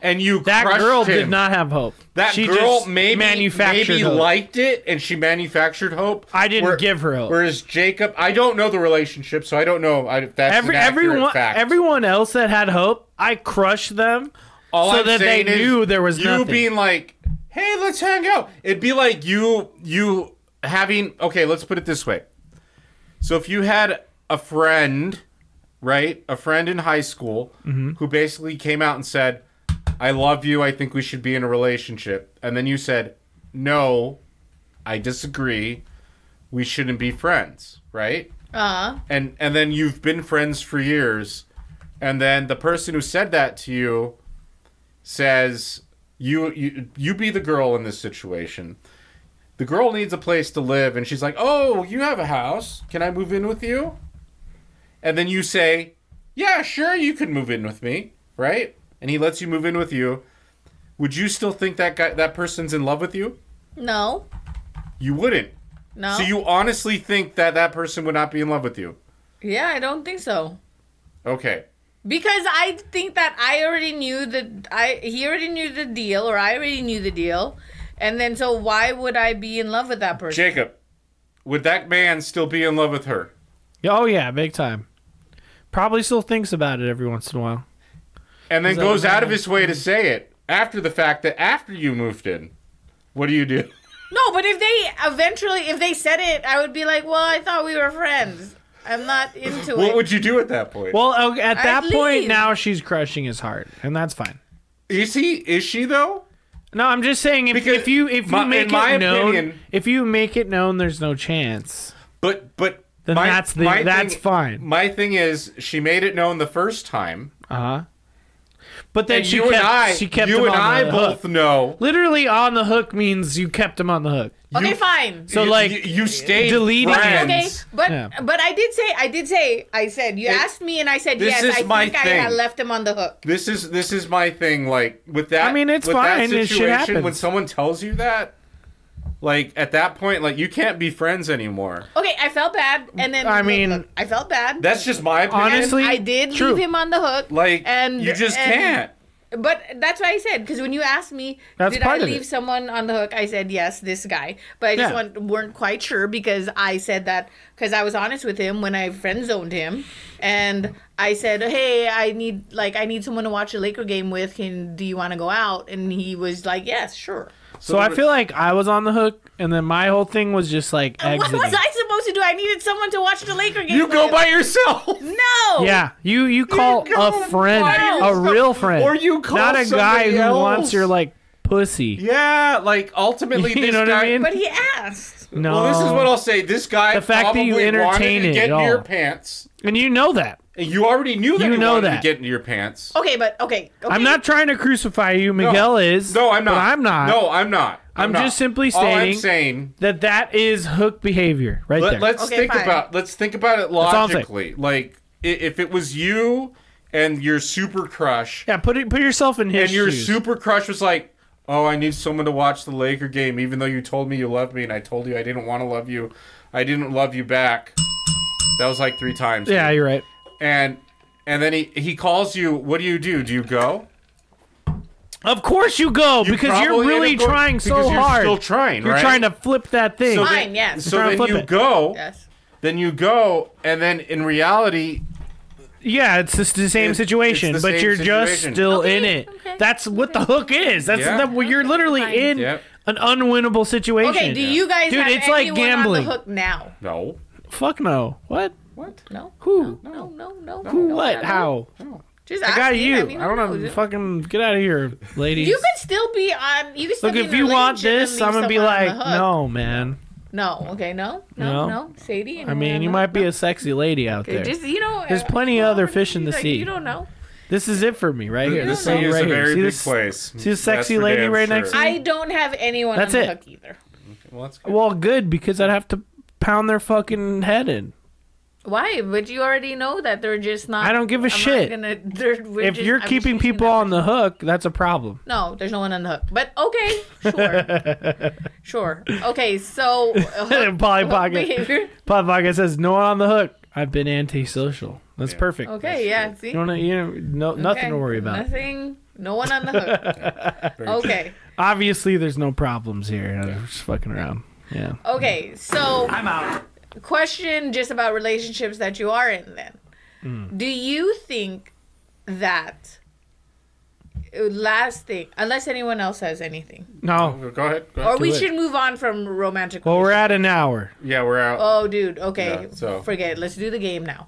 and you that crushed girl did him. not have hope. That she girl just maybe manufactured maybe hope. liked it, and she manufactured hope. I didn't give her hope. Whereas Jacob, I don't know the relationship, so I don't know if that's Every, an accurate everyone, fact. everyone else that had hope, I crushed them All so I'm that they saying is knew there was you nothing. being like, "Hey, let's hang out." It'd be like you you having okay. Let's put it this way. So if you had a friend, right, a friend in high school Mm-hmm. who basically came out and said, "I love you. I think we should be in a relationship," and then you said, "No, I disagree. We shouldn't be friends." Right Uh, and and then you've been friends for years and then the person who said that to you says you you, you be the girl in this situation the girl needs a place to live and she's like oh you have a house can i move in with you and then you say yeah sure you can move in with me right and he lets you move in with you would you still think that guy that person's in love with you no, you wouldn't no. so you honestly think that that person would not be in love with you yeah, I don't think so. okay Because I think that I already knew that I he already knew the deal, or I already knew the deal, and then so why would I be in love with that person? Jacob, would that man still be in love with her? oh yeah, big time. Probably still thinks about it every once in a while. And then Is that Mm. goes what out of happened? his way to say it after the fact that after you moved in. What do [laughs] you do? No, but if they eventually, if they said it, I would be like, well, I thought we were friends. I'm not into it. What would you do at that point? Well, okay, at that point leave. now she's crushing his heart, and that's fine. is he? Is she though? No, I'm just saying if, Because if you if you my- make in my it known, opinion- if you make it known, there's no chance. But but Then that's the- that's fine. My thing is, she made it known the first time. Uh huh. But then And she you kept, and I, she kept you him and on I the both hook. know. Literally on the hook means you kept him on the hook. okay, you- fine. So you, like you, you stayed deleting it. friends. Okay, but Yeah. but I did say I did say I said you asked me and I said this yes. is I my think I thing. had left him on the hook. This is this is my thing. Like with that, I mean, it's with fine, That it shit situation, when happens. someone tells you that, like at that point, like you can't be friends anymore. Okay, I felt bad, and then I look, mean- look, I felt bad. That's just my opinion. Honestly- I did True. leave him on the hook. like and you just and- can't. But that's why I said because when you asked me, That's did I part of leave it. someone on the hook? I said yes, this guy. But I just Yeah. want, weren't quite sure because I said that because I was honest with him when I friend zoned him, and I said, hey, I need like I need someone to watch a Laker game with. Can do you want to go out? And he was like, yes, sure. [laughs] so I feel like I was on the hook, and then my whole thing was just like And exiting. What was I supposed to do? I needed someone to watch the Laker game. you with. go by [laughs] yourself. [laughs] No. Yeah, you you call go a friend, buy a yourself- real friend, or you call not a guy somebody who else. wants your like pussy. Yeah, like ultimately, [laughs] You this know what I guy. mean? But he asked. No, [laughs] Well, this is what I'll say. This guy The fact that probably you wanted entertain to it at get into your all. pants. and you know that. And you already knew that You he know wanted to that. get into your pants. Okay, but okay. okay. I'm not trying to crucify you. Miguel is. No, I'm not. But I'm not. No, I'm not. I'm just simply All I'm stating- saying That that is hook behavior right there. Let, us Okay, think fine. about let's think about it all I'm saying. logically. Like i- if it was you and your super crush, yeah, put it, put yourself in his and your shoes. super crush was like, "Oh, I need someone to watch the Laker game," even though you told me you loved me, and I told you I didn't want to love you, I didn't love you back. That was like three times. yeah, you're right. and and then he he calls you. What do you do? Do you go? Of course you go because you're probably really end up going- trying so because you're hard. still trying, You're right? trying to flip that thing. So Fine, then, yes. So Trying to then flip you it. go, Yes. Then you go, and then in reality, Yeah, it's just the same It's- situation, it's the but same you're just situation. still Okay, in it. okay, That's what the hook is. That's Yeah. the, well, you're literally Fine. in Yep. an unwinnable situation. Okay, do you guys Dude, have it's like anyone gambling. on the hook now? no. Fuck no. What? What? No. Who? No, no, no. Who? no, what? no. How? Just I got asking. you. I, mean, don't who know. knows? Fucking get out of here, ladies. You could still be on. You could still Look, be if in a you want relationship and this, leave I'm gonna be someone on the like, hook. no, man. No, okay, no, no, No. no, Sadie. I mean, you might be a sexy lady out there. Just you know, There's uh, plenty of well, other I'm fish in confused, the like, sea. You don't know. This is it for me, right here. The This sea lady is right a here. See very big this? place. see this That's sexy for lady damn right next to you? I don't have anyone That's on it. the hook either. Well, that's good. Well, good because I'd have to pound their fucking head in. Why? But you already know that they're just not. I don't give a I'm not shit. gonna- they're- we're If just- you're I'm just keeping using people them. on the hook, that's a problem. No, there's no one on the hook. But okay, sure, [laughs] sure. Okay, so uh, hook- Polly hook Pocket. behavior. Pop Vodka says no one on the hook. I've been antisocial. That's perfect. Okay, yeah. See, You don't you don't- no nothing Okay, to worry about. Nothing. No one on the hook. [laughs] okay. Obviously, there's no problems here. I'm just fucking around. Yeah. Okay, so I'm out. Question just about relationships that you are in then. Hmm. Do you think that uh, last thing, unless anyone else has anything, No. Go ahead. Go or ahead. we it. should move on from romantic. Well, we're relationships. at an hour. yeah, we're out. Oh, dude. Okay, Yeah, so- forget. it. Let's do the game now.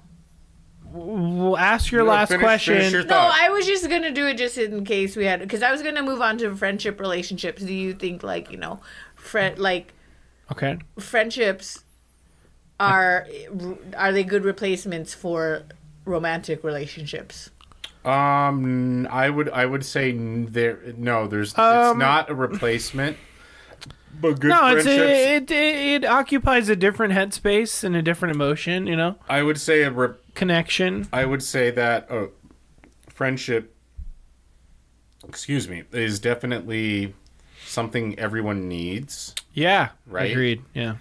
We'll ask your No, last finish- question. finish your No, thought. I was just gonna do it just in case we had, because I was gonna move on to friendship relationships. Do you think like you know, friend like okay. friendships are are they good replacements for romantic relationships? Um, I would I would say n- there no. There's Um, it's not a replacement. But good No, it's it, friendships. it it occupies a different headspace and a different emotion. You know, I would say a re- connection. I would say that a friendship. Excuse me, is definitely something everyone needs. Yeah. Right? Agreed. Yeah.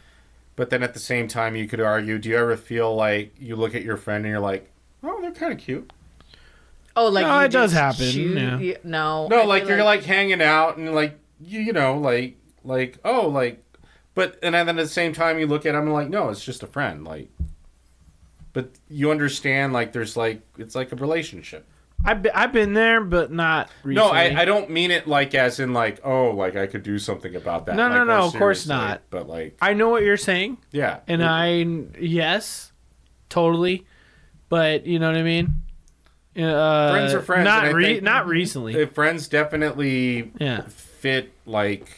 But then at the same time, you could argue: Do you ever feel like you look at your friend and you're like, "Oh, they're kind of cute"? Oh, like No, you it does just happen, shoot- yeah. you- no, I No, feel like you're like hanging out and like you you know like like oh like but and then at the same time you look at them and like no it's just a friend like but you understand like there's like it's like a relationship. I've been, I've been there, but not recently. No, I, I don't mean it like as in like oh like I could do something about that. No, like, no, no, more of course seriously, not. But like I know what you're saying, yeah, and I Mm-hmm. yes, totally, but you know what I mean. Uh, Friends are friends, Not and I re- think- not recently. if friends definitely yeah. fit like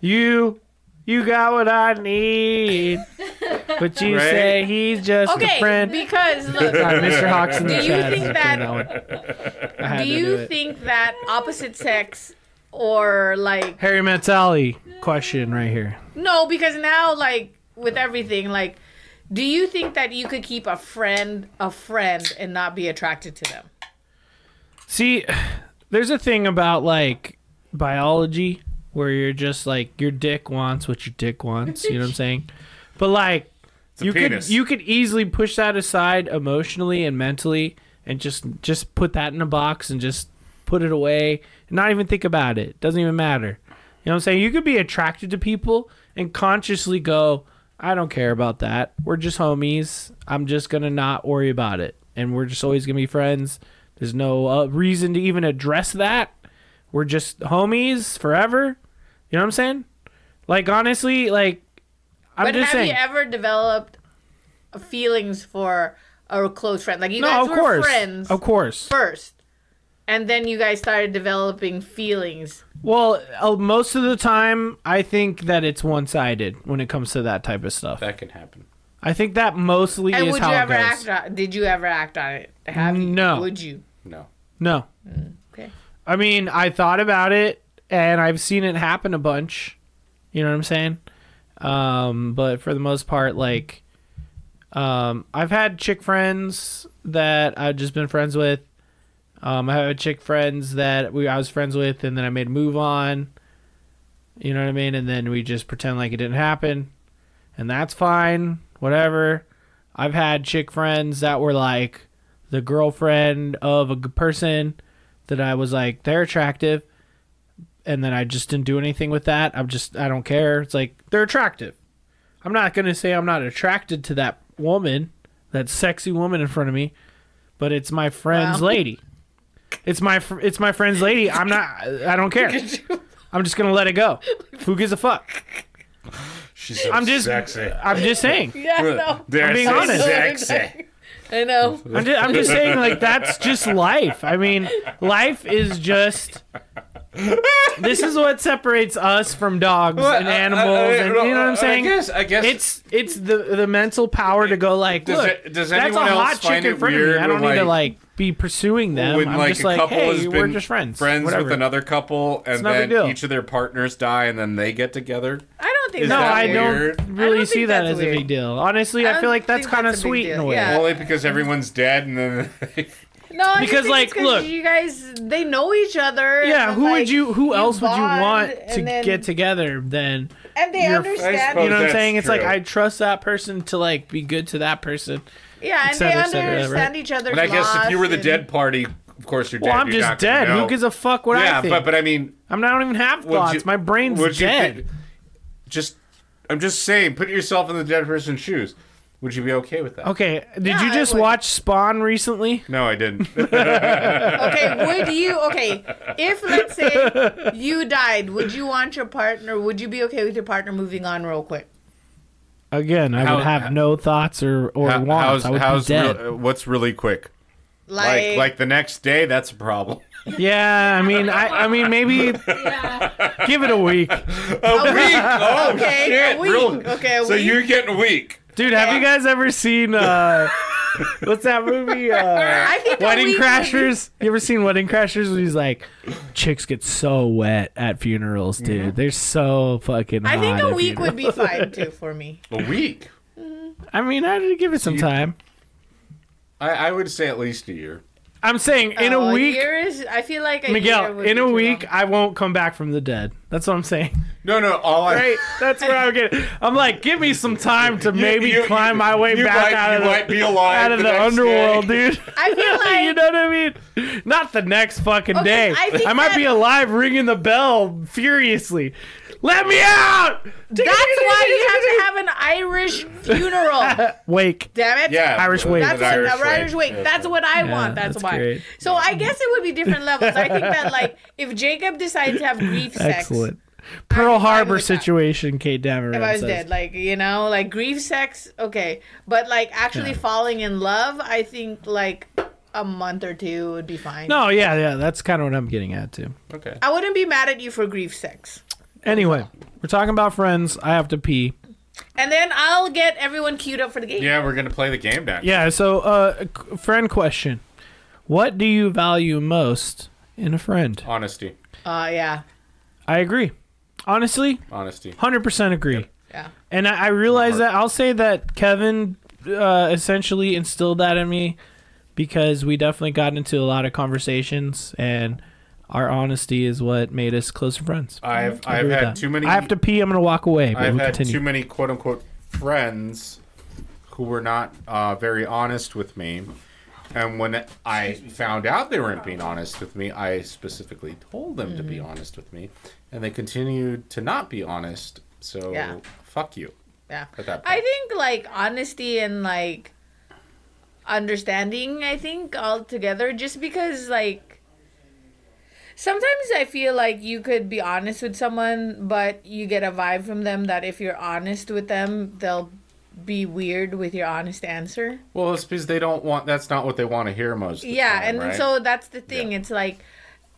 You you got what I need, [laughs] but you Right? say he's just okay, a friend. [laughs] because look, God, [laughs] Mr. Hawks in the Do you chat is think doing that- one. I do had to you it. think that opposite sex or like Harry Met Sally question right here? no? Because now, like with everything, like do you think that you could keep a friend a friend and not be attracted to them? See, there's a thing about like biology where you're just like your dick wants what your dick wants. You know what I'm saying? But like a you penis. could you could easily push that aside emotionally and mentally, and just just put that in a box and just put it away, and not even think about it. Doesn't even matter. You know what I'm saying? You could be attracted to people and consciously go, I don't care about that. We're just homies. I'm just going to not worry about it. And we're just always going to be friends. There's no uh, reason to even address that. We're just homies forever. You know what I'm saying? Like, honestly, like, I'm But have just saying. you ever developed feelings for a close friend? Like you no, guys of were course. friends Of course. first, and then you guys started developing feelings. Well, uh, most of the time, I think that it's one sided when it comes to that type of stuff. that can happen. I think that mostly And is would you how ever it goes. act on? Did you ever act on it? Have you? No. Would you? No, no. Okay. I mean, I thought about it and I've seen it happen a bunch. You know what I'm saying? Um, but for the most part, like, um, I've had chick friends that I've just been friends with. Um, I have chick friends that we I was friends with, and then I made a move on. You know what I mean? And then we just pretend like it didn't happen, and that's fine. Whatever. I've had chick friends that were like the girlfriend of a g- person that I was like they're attractive, and then I just didn't do anything with that. I'm just I don't care. It's like they're attractive. I'm not gonna say I'm not attracted to that woman, that sexy woman in front of me, but it's my friend's Wow. lady. It's my fr- it's my friend's lady. I'm not. I don't care. I'm just gonna let it go. Who gives a fuck? She's so I'm just- sexy. [laughs] I'm just saying. [laughs] Yeah, I know. They're [laughs] I'm being so honest. sexy. I know. I'm just, I'm just saying, like, that's just life. I mean, life is just. This is what separates us from dogs [laughs] and animals, and you know what I'm saying. I guess. I guess it's it's the the mental power to go like, Does look, it- does that's a anyone hot else chick find in it front of me. weird I don't when, need to like- like be pursuing them. when I'm like just a like, couple hey, has we're been just friends, friends Whatever. with another couple, and not a big then deal. each of their partners die, and then they get together. I don't think Is No, that I weird? I don't don't really think see that that's as a weird. big deal. Honestly, I I, feel don't like that's think kind of that's a big sweet in a deal. way. Yeah. Only because everyone's dead, and then [laughs] No, I just Because, think like, it's 'cause look- you guys they know each other. Yeah, and, who like, would you? Who else would you bond, want to and then- get together than? And they your- I understand. suppose You know what I'm Oh, that's saying? It's like true. I trust that person to like be good to that person. yeah, and cetera, they et cetera, right? understand each other. But I guess if you were the dead party, of course you're dead. Well, I'm You're just not gonna dead. know. Who gives a fuck what Yeah, I think? but but I mean, I'm not I don't even have would thoughts. you- My brain's would you dead. think- just, I'm just saying, put yourself in the dead person's shoes. Would you be okay with that? okay, did Yeah, you I just would. watch Spawn recently? No, I [laughs] didn't. Okay, would you? Okay, if let's say you died, would you want your partner? Would you be okay with your partner moving on real quick? Again, I How- would have no thoughts or or How- wants. I would be dead. real- uh, what's really quick? Like, Like like the next day, that's a problem. yeah, I mean, I I mean, [laughs] maybe give it a week, a week. Oh Okay, shit! a week. really? Okay, a so week. you're getting weak. dude. Have Yeah. you guys ever seen uh, what's that movie? Uh, I think a Wedding week would be- Crashers. You ever seen Wedding Crashers? Where he's like, chicks get so wet at funerals, dude. They're so fucking. I think hot a at week would funerals." be fine too for me. A week. I mean, I would give it some time. I, I would say at least a year. I'm saying [laughs] in Oh, a week, year is, I feel like a year Miguel. would In be a too week, long. I won't come back from the dead. That's what I'm [laughs] saying. No, no. All I Right? That's where I'm getting. I'm like, give me some time to maybe you- climb my way you back might, out you of might the be alive out of the the, next underworld, day. dude. [laughs] I feel like [laughs] you know what I mean? Not the next fucking Okay, day. I think I, might that- be alive ringing the bell furiously. Let me out! that's why you have to have an Irish [laughs] funeral. Wake. Damn it. Yeah, Irish wave. That's an what, Irish Irish, Irish wave. wake. That's what I Yeah, want. That's, that's why. great. So I guess it would be different levels. I think that like [laughs] if Jacob decides to have grief sex, Excellent. I'm Pearl fine Harbor with that. situation, Kate Dameron. if I was says. dead, like you know, like grief sex, okay. But like actually falling in love, I think like a month or two would be fine. No, yeah, yeah. That's kind of what I'm getting at, too. Okay. I wouldn't be mad at you for grief sex. Anyway, we're talking about friends. I have to pee. And then I'll get everyone queued up for the game. Yeah, we're gonna play the game now. Yeah, so, uh, c- friend question. What do you value most in a friend? Honesty. Uh, yeah. I agree. Honestly, Honesty. 100% agree. Yeah. And I, I realize Smart. that I'll say that Kevin uh, essentially instilled that in me because we definitely got into a lot of conversations and our honesty is what made us closer friends. I've I I've agree with had that. too many. I have to pee. I'm gonna walk away. But I've we had continue. too many quote unquote friends who were not uh, very honest with me. And when I found out they weren't being honest with me, I specifically told them to be Mm-hmm. honest with me. And they continued to not be honest. So Yeah. fuck you. Yeah. At that I point. think like honesty and like understanding, I think all together just because like sometimes I feel like you could be honest with someone but you get a vibe from them that if you're honest with them, they'll be weird with your honest answer. Well, it's because they don't want, that's not what they want to hear most. Of the yeah time, and right? so that's the thing it's like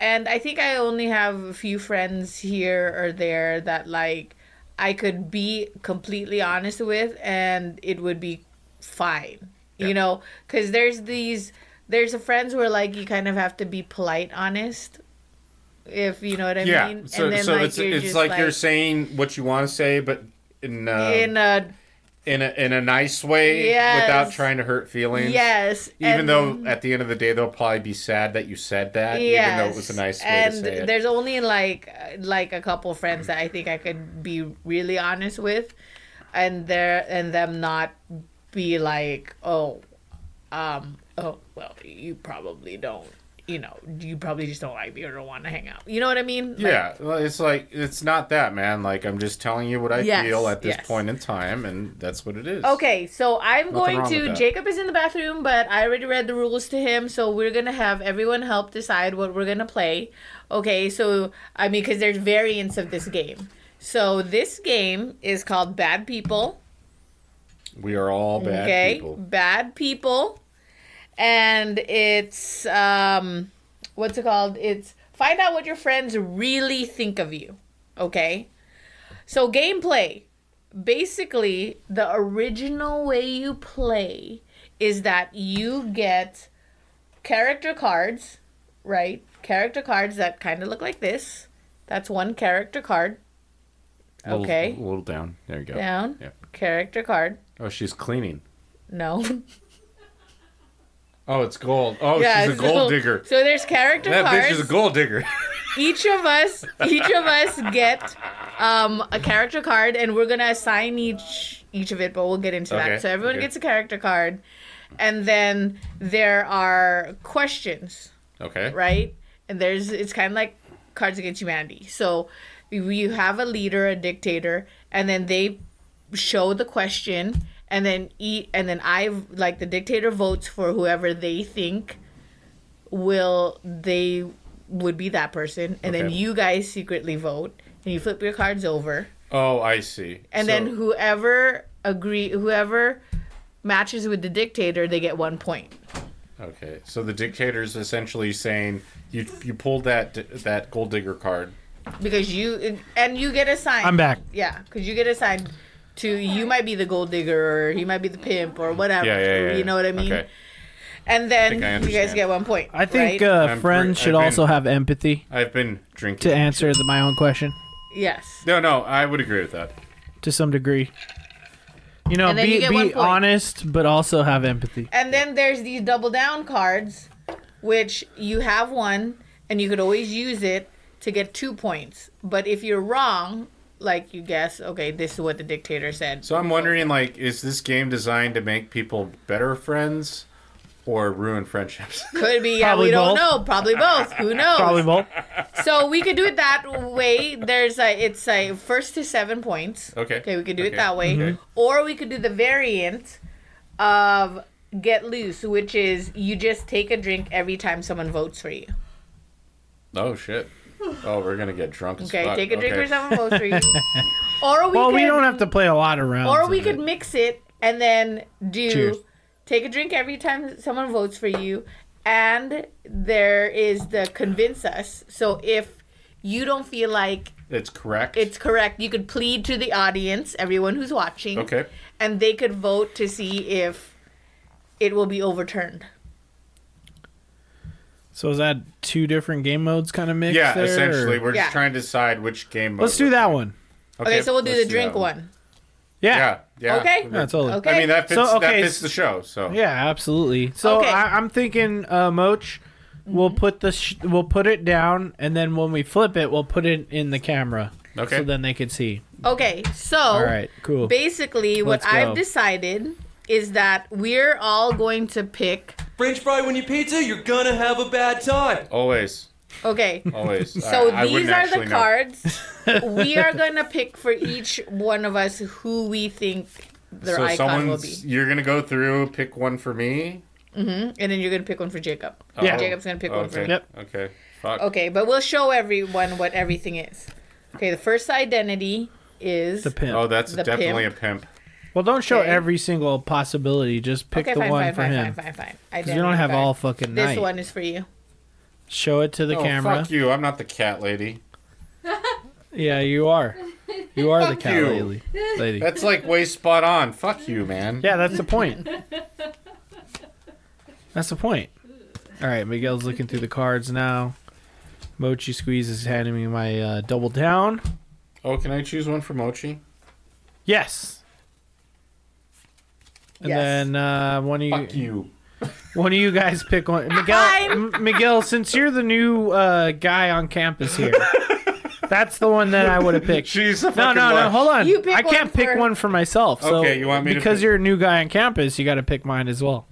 and i think i only have a few friends here or there that like i could be completely honest with and it would be fine you know because there's these there's a friends where like you kind of have to be polite honest if you know what i yeah. mean so so it's, it's like, you're saying what you want to say, but in, uh, in a in a in a nice way Yes. without trying to hurt feelings. yes Even and- though at the end of the day they'll probably be sad that you said that, even though it was a Yes, nice way and to say it. there's only like uh, like a couple friends that I think I could be really honest with, and there and them not be like, oh, um, oh well, you probably don't you know, you probably just don't like me or don't want to hang out. You know what I mean? Like, yeah, well, it's like it's not that, man. Like I'm just telling you what I Yes, feel at this yes. point in time, and that's what it is. Okay, so I'm going wrong with to. that. Jacob is in the bathroom, but I already read the rules to him, so we're gonna have everyone help decide what we're gonna play. Okay, so I mean, because there's variants of this game. So this game is called Bad People. we are all bad okay, people. Bad People, and it's um, what's it called? It's find out what your friends really think of you. Okay, so gameplay basically the original way you play is that you get character cards, right? Character cards that kind of look like this. That's one character card. Okay. a little down. There you go. Down. Yeah. Character card. Oh, she's cleaning. No. [laughs] Oh, it's gold. Oh, she's a so- gold digger. So there's character That cards. bitch is a gold digger. [laughs] Each of us, each of us get um, a character card, and we're gonna assign each each of it. But we'll get into Okay, that. So everyone okay. gets a character card, and then there are questions, okay. right? And there's it's kind of like Cards Against Humanity. So you have a leader, a dictator, and then they show the question, and then eat, and then I like the dictator votes for whoever they think will they would be that person, and then Okay. you guys secretly vote, and you flip your cards over, Oh, I see. and So- then whoever agree whoever matches with the dictator, they get one point. Okay, so the dictator's essentially saying you you pulled that that gold digger card. because you and you get assigned. I'm back. Yeah, because you get assigned to you might be the gold digger or you might be the pimp or whatever. You know what I mean. Okay. And then I you guys understand. get one point. I think right? uh, I'm friends pre- should I've been- also have empathy I've been drinking. to answer the, my own question yes. no, no, I would agree with that. to some degree. You know, And then be, you get one be point. honest, but also have empathy. And then there's these double down cards, which you have one and you could always use it to get two points. But if you're wrong, like you guess, okay, this is what the dictator said. So I'm wondering, like, is this game designed to make people better friends or ruin friendships? [laughs] Could be, yeah, Probably we don't both. know. Probably both. Who knows? Probably both. So we could do it that way. There's a it's a first to seven points. Okay. Okay, we could do it Okay. that way. Okay. Or we could do the variant of get loose, which is you just take a drink every time someone votes for you. oh shit! Oh, we're gonna get drunk. As Okay, fuck. take a drink Okay. or someone votes for you. [laughs] Or we Well, could we don't have to play a lot of rounds. or we of could it. mix it and then do Cheers. take a drink every time someone votes for you and there is the convince us. So if you don't feel like It's correct. It's correct. You could plead to the audience, everyone who's watching, okay. and they could vote to see if it will be overturned. So is that two different game modes kind of mixed? Yeah, there, or- essentially, we're Yeah. just trying to decide which game. Let's do that one. Okay, so we'll do let's the drink that one. Yeah. Yeah. Yeah. Okay. Yeah, totally. Okay. I mean that fits So, that okay, fits the show. So Yeah, absolutely. So Okay. Mm-hmm. I, I'm thinking, uh, Moch, we'll put the sh- we'll put it down, and then when we flip it, we'll put it in the camera. Okay. So then they can see. Okay, so All right, cool. basically, what Let's I've go. decided is that we're all going to pick. French fry when you pizza, you're gonna have a bad time. always, Okay, [laughs] always. so I, I wouldn't these are actually the [laughs] know. cards. we are going to pick for each one of us who we think their so icon will someone's be. you're gonna go through pick one for me And then you're going to pick one for Jacob. Yeah. Jacob's going to pick Oh. okay. one for me. Yep. okay fuck Okay, but we'll show everyone what everything is. Okay, the first identity is The pimp. oh that's The definitely a pimp well, don't show okay. every single possibility. Just pick okay, the fine, one fine, for fine, him. fine, fine, fine, fine. You don't have all fucking This night. one is for you. Show it to the oh camera. fuck you i'm not the cat lady Yeah, [laughs] you are. You are the Fuck cat you. lady. lady. that's like way spot on fuck you man Yeah, that's the point. That's the point. All right, Miguel's looking through the cards now. Mochi Squeeze is handing me my uh, double down. oh can i choose one for mochi Yes. And Yes. then uh, one of you, fuck you one of you guys pick one. Miguel, M- Miguel, since you're the new uh, guy on campus here, that's the one that I would have picked. [laughs] she's a No, fucking no, no. lush. Hold on. You pick I can't one pick for- one for myself. So Okay, you want me to because pick- you're a new guy on campus, you got to pick mine as well.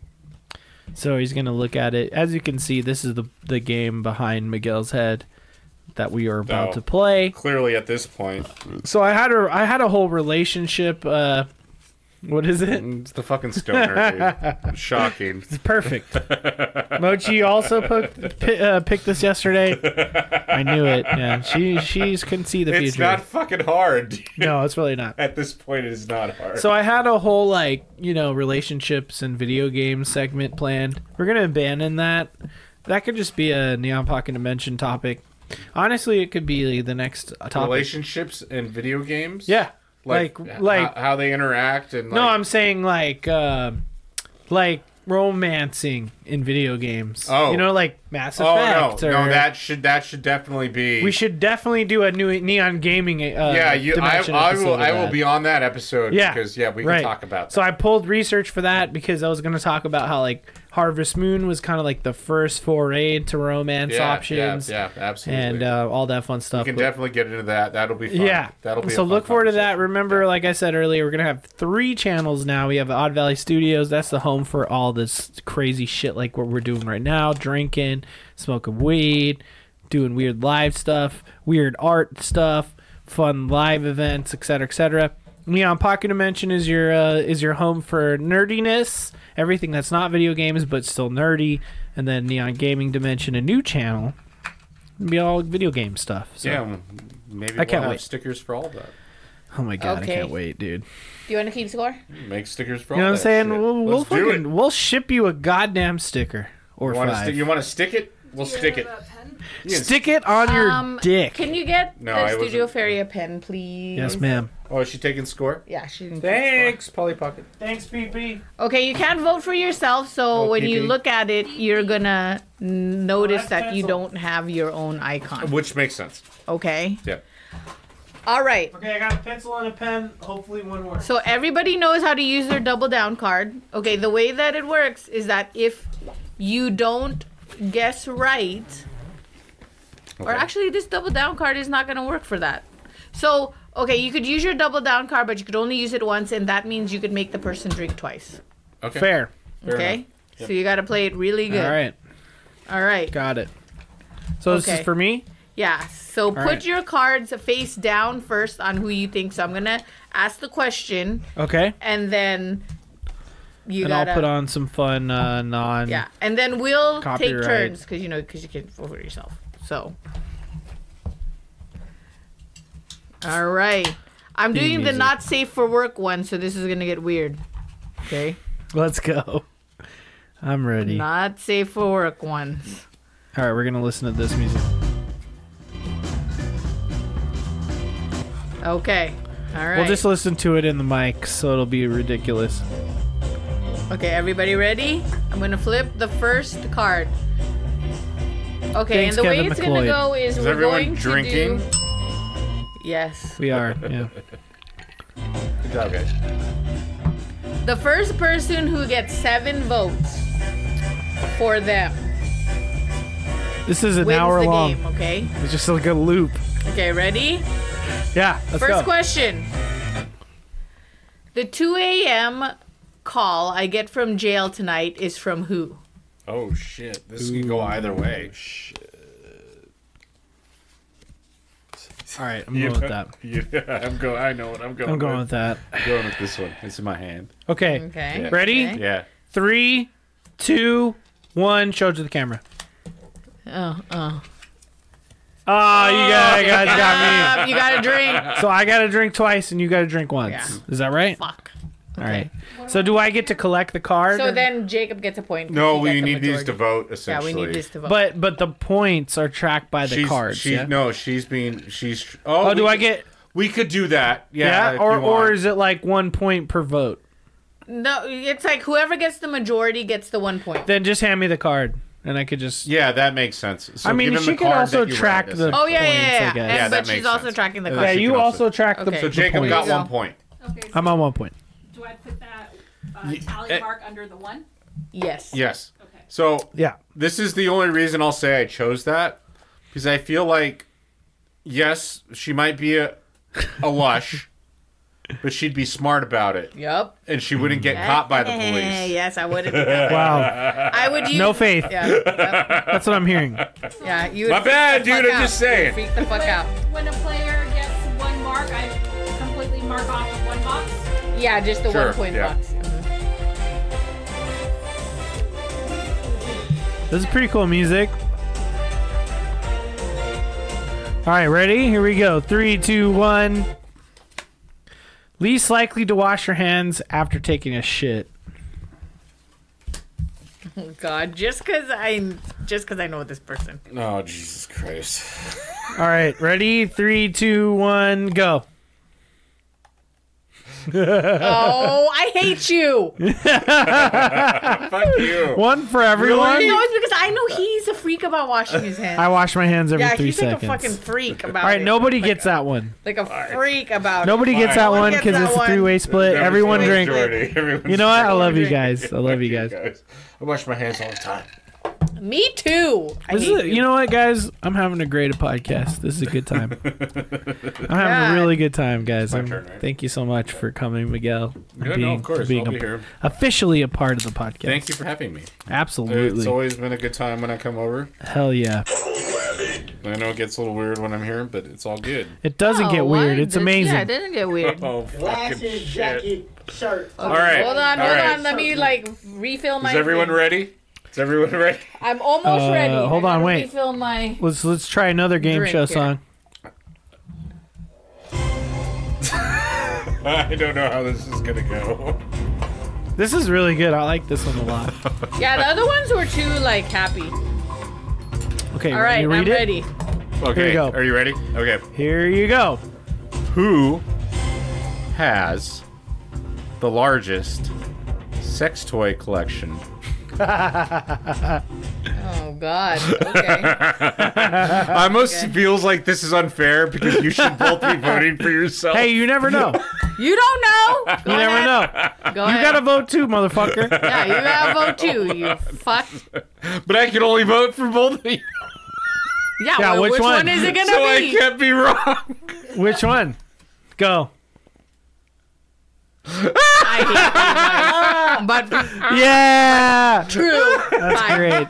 So he's gonna look at it. As you can see, this is the the game behind Miguel's head that we are about Oh. to play. Clearly, at this point, So I had a I had a whole relationship. Uh, what is it? [laughs] it's the fucking stoner, [laughs] dude. Shocking. Perfect. Mochi also poked, pi uh, picked this yesterday. I knew it. Yeah, she she's can see the It's future. not fucking hard. [laughs] dude. no, it's really not. At this point, it is not hard. So I had a whole like you know relationships and video game segment planned. We're gonna abandon that. That could just be a Neon Pocket Dimension topic. Honestly, it could be the next topic. relationships and video games. uh, yeah, like like h- like, how, they interact and like, no, I'm saying like um like romancing in video games. Oh. you know, like Mass Oh Effect. no, or, no, that should that should definitely be. we should definitely do a new Neon Gaming. Uh, yeah, you. I, Dimension I episode will. of I will that. be on that episode. Yeah, because yeah, we right. can talk about. That. So I pulled research for that because I was going to talk about how like Harvest Moon was kind of like the first foray to romance yeah, options Yeah, yeah absolutely. and uh, all that fun stuff. we can But- definitely get into that. That'll be fun. yeah, that'll be. a so fun look forward to that. conversation. Remember, like I said earlier, we're gonna have three channels now. We have Odd Valley Studios. That's the home for all this crazy shit, like what we're doing right now: drinking, smoking weed, doing weird live stuff, weird art stuff, fun live events, etc., etc. Neon Pocket Dimension is your uh, is your home for nerdiness, everything that's not video games but still nerdy, and then Neon Gaming Dimension, a new channel, It'll be all video game stuff. So. Yeah, well, maybe can't we'll have wait. stickers for all that. Oh my god, Okay. I can't wait, dude. Do you want to keep score? Make stickers for You know what all I'm that saying? shit. We'll, we'll Let's do it. fucking we'll ship you a goddamn sticker or You want to five. stick? You want to stick it? We'll stick it. Stick it on your dick. Um, Can you get No, I the wasn't- Studio Fairy a pen, please? yes, ma'am. Oh, is she taking score? Yeah, she didn't keep Polly Pocket. Thanks, PP. score. Okay, you can't vote for yourself, so Oh, when you PP. look at it, you're gonna notice that's that you pencil. don't have your own icon. Which makes sense. Okay. Yeah. All right. Okay, I got a pencil and a pen. Hopefully, one works. So everybody knows how to use their double down card. Okay, the way that it works is that if you don't guess right, or Okay. actually this double down card is not going to work for that. So, okay, you could use your double down card, but you could only use it once and that means you could make the person drink twice. Okay. Fair. Fair okay? enough. So you got to play it really good. All right, All right. got it. So this Okay. is for me. Yeah. So put right. your cards face down first on who you think. So I'm going to ask the question Okay, and then you and gotta I'll put on some fun uh, non. Yeah, and then we'll Copyright. take turns because you know because you can vote for yourself. So, all right, I'm doing the music. not safe for work one, so this is gonna get weird. Okay, Let's go. I'm ready. All not safe for work ones. right, we're gonna listen to this music. Okay, all right. We'll just listen to it in the mic, so it'll be ridiculous. Okay, everybody ready? I'm gonna flip the first card. Okay, Thanks, and the way Kevin it's gonna McLeod. go is, Is we're everyone going drinking? to do. Yes. We are. Yeah. Good job, guys. The first person who gets seven votes for them This is an wins hour the long. game, okay? It's just like a loop. Okay, ready? Yeah. Let's First go. question. The 2 a.m. call I get from jail tonight is from who? Oh shit! This could go either way. All right, I'm You going with know- that. [laughs] Yeah, I'm going. I know what I'm going. I'm going with that. I'm going with this one. It's in my hand. Okay. Okay. Ready? okay. Yeah. Three, two, one. Show it to the camera. Oh, oh. Oh, you guys, you guys got Um, you got a drink. [laughs] [laughs] me. So I got to drink twice, and you got to drink once. Yeah. Is that right? Fuck. All right. So do I get to collect the card? So or- then Jacob gets a point. 'cause he No, got we the need majority. these to vote. Yeah, Essentially. we need these to vote. But but the points are tracked by the She's, cards. She, yeah? No, she's being. She's. Oh, Oh, do we I could- get? We could do that. Yeah. Yeah. if Or you want. or is it like one point per vote? no, it's like whoever gets the majority gets the one point. Then just hand me the card, and I could just. Yeah, that makes sense. So I mean, give him she the could card also that you track read, the- Oh yeah, Points, yeah, I yeah. And- guess. Yeah, that but she's makes also sense. tracking the Yeah, cards. Yeah, she you could also also- track the. Okay. So the Jacob got points. one point. Okay, so I'm on one point. do I put that uh, eh. tally mark under the one? Yes. Yes. Okay. So Yeah. this is the only reason I'll say I chose that [laughs] because I feel like yes, she might be a a lush, but she'd be smart about it, Yep. and she wouldn't Mm. get caught by the Eh, police. [laughs] Yes, I would. [laughs] Wow, I would use. no faith. Yeah, yep, That's what I'm hearing. yeah. You would My freak the bad, dude, fuck I'm out. just You would saying. Freak the fuck When- out. When a player gets one mark, I completely mark off of one box. Yeah, just the Sure, one point yeah. box. Mhm. This is pretty cool music. All right, ready? Here we go. Three, two, one. Least likely to wash your hands after taking a shit. Oh, God, just because I just because I know this [laughs] person. Oh Jesus Christ! All right, ready? Three, two, one, go. Oh, I hate [laughs] you. no, Fuck you. One for everyone. it's because I know he's a freak about washing his hands. I wash my hands every yeah, three he's seconds. like a fucking freak about All right, it. nobody gets that one. like a freak about it. Nobody gets Fine. that No one one gets because that it's a one. three-way split. Everyone Everyone's the drink. [laughs] majority. Everyone's You know what? I the love you drink. guys. I love you majority, guys. I wash my hands all the time. Me too. I This hate is a- you know what, guys? I'm having a great podcast. This is a good [laughs] time. I'm having God. a really good time, guys. my I'm- turn, right? Thank you so much for coming, Miguel. and Yeah, no, being- of course. being I'll a- be here. Officially a part of the podcast. Thank you for having me. Absolutely. It's always been a good time when I come over. Hell yeah. I know it gets a little weird when I'm here, but it's all good. It doesn't get Oh, weird. why? It's This- amazing. Yeah, it doesn't get weird. [laughs] Oh fucking Glasses, shit! jacket, shirt. [laughs] All right. Hold on, all hold right. on. Let me like refill my. Is everyone drink. ready? Is everyone [laughs] ready? I'm almost Uh, ready. I hold on, gotta wait. Refill my. let's let's try another game Drink here. show song. I don't know how this is gonna [laughs] go. This is really good. I like this one a lot. Yeah, the other ones were too like happy. Okay, All right, you read I'm it? ready. Okay. Here you go. Are you ready? Okay. Here you go. Who has the largest sex toy collection? Oh God. [laughs] Okay. [laughs] Almost feels like this is unfair because you should [laughs] both be voting for yourself. Hey, you [laughs] never know. you don't know. Go You never ahead. know. Go You ahead. gotta Oh, vote too, motherfucker. [laughs] Yeah, you gotta vote [laughs] too. You fuck. but I can only vote for both of you, Yeah. Yeah, well, which which, one? one? is it gonna so I [laughs] be? can't be wrong. [laughs] Which one? Go. [laughs] I hate you, But [laughs] Yeah. true. Fine. Great.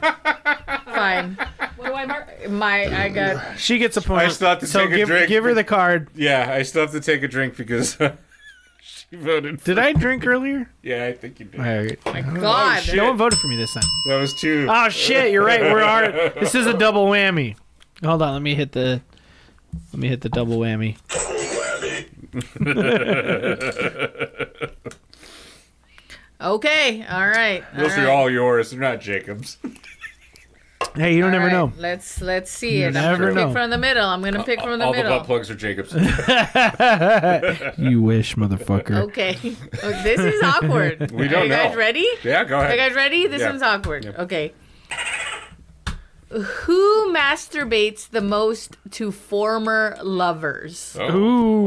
Fine. What do I mark? My, I got. She gets a point. I still have to so take a give, drink. give her the card. Yeah, I still have to take a drink because [laughs] she voted. For Did I drink earlier? Yeah, I think you did. All right. God. No one voted for me this time. That was two. Oh shit! You're right. We're our, This is a double whammy. Hold on. Let me hit the. Let me hit the double whammy. Okay. All right. All Those right. are all yours. They're not Jacob's. Hey, you don't ever All know. right, Let's let's see it. I'm never gonna know. pick from the middle. I'm gonna pick from the All the middle. butt plugs are Jacob's. [laughs] You wish, motherfucker. okay. Oh, this is awkward. [laughs] We don't Are you guys know. ready? yeah, go Are you ahead. guys ready? This Yeah. one's awkward. Okay. Who masturbates the most to former lovers? Oh.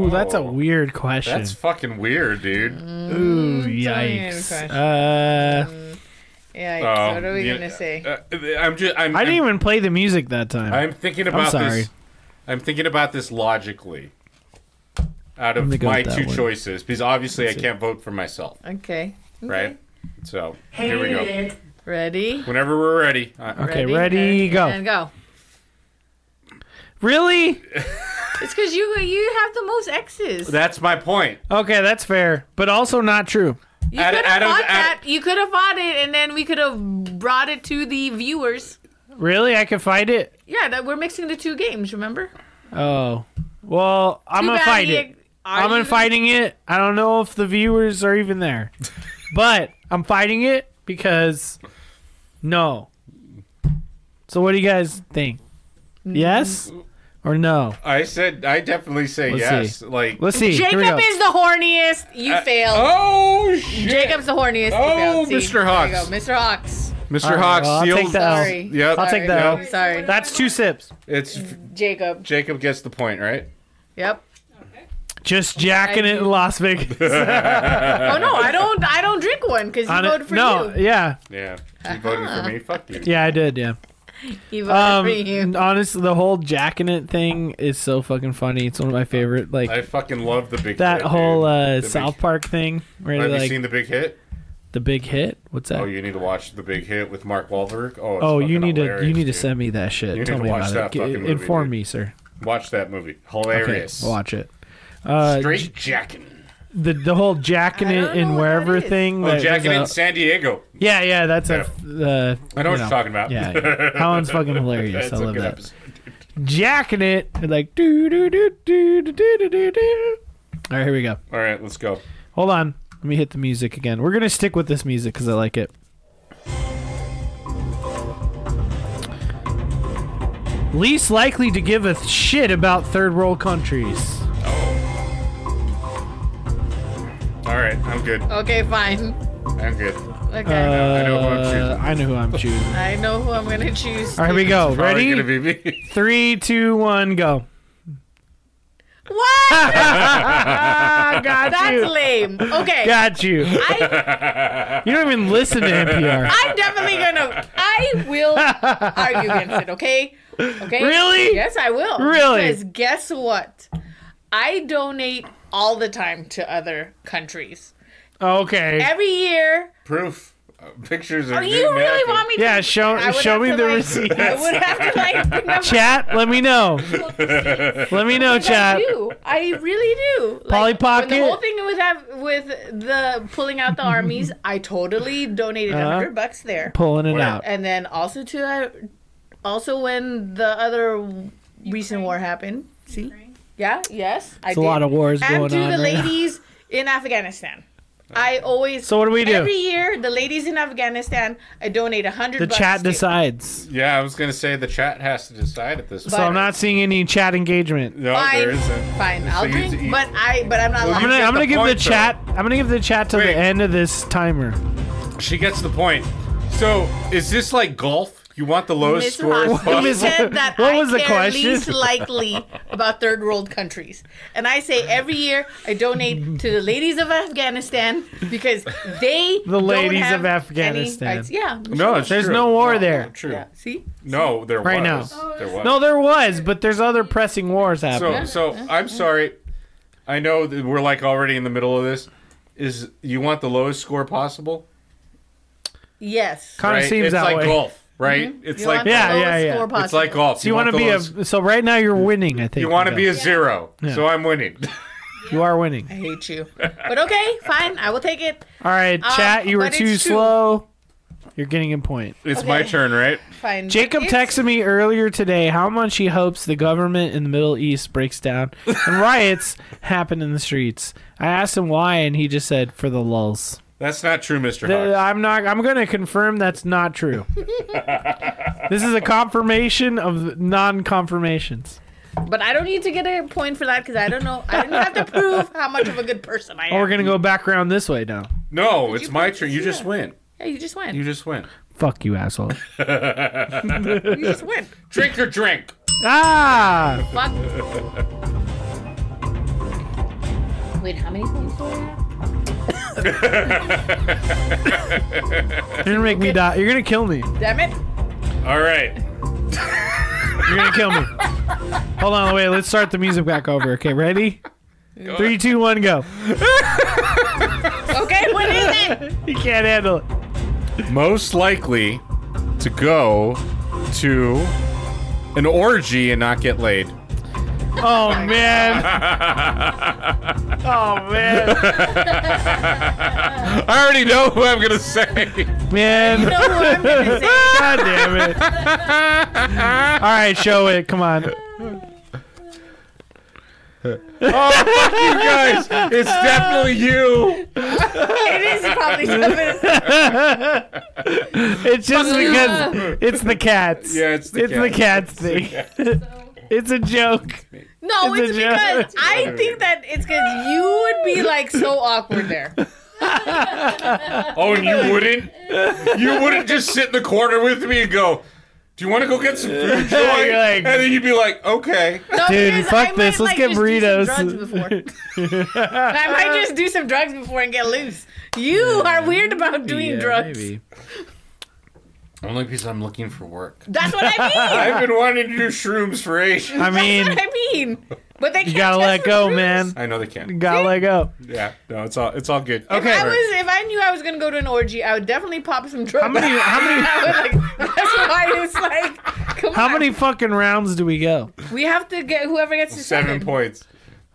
Ooh, that's a Oh. weird question. That's fucking weird, dude. Ooh, weird yikes. question. Uh, Yeah. Oh, what are we you- gonna say? Uh, I'm just. I'm, I didn't I'm, even play the music that time. I'm thinking about sorry. this. I'm thinking about this logically. Out I'm gonna of go my with that two one. choices, because obviously I can't vote for myself, Okay. right? So here we go. Hated. Ready? Whenever we're ready. Uh, I- okay, ready, go. And go. Really? It's because you you have the most X's. That's my point. Okay, that's fair, but also not true. You Ad- could have Adam's- bought Ad- that. You could have bought it, and then we could have brought it to the viewers. Really, I can fight it. Yeah, that we're mixing the two games. Remember? Oh, well, I'm Too gonna bad fight he- it. Are I'm you- gonna fighting it. I don't know if the viewers are [laughs] even there, but I'm fighting it because no. So what do you guys think? Mm. Yes or no? I said I definitely say Let's yes. see. Like Let's see. Here Jacob we go. is the horniest. You failed. Uh, Oh shit. Jacob's the horniest. Oh, you failed. See, Mr. there you Hawks. go. Mr. Hawks. Mr. All right, Hawks, well, I'll sealed. take the L. Sorry. Yep. Oh. I'll take that Yep. L. I'm sorry. That's two sips. It's Jacob. Jacob gets the point, right? Yep. Just jacking it in [laughs] Las Vegas. Uh, Oh no, I don't. I don't drink one because you On it- voted for no, you. yeah, Uh-huh. Yeah. You voted for me. Fuck you. yeah, I did. Yeah, Eva Um, Green. honestly, the whole Jack in it thing is so fucking funny. It's one of my favorite. Like I fucking love the big that hit, whole dude. uh, The big- South Park thing, where Have they're you like seen the big hit? the big hit. What's that? Oh, you need to watch the big hit with Mark Wahlberg. Oh, it's Oh, fucking you need to hilarious, you need to dude. send me that shit. You need Tell to me about watch that it. G- fucking movie, inform dude. me, sir. watch that movie. Okay, Hilarious. watch it. Uh, Straight jacking. the the whole Jack in I it don't know and what that wherever is. thing. Oh, that jacking was in a- San Diego. Yeah, yeah, that's a. Uh, I know what you're talking about. [laughs] Yeah, yeah. that one's fucking hilarious. That's I a love good that. episode. Jacking it, and like do do do do do do do do. All right, here we go. All right, let's go. Hold on, let me hit the music again. We're gonna stick with this music because I like it. Least likely to give a shit about third world countries. All right, I'm good. okay, fine. I'm good. Okay. I know who I'm Uh, choosing. I I know know who I'm choosing. [laughs] who I'm gonna choose. All right, here we go. Probably gonna Ready? be me. [laughs] Three, two, one, go. [laughs] What? [laughs] Got That's you. lame. Okay. Got you. I, You don't even listen to NPR. I'm definitely gonna. I will argue against it. Okay. Okay. Really? Yes, I will. Really? Because guess what? I donate all the time to other countries. Okay. Every year. Proof. Uh, Pictures Oh, are. you really want me? to Yeah, show I would show have me to, the like, receipt. I would have [laughs] to like. bring up- Chat, let [laughs] me know. Let me know, I chat. do. I really do. Like, Polly When Pocket? the whole thing with that, with the pulling out the armies, I totally donated a Uh-huh. hundred bucks there, Pulling it Where? out. and then also to uh, also when the other recent war happened. See, yeah, yes, I There's a lot of wars and going to on. the right now. ladies in Afghanistan. I always So what do we do? every year. The ladies in Afghanistan, I donate a hundred. The bucks chat to- decides. Yeah, I was gonna say the chat has to decide at this. So point. I'm not seeing any chat engagement. No, Fine, Oh, there isn't. fine, So I'll you- drink, you- but I, but I'm not. Well, lying. I'm gonna get I'm the gonna give the point, though. chat I'm gonna give the chat to the Wait. end of this timer. She gets the point. So is this like golf? You want the lowest Miss [laughs] score? Hoffman, possible? you Miss- said that [laughs] what I was the care question? least likely about third world countries. And I say every year I donate to the ladies of Afghanistan because they [laughs] The don't ladies have of any Afghanistan. rights. Yeah. No, it's There's true. no war there. True. Yeah. See? No, there Right was. now. There was. No, there was, but there's other pressing wars so happening. so I'm sorry. I know that we're like already in the middle of this. Is you want the lowest score possible? Yes. Kinda right? seems it's that like way. golf, right? Mm-hmm. It's You want like the Yeah, lowest yeah, yeah. score It's it's possible. like golf. So you want to the be lowest- a so right now you're winning. I think you want to be a Bill. zero. Yeah. So I'm winning. [laughs] you are winning. I hate you. But okay, fine. I will take it. All right, chat, you were but it's too true. slow. You're getting a point. It's my Okay. turn, right? Fine. Jacob It's- texted me earlier today how much he hopes the government in the Middle East breaks [laughs] down and riots happen in the streets. I asked him why, and he just said for the lulls. That's not true, Mr. Th- Hodge. I'm not. I'm going to confirm that's not true. this is a confirmation of non-confirmations. But I don't need to get a point for that because I don't know. I don't have to prove how much of a good person I am. Oh, we're going to go back around this way now. No, it's you my put turn. this You just here? win. yeah, you just win. You You just win. [laughs] Fuck you, asshole. just win. Drink your drink. Ah, Fuck. Wait, how many points do I have? you're going to make me die. You're going to kill me. Damn it. All right. You're gonna kill me. Hold on, wait. Let's start the music back over. Okay, ready? Three, two, one, go. Okay, what is it? You can't handle it. most likely to go to an orgy and not get laid. Oh man. Oh man. I already know who I'm gonna say. [laughs] [laughs] You know Man. who I'm gonna say. [laughs] God damn it. All right, show it. Come on. Oh, You guys, it's definitely you. It is [laughs] probably seven. It's just because it's the cats. Yeah, it's the it's the cats thing. [laughs] It's a joke. No, it's, It's a because joke. I think that it's because you would be like so awkward there. Oh, and you wouldn't? You wouldn't just sit in the corner with me and go, Do you want to go get some food, Joy? Yeah, you're like- and then you'd be like, Okay. No, Dude, because fuck I might, this. Let's like, get just do some burritos. drugs before. [laughs] And I might just do some drugs before and get loose. You are weird about doing drugs. Only because I'm looking for work. That's [laughs] what I mean. I've been wanting to do shrooms for ages. [laughs] I mean, That's what I mean. But they you can't gotta test let for go, fruits. man. I know they can. Gotta let go. Yeah, no, it's all it's all good. If I was, if I knew I was gonna go to an orgy, I would definitely pop some drugs. How many? How many? I would, [laughs] like, that's why it's like, come How on. many fucking rounds do we go? We have to get whoever gets to Seven second. points.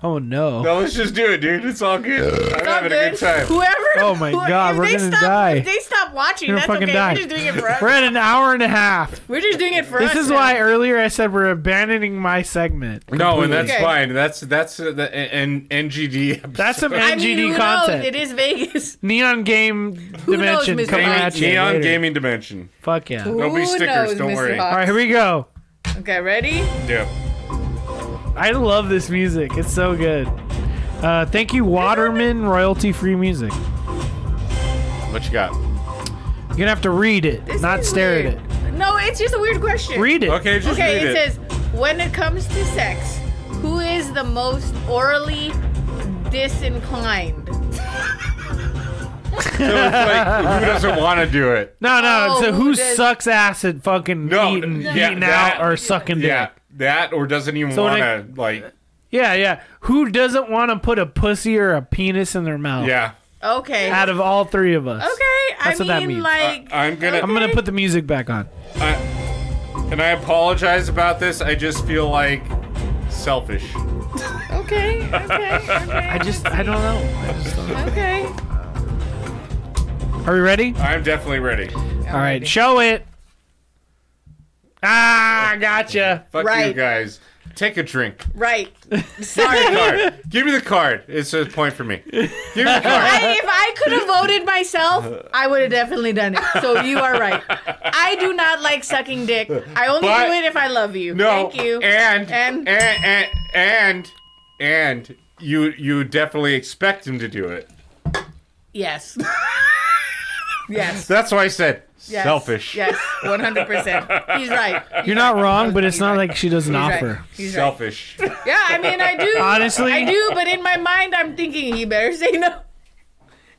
Oh no. No, let's just do it, dude. It's all good. I'm Not having a good time. Whoever. Oh my who- God, if we're they gonna stop, die. If they stop watching, You're that's gonna okay. fucking die. We're just doing it for us. We're at an hour and a half. We're just doing it for us. This is now. why earlier I said we're abandoning my segment. No, and that's Okay. fine. That's that's uh, the and NGD. Episode. That's some I mean, NGD who content. Knows? It is Vegas. Neon game dimension knows, Mr. coming Hyde? at you. Neon later. gaming dimension. Fuck yeah. All [laughs] There'll be Who stickers, knows, don't Mr. worry. Hawk? right, here we go. Okay, ready? Yeah. I love this music. It's so good. Uh, thank you, Waterman Royalty Free Music. You're What you got? gonna have to read it, This not is stare weird. at it. No, it's just a weird question. Read it. Okay, just okay, it, read it. says when it comes to sex, who is the most orally disinclined? so [laughs] it's like who doesn't want to do it? No, no. Oh, so who who does- sucks acid, fucking No, eating, yeah, eating that- out, or sucking dick? Yeah, that or doesn't even So when want I- to like. Yeah, yeah. Who doesn't want to put a pussy or a penis in their mouth? Yeah, Okay. Out of all three of us. okay, I That's what that mean, means. like, I'm gonna. I'm gonna put the music back on. I, and I apologize about this. I just feel like selfish. okay, okay, okay. I just, I don't know. I just don't know. Okay. [laughs] Are we ready? I'm definitely ready. All right, show it. Ah, gotcha. Fuck you Right. guys. Take a drink. Right. Sorry. [laughs] Card. Give me the card. It's a point for me. Give me the card. I, if I could have voted myself, I would have definitely done it. So you are right. I do not like sucking dick. I only But- do it if I love you. No. Thank you. And And- and and and and you you definitely expect him to do it. yes. yes. [laughs] That's why I said Yes. selfish. Yes, 100%. He's [laughs] right. You're not wrong, but it's not like she doesn't He's offer. right. He's right. Selfish. [laughs] Yeah, I mean, I do. Honestly? I do, but in my mind, I'm thinking he better say no.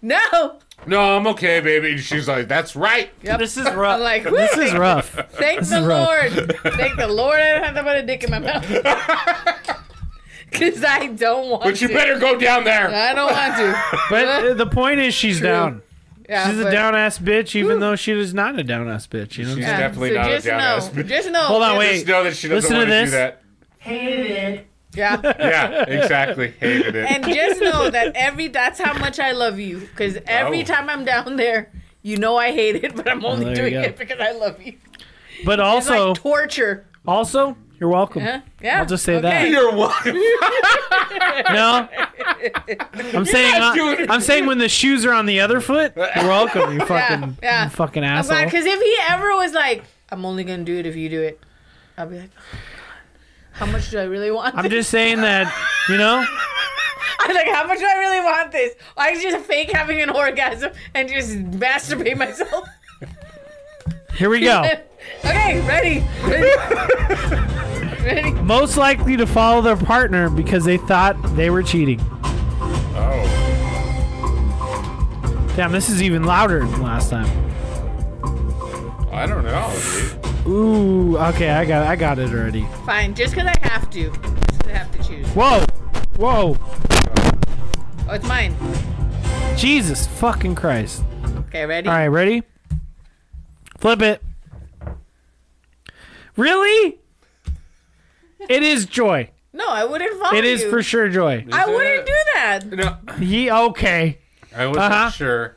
No. no, I'm okay, baby. And she's like, that's right. This is rough. I'm like, woo, this is rough. thank this the is rough. Lord. thank the Lord I don't have to put a dick in my [laughs] mouth. [laughs] Because I don't want But you to. better go down there. I don't want to. [laughs] [laughs] But uh, the point is, she's down. Yeah, She's a but- down ass bitch, even though she is not a down ass bitch. You know. What I'm She's Yeah, saying? definitely so not a just down know, ass bitch. Just know. Hold on, wait. Just know that she doesn't Listen to want this. to do that. Yeah. [laughs] Yeah, exactly. [laughs] Hated it. And just know that every that's how much I love you. Because every Oh. time I'm down there, you know I hate it, but I'm only there you doing go. it because I love you. But It's also, like torture. also, [laughs] you're welcome. Huh? Yeah. I'll just say okay. that. Your wife. No, I'm saying doing it. I'm saying when the shoes are on the other foot, [laughs] you're welcome. You fucking, yeah. You fucking I'm asshole. glad because if he ever was like, I'm only gonna do it if you do it, I'll be like, oh, God. how much do I really want? I'm this? just saying that, you know. [laughs] I'm like, how much do I really want this? I just fake having an orgasm and just masturbate myself. [laughs] Here we go. okay, ready. Ready. [laughs] ready. Most likely to follow their partner because they thought they were cheating. Oh. Damn, this is even louder than last time. I don't know, dude. Ooh, okay, I got, I got it already. Fine, just because I have to. Just 'cause I have to choose. Whoa, whoa, Oh, it's mine. Jesus fucking Christ! Okay, ready? All right, ready? Flip it. Really? It is joy. No, I wouldn't follow It is you. for sure joy. I wouldn't do that. No, Ye okay. I wasn't Uh-huh. sure.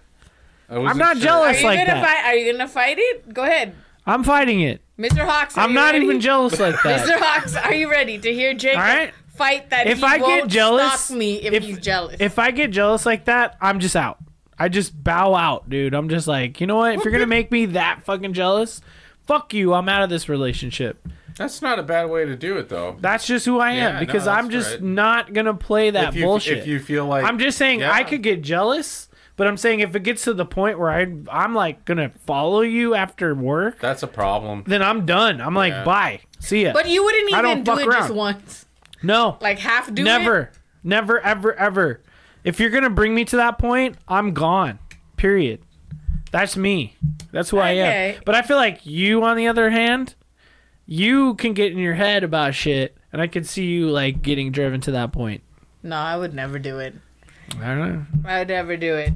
I I'm not jealous Are you like gonna that. fight? Are you gonna fight it? Go ahead, I'm fighting it. Mr. Hawks. are I'm you not ready? [laughs] even jealous like Mr. that. Hawks, are you ready to hear Jacob All right. fight that? If he I won't get jealous, stalk me if, he's jealous. If I get jealous like that, I'm just out. I just bow out, dude. I'm just like, you know what? If [laughs] you're gonna make me that fucking jealous, fuck you. I'm out of this relationship. That's not a bad way to do it, though. That's just who I am Yeah, no, because that's I'm just right. not gonna play that if you, bullshit. If you feel like I'm just saying Yeah. I could get jealous, but I'm saying if it gets to the point where I I'm like gonna follow you after work, that's a problem. then I'm done. I'm like, Yeah. bye, see ya. but you wouldn't I even don't do fuck it just around. once, no, like half do never, it. never, ever, ever. If you're gonna bring me to that point, I'm gone. Period. That's me. That's who I Okay. am. But I feel like you, on the other hand, you can get in your head about shit, and I could see you like getting driven to that point. No, I would never do it. I don't know. I would never do it.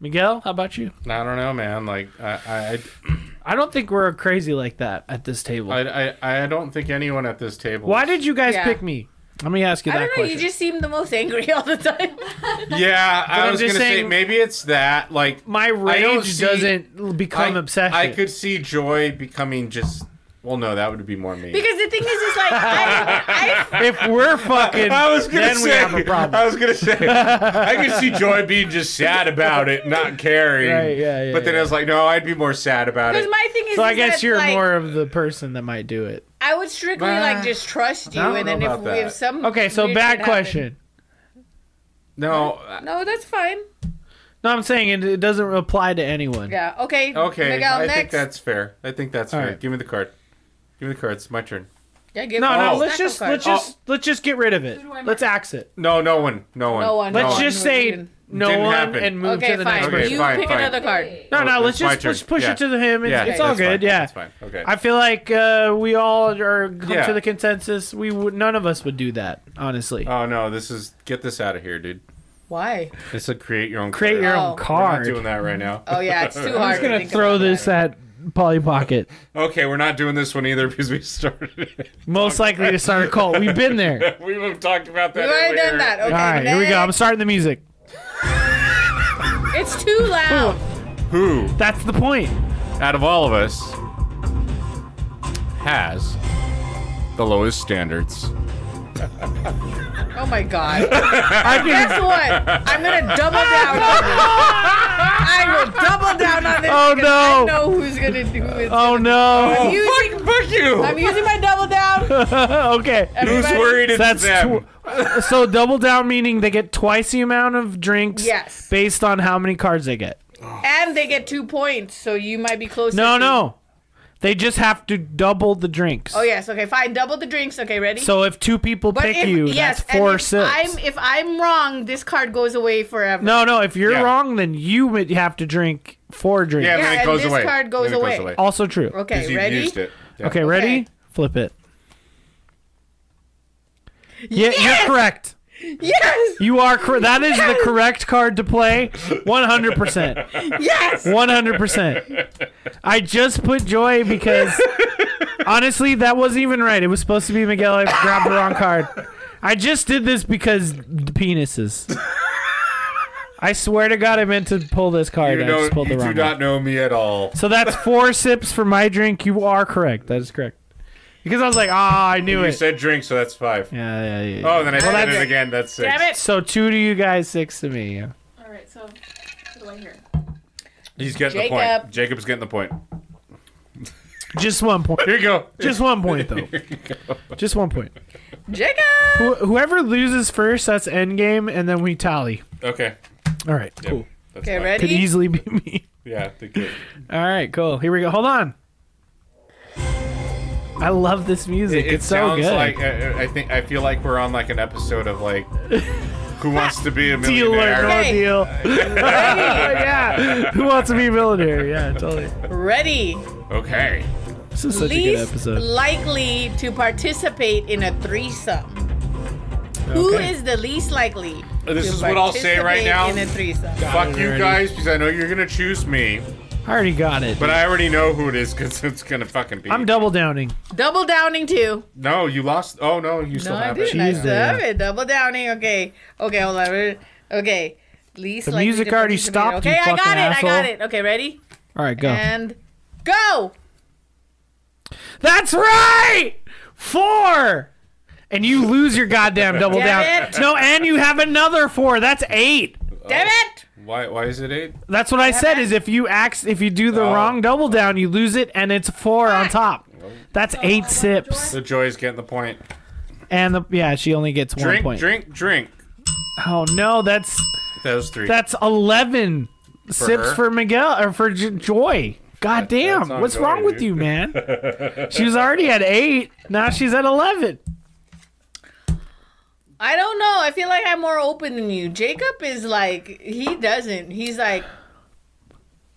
Miguel, how about you? I don't know, man. Like I, I don't think we're crazy like that at this table. I, I, I, I don't think anyone at this table. Why did you guys Yeah. pick me? Let me ask you I that don't know. question. You just seem the most angry [laughs] all the time. Yeah, I I'm was just gonna say saying- maybe it's that. Like My don't rage see- doesn't become I, obsession. I could see joy becoming just. Well, no, that would be more me. because the thing is, it's like [laughs] I, I, If we're fucking, [laughs] I was gonna then say. we have a [laughs] problem. I was gonna say. I could [laughs] see Joy being just sad about it, not caring. Right, yeah, yeah, But then yeah. I was like, no, I'd be more sad about because it. my thing is. So I is guess that, you're like, more of the person that might do it. I would strictly Nah, like just trust you, I don't and know then if, about that. if some Okay, so weird shit bad happened- question. no. uh, I- No, that's fine. No, I'm saying it, it doesn't apply to anyone. Yeah. Okay. Okay, Miguel, I next. think that's fair. I think that's All fair. right. Give me the card. Give me the card. It's my turn. yeah, give No, him no. his Let's knuckle just card. let's Oh. just let's just get rid of it. Who do I mark? Let's axe it. No, no one. No one. No one, No no Let's one. one. just say Didn't- no didn't one happen. and move okay, to the fine. next Okay, person. you fine, pick fine. another card. No, no. Let's it's my just let's turn. push Yeah. it to the him. It's, Yeah, it's that's all good. fine. Yeah. That's fine. Okay. I feel like uh, we all are come Yeah. to the consensus. We would none of us would do that, honestly. oh no, this is get this out of here, dude. Why? This is create your own. Create card. your Oh. own We're not card. doing that right now. Oh yeah, it's too hard. [laughs] I'm just to gonna think throw about this that. at Polly Pocket. [laughs] Okay, we're not doing this one either because we started. it. [laughs] Most likely to start a cult. We've been there. we would have talked about that. You already earlier. done that. Okay. All right, here we go. I'm next. starting the music. It's too loud. Who That's the [laughs] point. out of all of us has the lowest standards? Oh my god. [laughs] Guess what? I'm gonna double down on this. I will double down on this. Oh, because no. I know who's gonna do it. Oh I'm, no. using, Fuck you! I'm using my double down. [laughs] okay. Who's Everybody- worried it's That's them? tw- so double down meaning they get twice the amount of drinks Yes. based on how many cards they get. And they get two points, so you might be close. No, no. They just have to double the drinks. Oh yes. Okay, fine. Double the drinks. Okay, ready? So if two people pick you, that's and four if six. I'm if I'm wrong, this card goes away forever. no, no. If you're Yeah. wrong, then you would have to drink four drinks. yeah, and then Yeah, it and goes this away. card goes Then it away. Also true. 'Cause Okay, you've ready? used it. Yeah. Okay, ready? Okay. Flip it. Yeah, you're correct. [laughs] Yes. You are cor- that [laughs] is the correct card to play. 100%. Yes. 100%. I just put Joy because honestly, that wasn't even right. It was supposed to be Miguel. I grabbed the wrong card. I just did this because the penises. I swear to God, I meant to pull this card. You, I know, just pulled you the wrong do one. not know me at all. So that's four sips for my drink. You are correct. That is correct. Because I was like, ah, I knew You it. said drink, so that's five. yeah, yeah, yeah, yeah. Oh, then I did that's- it again. That's six. Damn it. So two to you guys, six to me. Yeah. Alright, so what do I hear? He's getting the Jacob. point. Jacob's getting the point. Just one point. Here you go. Just one point [laughs] though. Just one point. Jacob. Wh- whoever loses first, that's end game, and then we tally. Okay. All right. Yep. Cool. That's Okay, fine. ready? Could easily be [laughs] me. Yeah, the kid. All right. Cool. Here we go. Hold on. I love this music. It [laughs] it's so sounds good. like uh, I, I think I feel like we're on like an episode [laughs] of like Who Wants to Be a deal or Millionaire? no Okay. deal. [laughs] yeah. Who wants to be a millionaire? Yeah, totally. Ready. Okay. This is such a good least episode. likely to participate in a threesome. Who Okay. is the least likely? This to is what I'll say participate right now. In a threesome. Fuck you already. guys, because I know you're gonna choose me, I already got it. but I already know who it is because [laughs] it's gonna fucking be. I'm double downing. Double downing too. No, you lost. Oh no, you still No, I have didn't. I it. Jeez, still have it. Double downing. Okay. Okay. Hold on. Okay. Least The likely music to already participate. stopped, Okay, you I got fucking it. I got asshole. Oh. it. Okay, ready All right, go. and go. That's right. Four. And you lose your goddamn double Damn down. it. No, and you have another four. That's eight. Damn it! Why? Why is it eight? That's what I said. Is if you ax, if you do the Oh. wrong double down, you lose it, and it's four on top. That's eight sips. So Joy's getting the point. And the yeah, she only gets one Drink, point. drink, drink. Oh no, that's Those three. that's eleven sips her. for Miguel or for J- Joy. God damn, that's on what's Joy, wrong with dude. you, [laughs] man? she was already at eight. Now she's at eleven. I don't know. I feel like I'm more open than you. Jacob is like he doesn't. He's like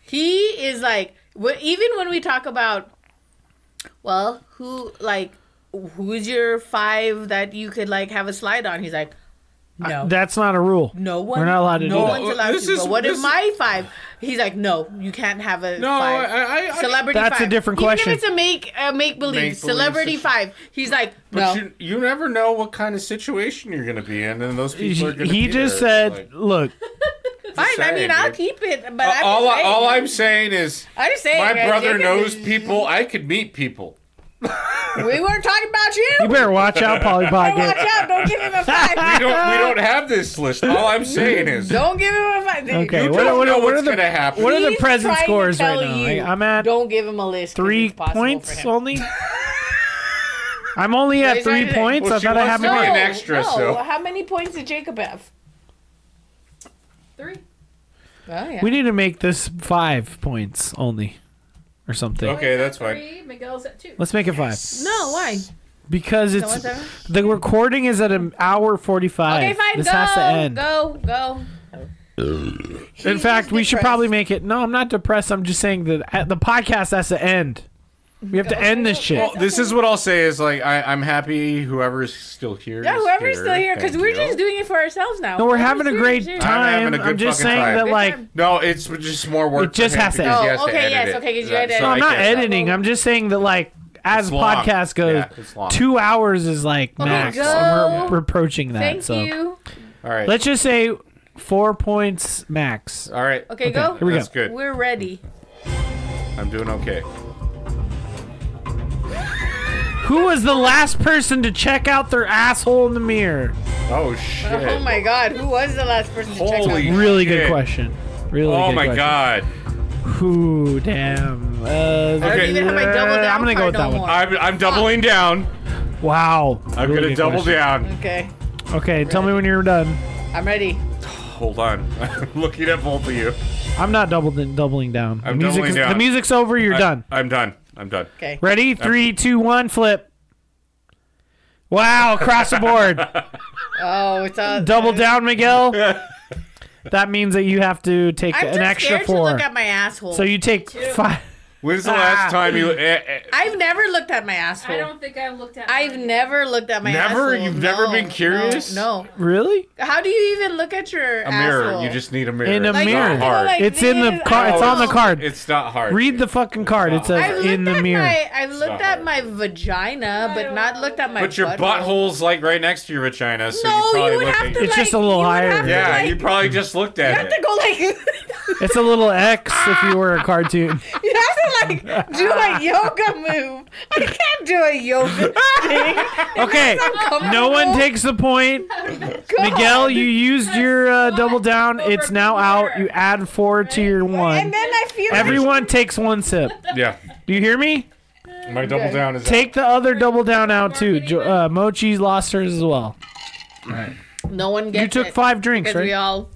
He is like wh- even when we talk about well, who like who's your five that you could like have a slide on? He's like no. That's not a rule. no one. We're not allowed to No do that. one's allowed This to. is- go, what if this- my five? He's like, no, you can't have a No, five. I- I- I- celebrity. That's a five. different question. Even if it's a make a make believe Make-believe celebrity situ- five, he's like, no. But you, you never know what kind of situation you're going to be in, and those people are going to He be just there. said, Like, "Look, Fine. I mean, saying, I'll dude. keep it. But I'm all, just saying, all I'm saying is, I'm just saying. my guys, brother you can- knows people. I could meet people. [laughs] We weren't talking about you. you better watch out, Polly Watch Pocket." out! Don't give [laughs] him a We five. don't, we don't have this list. All I'm [laughs] saying is, don't give him a five. Okay, you what, don't what, know what what's are the going to happen. what are the He's present trying to scores right tell now? you, I- I'm at Don't give him a list. 'cause three it's possible for points him. [laughs] only. I'm only at He's three right. points. Well, I she thought I wants had to more. be an extra, no. so- How many points did Jacob have? Three. Oh yeah. We need to make this five points only, or something. Okay. that's fine. Three. Miguel's at two. Let's make it five no, why? because one's it's ever- the recording is at an hour forty-five. Okay, fine. This go, has to end. go, go. In He's fact, we should depressed. probably make it. No, I'm not depressed. I'm just saying that uh, the podcast has to end. We have to end this shit. Well, this is what I'll say is like I, I'm happy whoever's still here. Yeah, is whoever's still here, because Thank we're you. just doing it for ourselves now. No, we're having a serious, great serious. time. having a I'm, good just fucking saying time. that, Good like, time. No, it's just more work. It just for him has to because he end. Oh, okay, edit yes, it. okay, 'cause you Yeah, had to so edit. no, I I'm not can't stop. editing. I'm just saying that, like, as It's long. podcast goes, Yeah, it's long. two hours is like Okay, max. go. And we're, we approaching that. Thank so you. All right. let's just say four points max. All right. Okay, go. here we That's go. good. We're ready. I'm doing okay. Oh, Who was the last person to check out their asshole in the mirror? Oh shit. Oh my God, who was the last person to check Holy out? Really good shit. question. Really Oh good my question. god. Ooh, damn. Uh, I don't Okay. even have my double I'm down gonna go card with that no one. more. I'm, I'm doubling down. Wow. I'm Really gonna good double question. down. Okay, Okay, tell me when you're done. I'm ready. Hold on. [laughs] I'm looking at both of you. I'm not doubling doubling down. I'm the music doubling is, down. The music's over. You're I- done. I'm done. I'm done. Okay. Ready? Three, two, one. Flip. Wow! Across the board. Oh, it's all Double down, Miguel. That means that you have to take I'm an too extra scared to four. look at my asshole. So you take five. When's the Ah. last time you? Eh, eh, I've never looked at my asshole. I don't think I looked at. I've mine. never looked at my asshole. Never? You've never No, been curious? No, no. Really? How do you even look at your a mirror. asshole? You just need a mirror. In a It's not mirror. I go hard. like It's in the this, card. I It's don't on the know. card. It's not hard. Read the fucking card. It I've says looked in the at mirror. My, I've looked not at hard. my vagina, but not looked at my. But your butthole. butthole's like right next to your vagina, so you No, you, probably would look have to. at your- It's like, just a little you would higher. have to, Yeah, like- you probably just looked at have it. to go like. [laughs] It's a little X if you were [laughs] a cartoon. you have to like do [laughs] a yoga move. I can't do a yoga thing. Okay. No one takes the point. [laughs] Miguel, you used your uh, double down. Over It's now out. here. You add four to your And one. then I feel like Everyone takes one sip. Yeah. Do you hear me? My double down is Take the other double down out too. Jo- uh, Mochi lost hers as well. no one gets You took it five drinks, because we right? all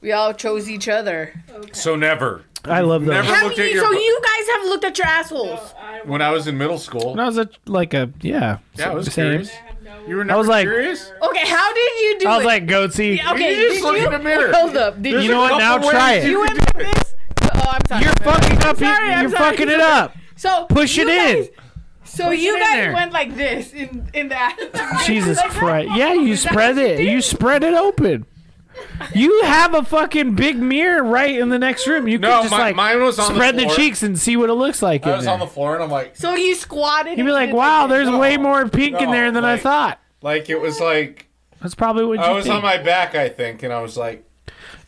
we all chose each other. So never. I love those. Never- When Have looked at you- your so bu- you guys have looked at your assholes. I, When I was in middle school, I was a, like a yeah. yeah, I was same. curious. I have no. You were never I was like- curious. Okay, how did you do I was it? like goatsy. Yeah, okay, you just did look you, in the mirror. [laughs] Hold up, did You know what? Now couple try ways it. You went like this. Oh, I'm sorry. You're fucking up. you- sorry, I'm You're sorry. fucking it up. So Push you it in. guys- So you in guys there. went like this in in that. [laughs] Jesus [laughs] Like, Christ. Yeah, you spread it. You spread it open. You have a fucking big mirror right in the next room. You No, could just my- like mine was on the spread the, floor. cheeks and see what it looks like. I in was there. on the floor and I'm like, So you squatted. You'd be and like, did wow, the- there's way more pink in No, there than I like- thought. like it was like That's probably what you I was think. on my back, I think, and I was like,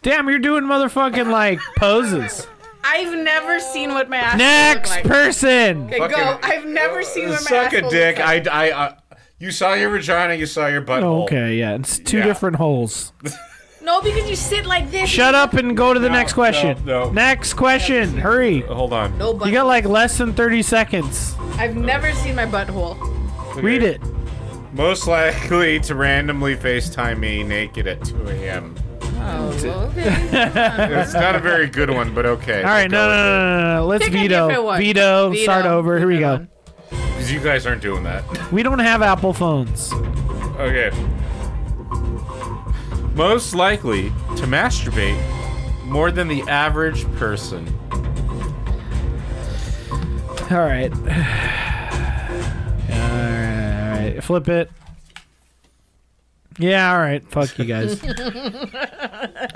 Damn, you're doing motherfucking like poses. I've never seen what my ass Next Look like. person. Okay, go. Fucking- I've never seen what my "Uh, suck a asshole dick. looks like. I, I, I, you saw your vagina, you saw your butthole. Oh, Okay, yeah, it's two Yeah. different holes. No, because you sit like this. Shut up and go to the next question. no, no. Next question. Hurry. Uh, Hold on. No butt. You got like less than 30 seconds. I've never seen my butthole. Read Okay. it. Most likely to randomly FaceTime me naked at 2 a.m. [laughs] Oh, okay. It's not a very good one, but okay. All right, no, no, no, no, no, no. Let's Pick a different veto. one. Veto. Veto. Start over. Here we Different go. Because you guys aren't doing that. We don't have Apple phones. Okay. Most likely to masturbate more than the average person. All right. [sighs] All right. all right. Flip it. Yeah, all right. Fuck you guys.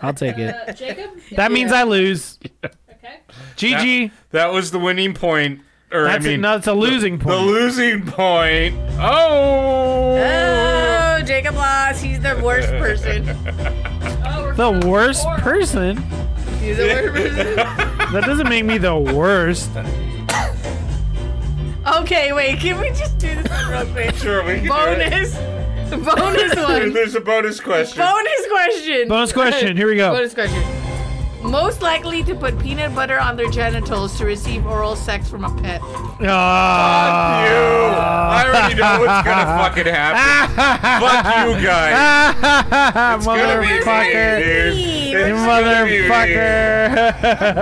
I'll take it. Uh, Jacob? [laughs] That means I lose. Okay. GG. That was the winning point. Or That's, I mean, a, no, that's a losing the point. losing point. Oh. Oh, Jacob lost. He's the worst person. Oh, we're The, four. worst Four. person. He's the worst person. [laughs] That doesn't make me the worst. Okay, wait. Can we just do this one real quick? Sure, we can do it. Bonus. Bonus [laughs] one. There's a bonus question. Bonus question. Bonus question. Here we go. Bonus question. Most likely to put peanut butter on their genitals to receive oral sex from a pet. Ah. Ah. you. I already know what's [laughs] gonna fucking happen. Fuck you guys. gonna be Motherfucker. me, dude. Me. It's gonna be me.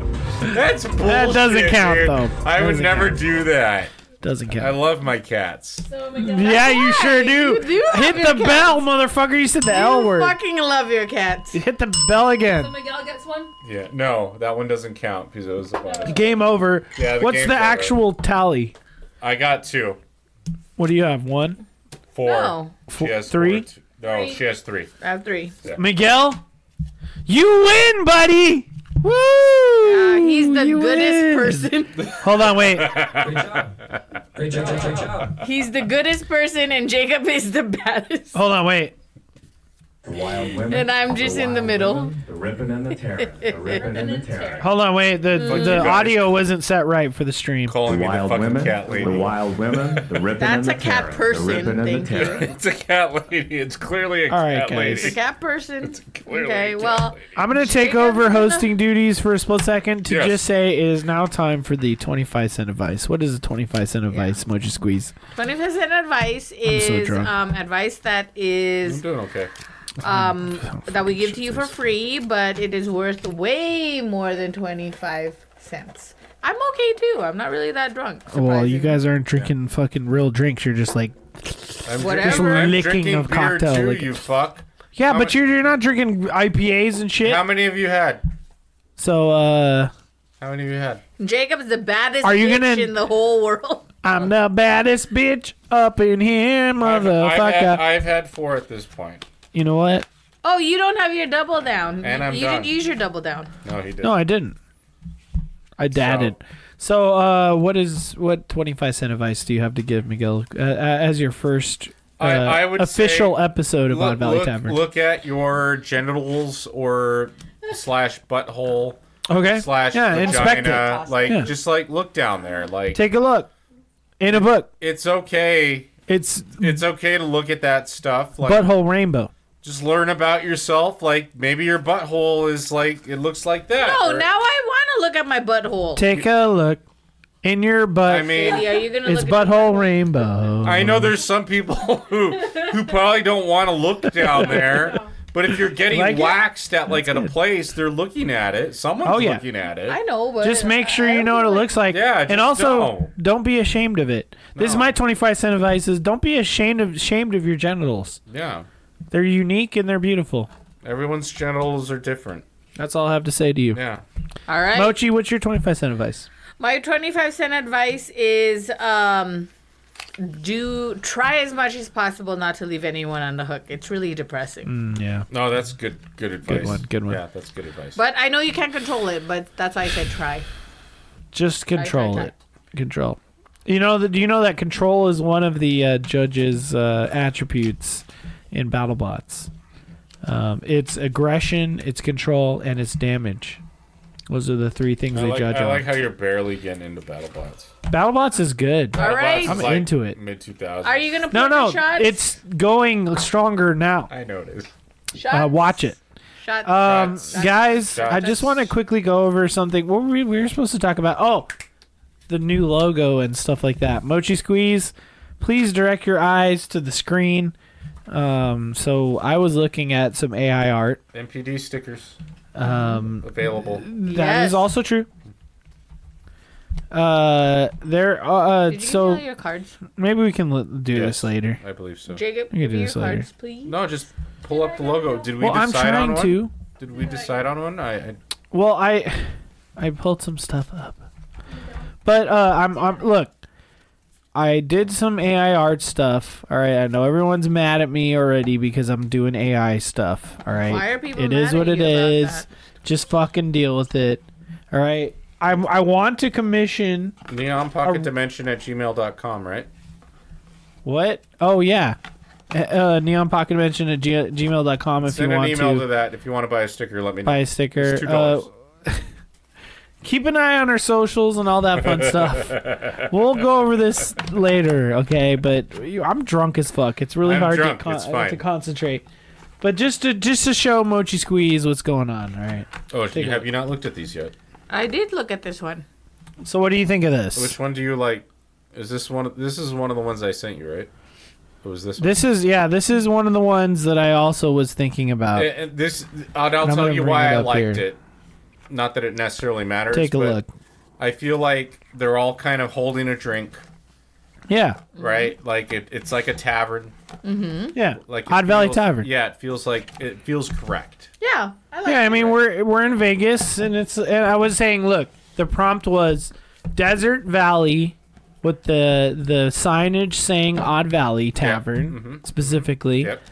Motherfucker. That's bullshit. doesn't count, dude. though. I would Doesn't never do that. [laughs] Doesn't I count. love my cats. So, Miguel, Yeah, you sure do. You do have Hit your the cats. bell, motherfucker. You said the L you word. fucking love your cats. Hit the bell so again. Miguel gets one? Yeah. No, that one doesn't count because it was a bonus. Game over. Yeah, the What's game's the over. actual tally? I got two. What do you have? One? Four. No. Four, She has three? Four, two- no, she has three. I have three. Miguel? You win, buddy! Woo! Uh, he's the you win. goodest person. Hold on, wait. Great job, great job. He's the goodest person, and Jacob is the baddest. Hold on, wait. Wild women. And I'm just the in the wild middle. women, The ripping and the tearing. The ripping and the tearing. Hold on, wait. The you the guys. audio wasn't set right for the stream. Calling me the Wild fucking women. cat lady. The [laughs] wild women. The ripping and That's the a cat tearing. person, The ripping and the thank you. tearing. [laughs] It's a cat lady. It's clearly a All right, cat guys. lady. He's the cat person. Clearly Okay, a cat well, lady. I'm gonna take Jacob, over you gonna- hosting duties for a split second to Yes. just say it is now time for the 25 cent advice. What is a 25 cent advice, Moji Squeeze? 20% advice so is drunk. um, advice that I'm is doing okay. um, that we give to you for free, but it is worth way more than 25 cents. I'm okay too. I'm not really that drunk. Well, you surprisingly. guys aren't drinking fucking real drinks. You're just like, I'm Whatever. drinking, I'm Licking drinking of beer cocktail, too, like- you fuck. yeah, How but much- you're you're not drinking IPAs and shit. How many of you had? So uh, How many of you had? Jacob's the baddest Are Are you you gonna- in the whole world. [laughs] I'm Uh, the baddest bitch up in here, I've, I've, had, motherfucker. I've had four at this point. You know what? Oh, you don't have your double down. And I'm you done. didn't use your double down. No, he did. No, I didn't. I dadded. So, uh, what is what twenty five cent advice do you have to give Miguel uh, as your first uh, I- I would official say- episode of Odd Valley Tavern? look at your genitals or slash butthole okay. slash yeah, inspect it. vagina. Like Yeah. just like look down there. Like Take a look in a book. it's okay. It's It's okay to look at that stuff. Like butthole rainbow. just learn about yourself. Like maybe your butthole is like it looks like that. No, or- Oh, now I want to look at my butthole. Take a look in your butt. I mean, Katie, are you gonna it's look at butthole rainbow. I know there's some people [laughs] who who probably don't want to look [laughs] down there. But if you're getting Like it? waxed at like at a place, they're looking at it. Someone's Oh, yeah. looking at it. I know, but Just make sure you know what it looks like. Yeah, just and also don't. be ashamed of it. This is my twenty-five cent advice: is don't be ashamed of ashamed of your genitals. Yeah. They're unique and they're beautiful. Everyone's genitals are different. That's all I have to say to you. Yeah. All right. Mochi, what's your 25 cent advice? My 25 cent advice is um do try as much as possible not to leave anyone on the hook. It's really depressing. yeah. No, that's good. Good advice. one, good one. Yeah, that's good advice. But I know you can't control it, but that's why I said try. Just control try. it. Control. You know that you know that control is one of the uh, judge's uh, attributes in BattleBots. Um, it's aggression, it's control, and it's damage. Those are the three things I they like, judge I on. like how you're barely getting into BattleBots. BattleBots is good. All right. I'm into it. Mid 2000s. Are you going to put No, no, shots? it's going stronger now. I noticed. shots? Uh, watch it. Shots. Um, Shots. guys, I just Shots. want to quickly go over something. What were we, we were supposed to talk about? Oh, the new logo and stuff like that. Mochi Squeeze, please direct your eyes to the screen. Um, so I was looking at some AI art. MPD stickers Um, available. that Yes. is also true. Uh, there. Uh, Did you so so, your cards? maybe we can l- do Yes. this later. I believe so. Jacob, can give do me your this later. cards, please. No, just pull up the logo. Did we well, I'm decide on trying one? to. Did we decide on one? I, I Well, I, I pulled some stuff up, But uh, I'm, I'm look. I did some AI art stuff. All right, I know everyone's mad at me already because I'm doing AI stuff. All right, Why are people It is mad at what it you about is. that? Just fucking deal with it. All right, I I want to commission Neon Pocket Dimension at gmail.com, right? what? Oh yeah, Uh, uh, neon pocket mention at g- gmail.com if Send you an want email to, to that if you want to buy a sticker. Let me know. buy a sticker. It's two Uh, dollars. Oh, keep an eye on our socials and all that fun [laughs] stuff. we'll go over this later, okay? But you- I'm drunk as fuck. It's really I'm hard drunk. to, con- It's fine. to concentrate. But just to just to show Mochi Squeeze what's going on, all right? oh, you, a have you not looked at these yet? I did look at this one. So what do you think of this? Which one do you like? Is this one? Of, this is one of the ones I sent you, right? It was this. This is yeah, this is one of the ones that I also was thinking one. about. Uh, And- and this. And I'll I'm tell gonna you bring why it I up liked here. it. Not that it necessarily matters. Take a but look. I feel like they're all kind of holding a drink, Yeah, right? Like it, it's like a tavern. yeah. Like it Odd Valley feels- Tavern. Yeah, it feels like it feels correct. Yeah, I like. Yeah, I mean we're we're in Vegas, and it's and I was saying, look, the prompt was Desert Valley, with the the signage saying Odd Valley Tavern specifically, Mm-hmm. Yep.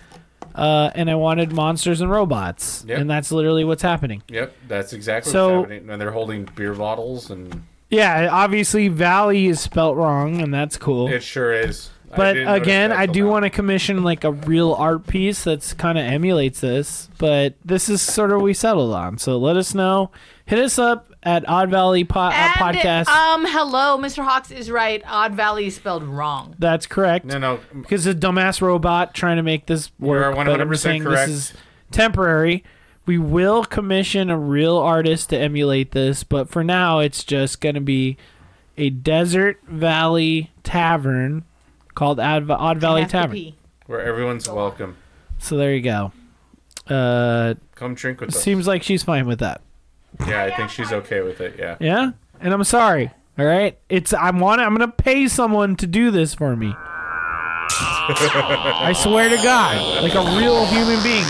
uh, and I wanted monsters and robots, Yep. and that's literally what's happening. Yep, that's exactly So- what's happening. And they're holding beer bottles, and Yeah, obviously Valley is spelt wrong, and that's cool. it sure is. I but didn't notice again, that I till do now. want to commission like a real art piece that's kind of emulates this. But this is sort of what we settled on. So let us know. Hit us up at Odd Valley po- uh, And, Podcast. Um, hello, Mr. Hawks is right. Odd Valley is spelled wrong. That's correct. No, no, Because the dumbass robot trying to make this work. are but I'm 100% saying correct. This is temporary. We will commission a real artist to emulate this, but for now, it's just going to be a desert valley tavern called Ad- Odd Valley Have to Tavern. pee. where everyone's welcome. So there you go. Uh, Come drink with us. seems like she's fine with that. yeah, I think she's okay with it. Yeah. Yeah, and I'm sorry. All right, it's I want. I'm gonna pay someone to do this for [laughs] me. I swear to God, like a real human being.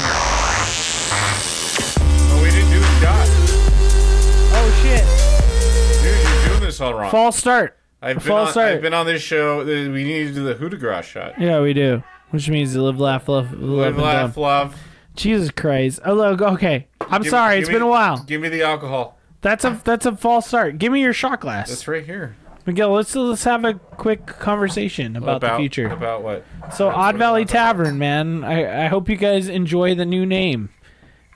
Oh, we didn't do the shot. Oh shit! Dude, you're doing this all wrong. False start. I've, been false on, start. I've been on this show. uh, We need to do the Hoodoo Gras shot. Yeah, we do. Which means you live, laugh, love, love, Live, and laugh, dumb. love. Jesus Christ! Oh, look, okay. I'm Give- sorry. give It's me- been a while. Give me the alcohol. That's a that's a false start. Give me your shot glass, That's right here. Miguel. Let's let's have a quick conversation about, the future. About what? So Odd what Valley it's all about. Tavern, man. I, I hope you guys enjoy the new name.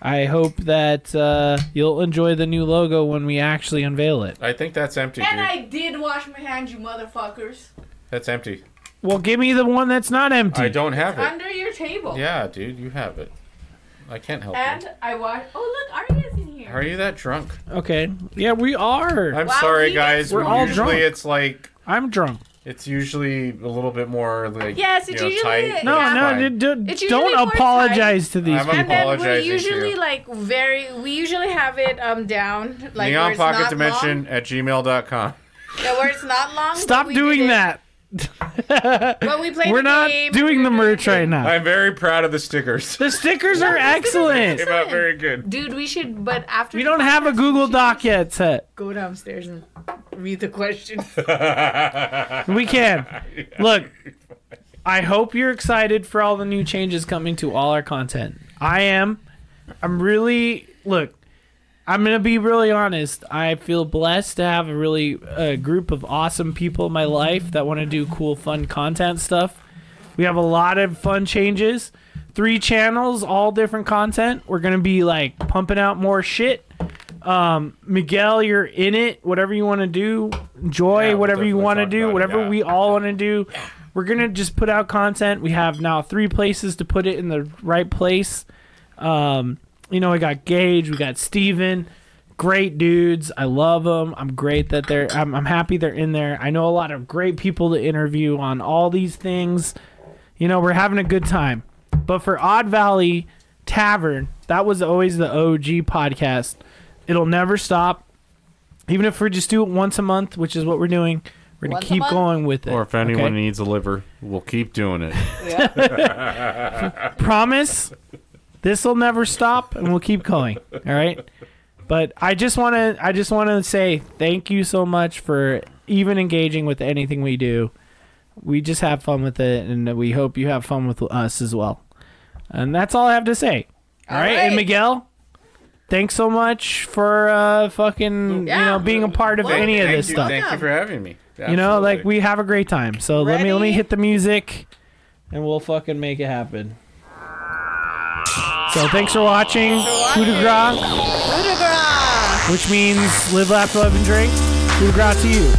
I hope that uh, you'll enjoy the new logo when we actually unveil it. I think that's empty, dude. And I did wash my hands, you motherfuckers, That's empty. Well, give me the one that's not empty. I don't have it. under your table. Yeah, dude, you have it. I can't help you. And I washed. Oh look, Arya's in here. Are you that drunk? Okay. Yeah, we are. I'm Wow, sorry, he guys. gets We're all usually drunk. it's like I'm drunk. it's usually a little bit more like Yes, you it's know, usually- tight. No, Yeah. no, Fine. dude, dude, It's usually don't more apologize to these I'm people. and then we're apologizing to usually you. like very. We usually have it um down like where Neon it's Pocket not Dimension [laughs] at gmail.com. Long, yeah, where it's not long. but Stop we doing did it. that. But we played. We're the not game, doing we the did merch it. right now. I'm very proud of [laughs] the stickers. The stickers are excellent. Came out very good. Dude, we should. But after We don't have a Google Doc yet, Set. Go downstairs and read the question. [laughs] We can. Look, I hope you're excited for all the new changes coming to all our content. I am. I'm really. Look, I'm going to be really honest. I feel blessed to have a really a group of awesome people in my life that want to do cool, fun content stuff. We have a lot of fun changes. Three channels, all different content. We're going to be like pumping out more shit. Um, Miguel, you're in it. Whatever you want to do, enjoy Yeah, we'll whatever you definitely want to talk do, about it, whatever yeah. we all want to do. We're gonna just put out content. We have now three places to put it in the right place. Um, you know, we got Gage, we got Steven. Great dudes. I love them. I'm great that they're. I'm, I'm happy they're in there. I know a lot of great people to interview on all these things. You know, we're having a good time. But for Odd Valley Tavern, that was always the OG podcast. It'll never stop. Even if we just do it once a month, which is what we're doing, we're going Once to a keep month? going with it. okay? needs a liver, we'll keep doing it. promise this will never stop and we'll keep going. All right. But I just want to I just want to say thank you so much for even engaging with anything we do. We just have fun with it and we hope you have fun with us as well. And that's all I have to say. all right. right. and Miguel, thanks so much for uh fucking you Yeah. know being a part of Well, any of Thank this you, stuff. Thank you for having me. You know, like Absolutely. we have a great time. So let me let me Ready? hit the music, and we'll fucking make it happen. So thanks for watching, Coup de Grace, Coup de grâce. which means live, laugh, love, and drink. Coup de Grace to you.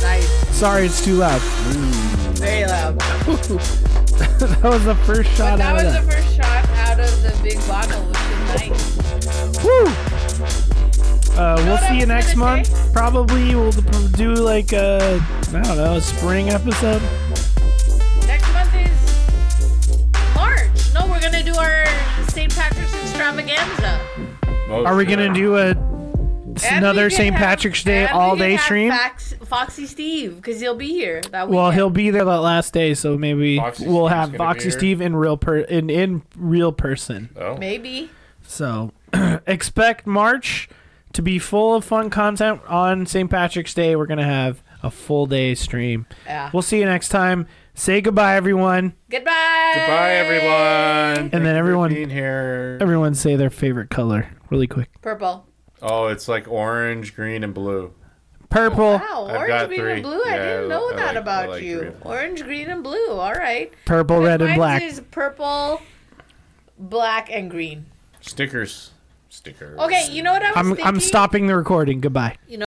Nice. Sorry, it's too loud. [laughs] Very loud. That was the first But shot that out of was the that. first shot out of the big bottle, which is nice. Woo! Uh, we'll what I see you was next gonna month. Probably we'll do like a I don't know, a spring episode. Next month is March. No, we're gonna do our St. Patrick's extravaganza. Oh, Are we sure. gonna do a s- And another we can St. have- Patrick's Day and we all can day have stream? Fox, Foxy Steve, because he'll be here that weekend. Well, he'll be there that last day, so maybe Foxy we'll Steve's have gonna be Foxy here. Steve in real per in in real person. Oh. maybe. So [clears throat] expect March to be full of fun content on St. Patrick's Day. We're gonna have a full day stream. Yeah. We'll see you next time. Say goodbye, everyone, Goodbye. Goodbye, everyone. Thank you for everyone- being here. everyone. Say their favorite color really quick. Purple. Oh, it's like orange, green, and blue. Purple, Wow, I've orange, got green, three. and blue. I Yeah, I didn't know like- I that like- I about like you. three of them. Orange, green, and blue. All right. purple, red, and Mine's black. is purple, black, and green. Stickers. Stickers. Okay, you know what I was I'm thinking? I'm stopping the recording. Goodbye.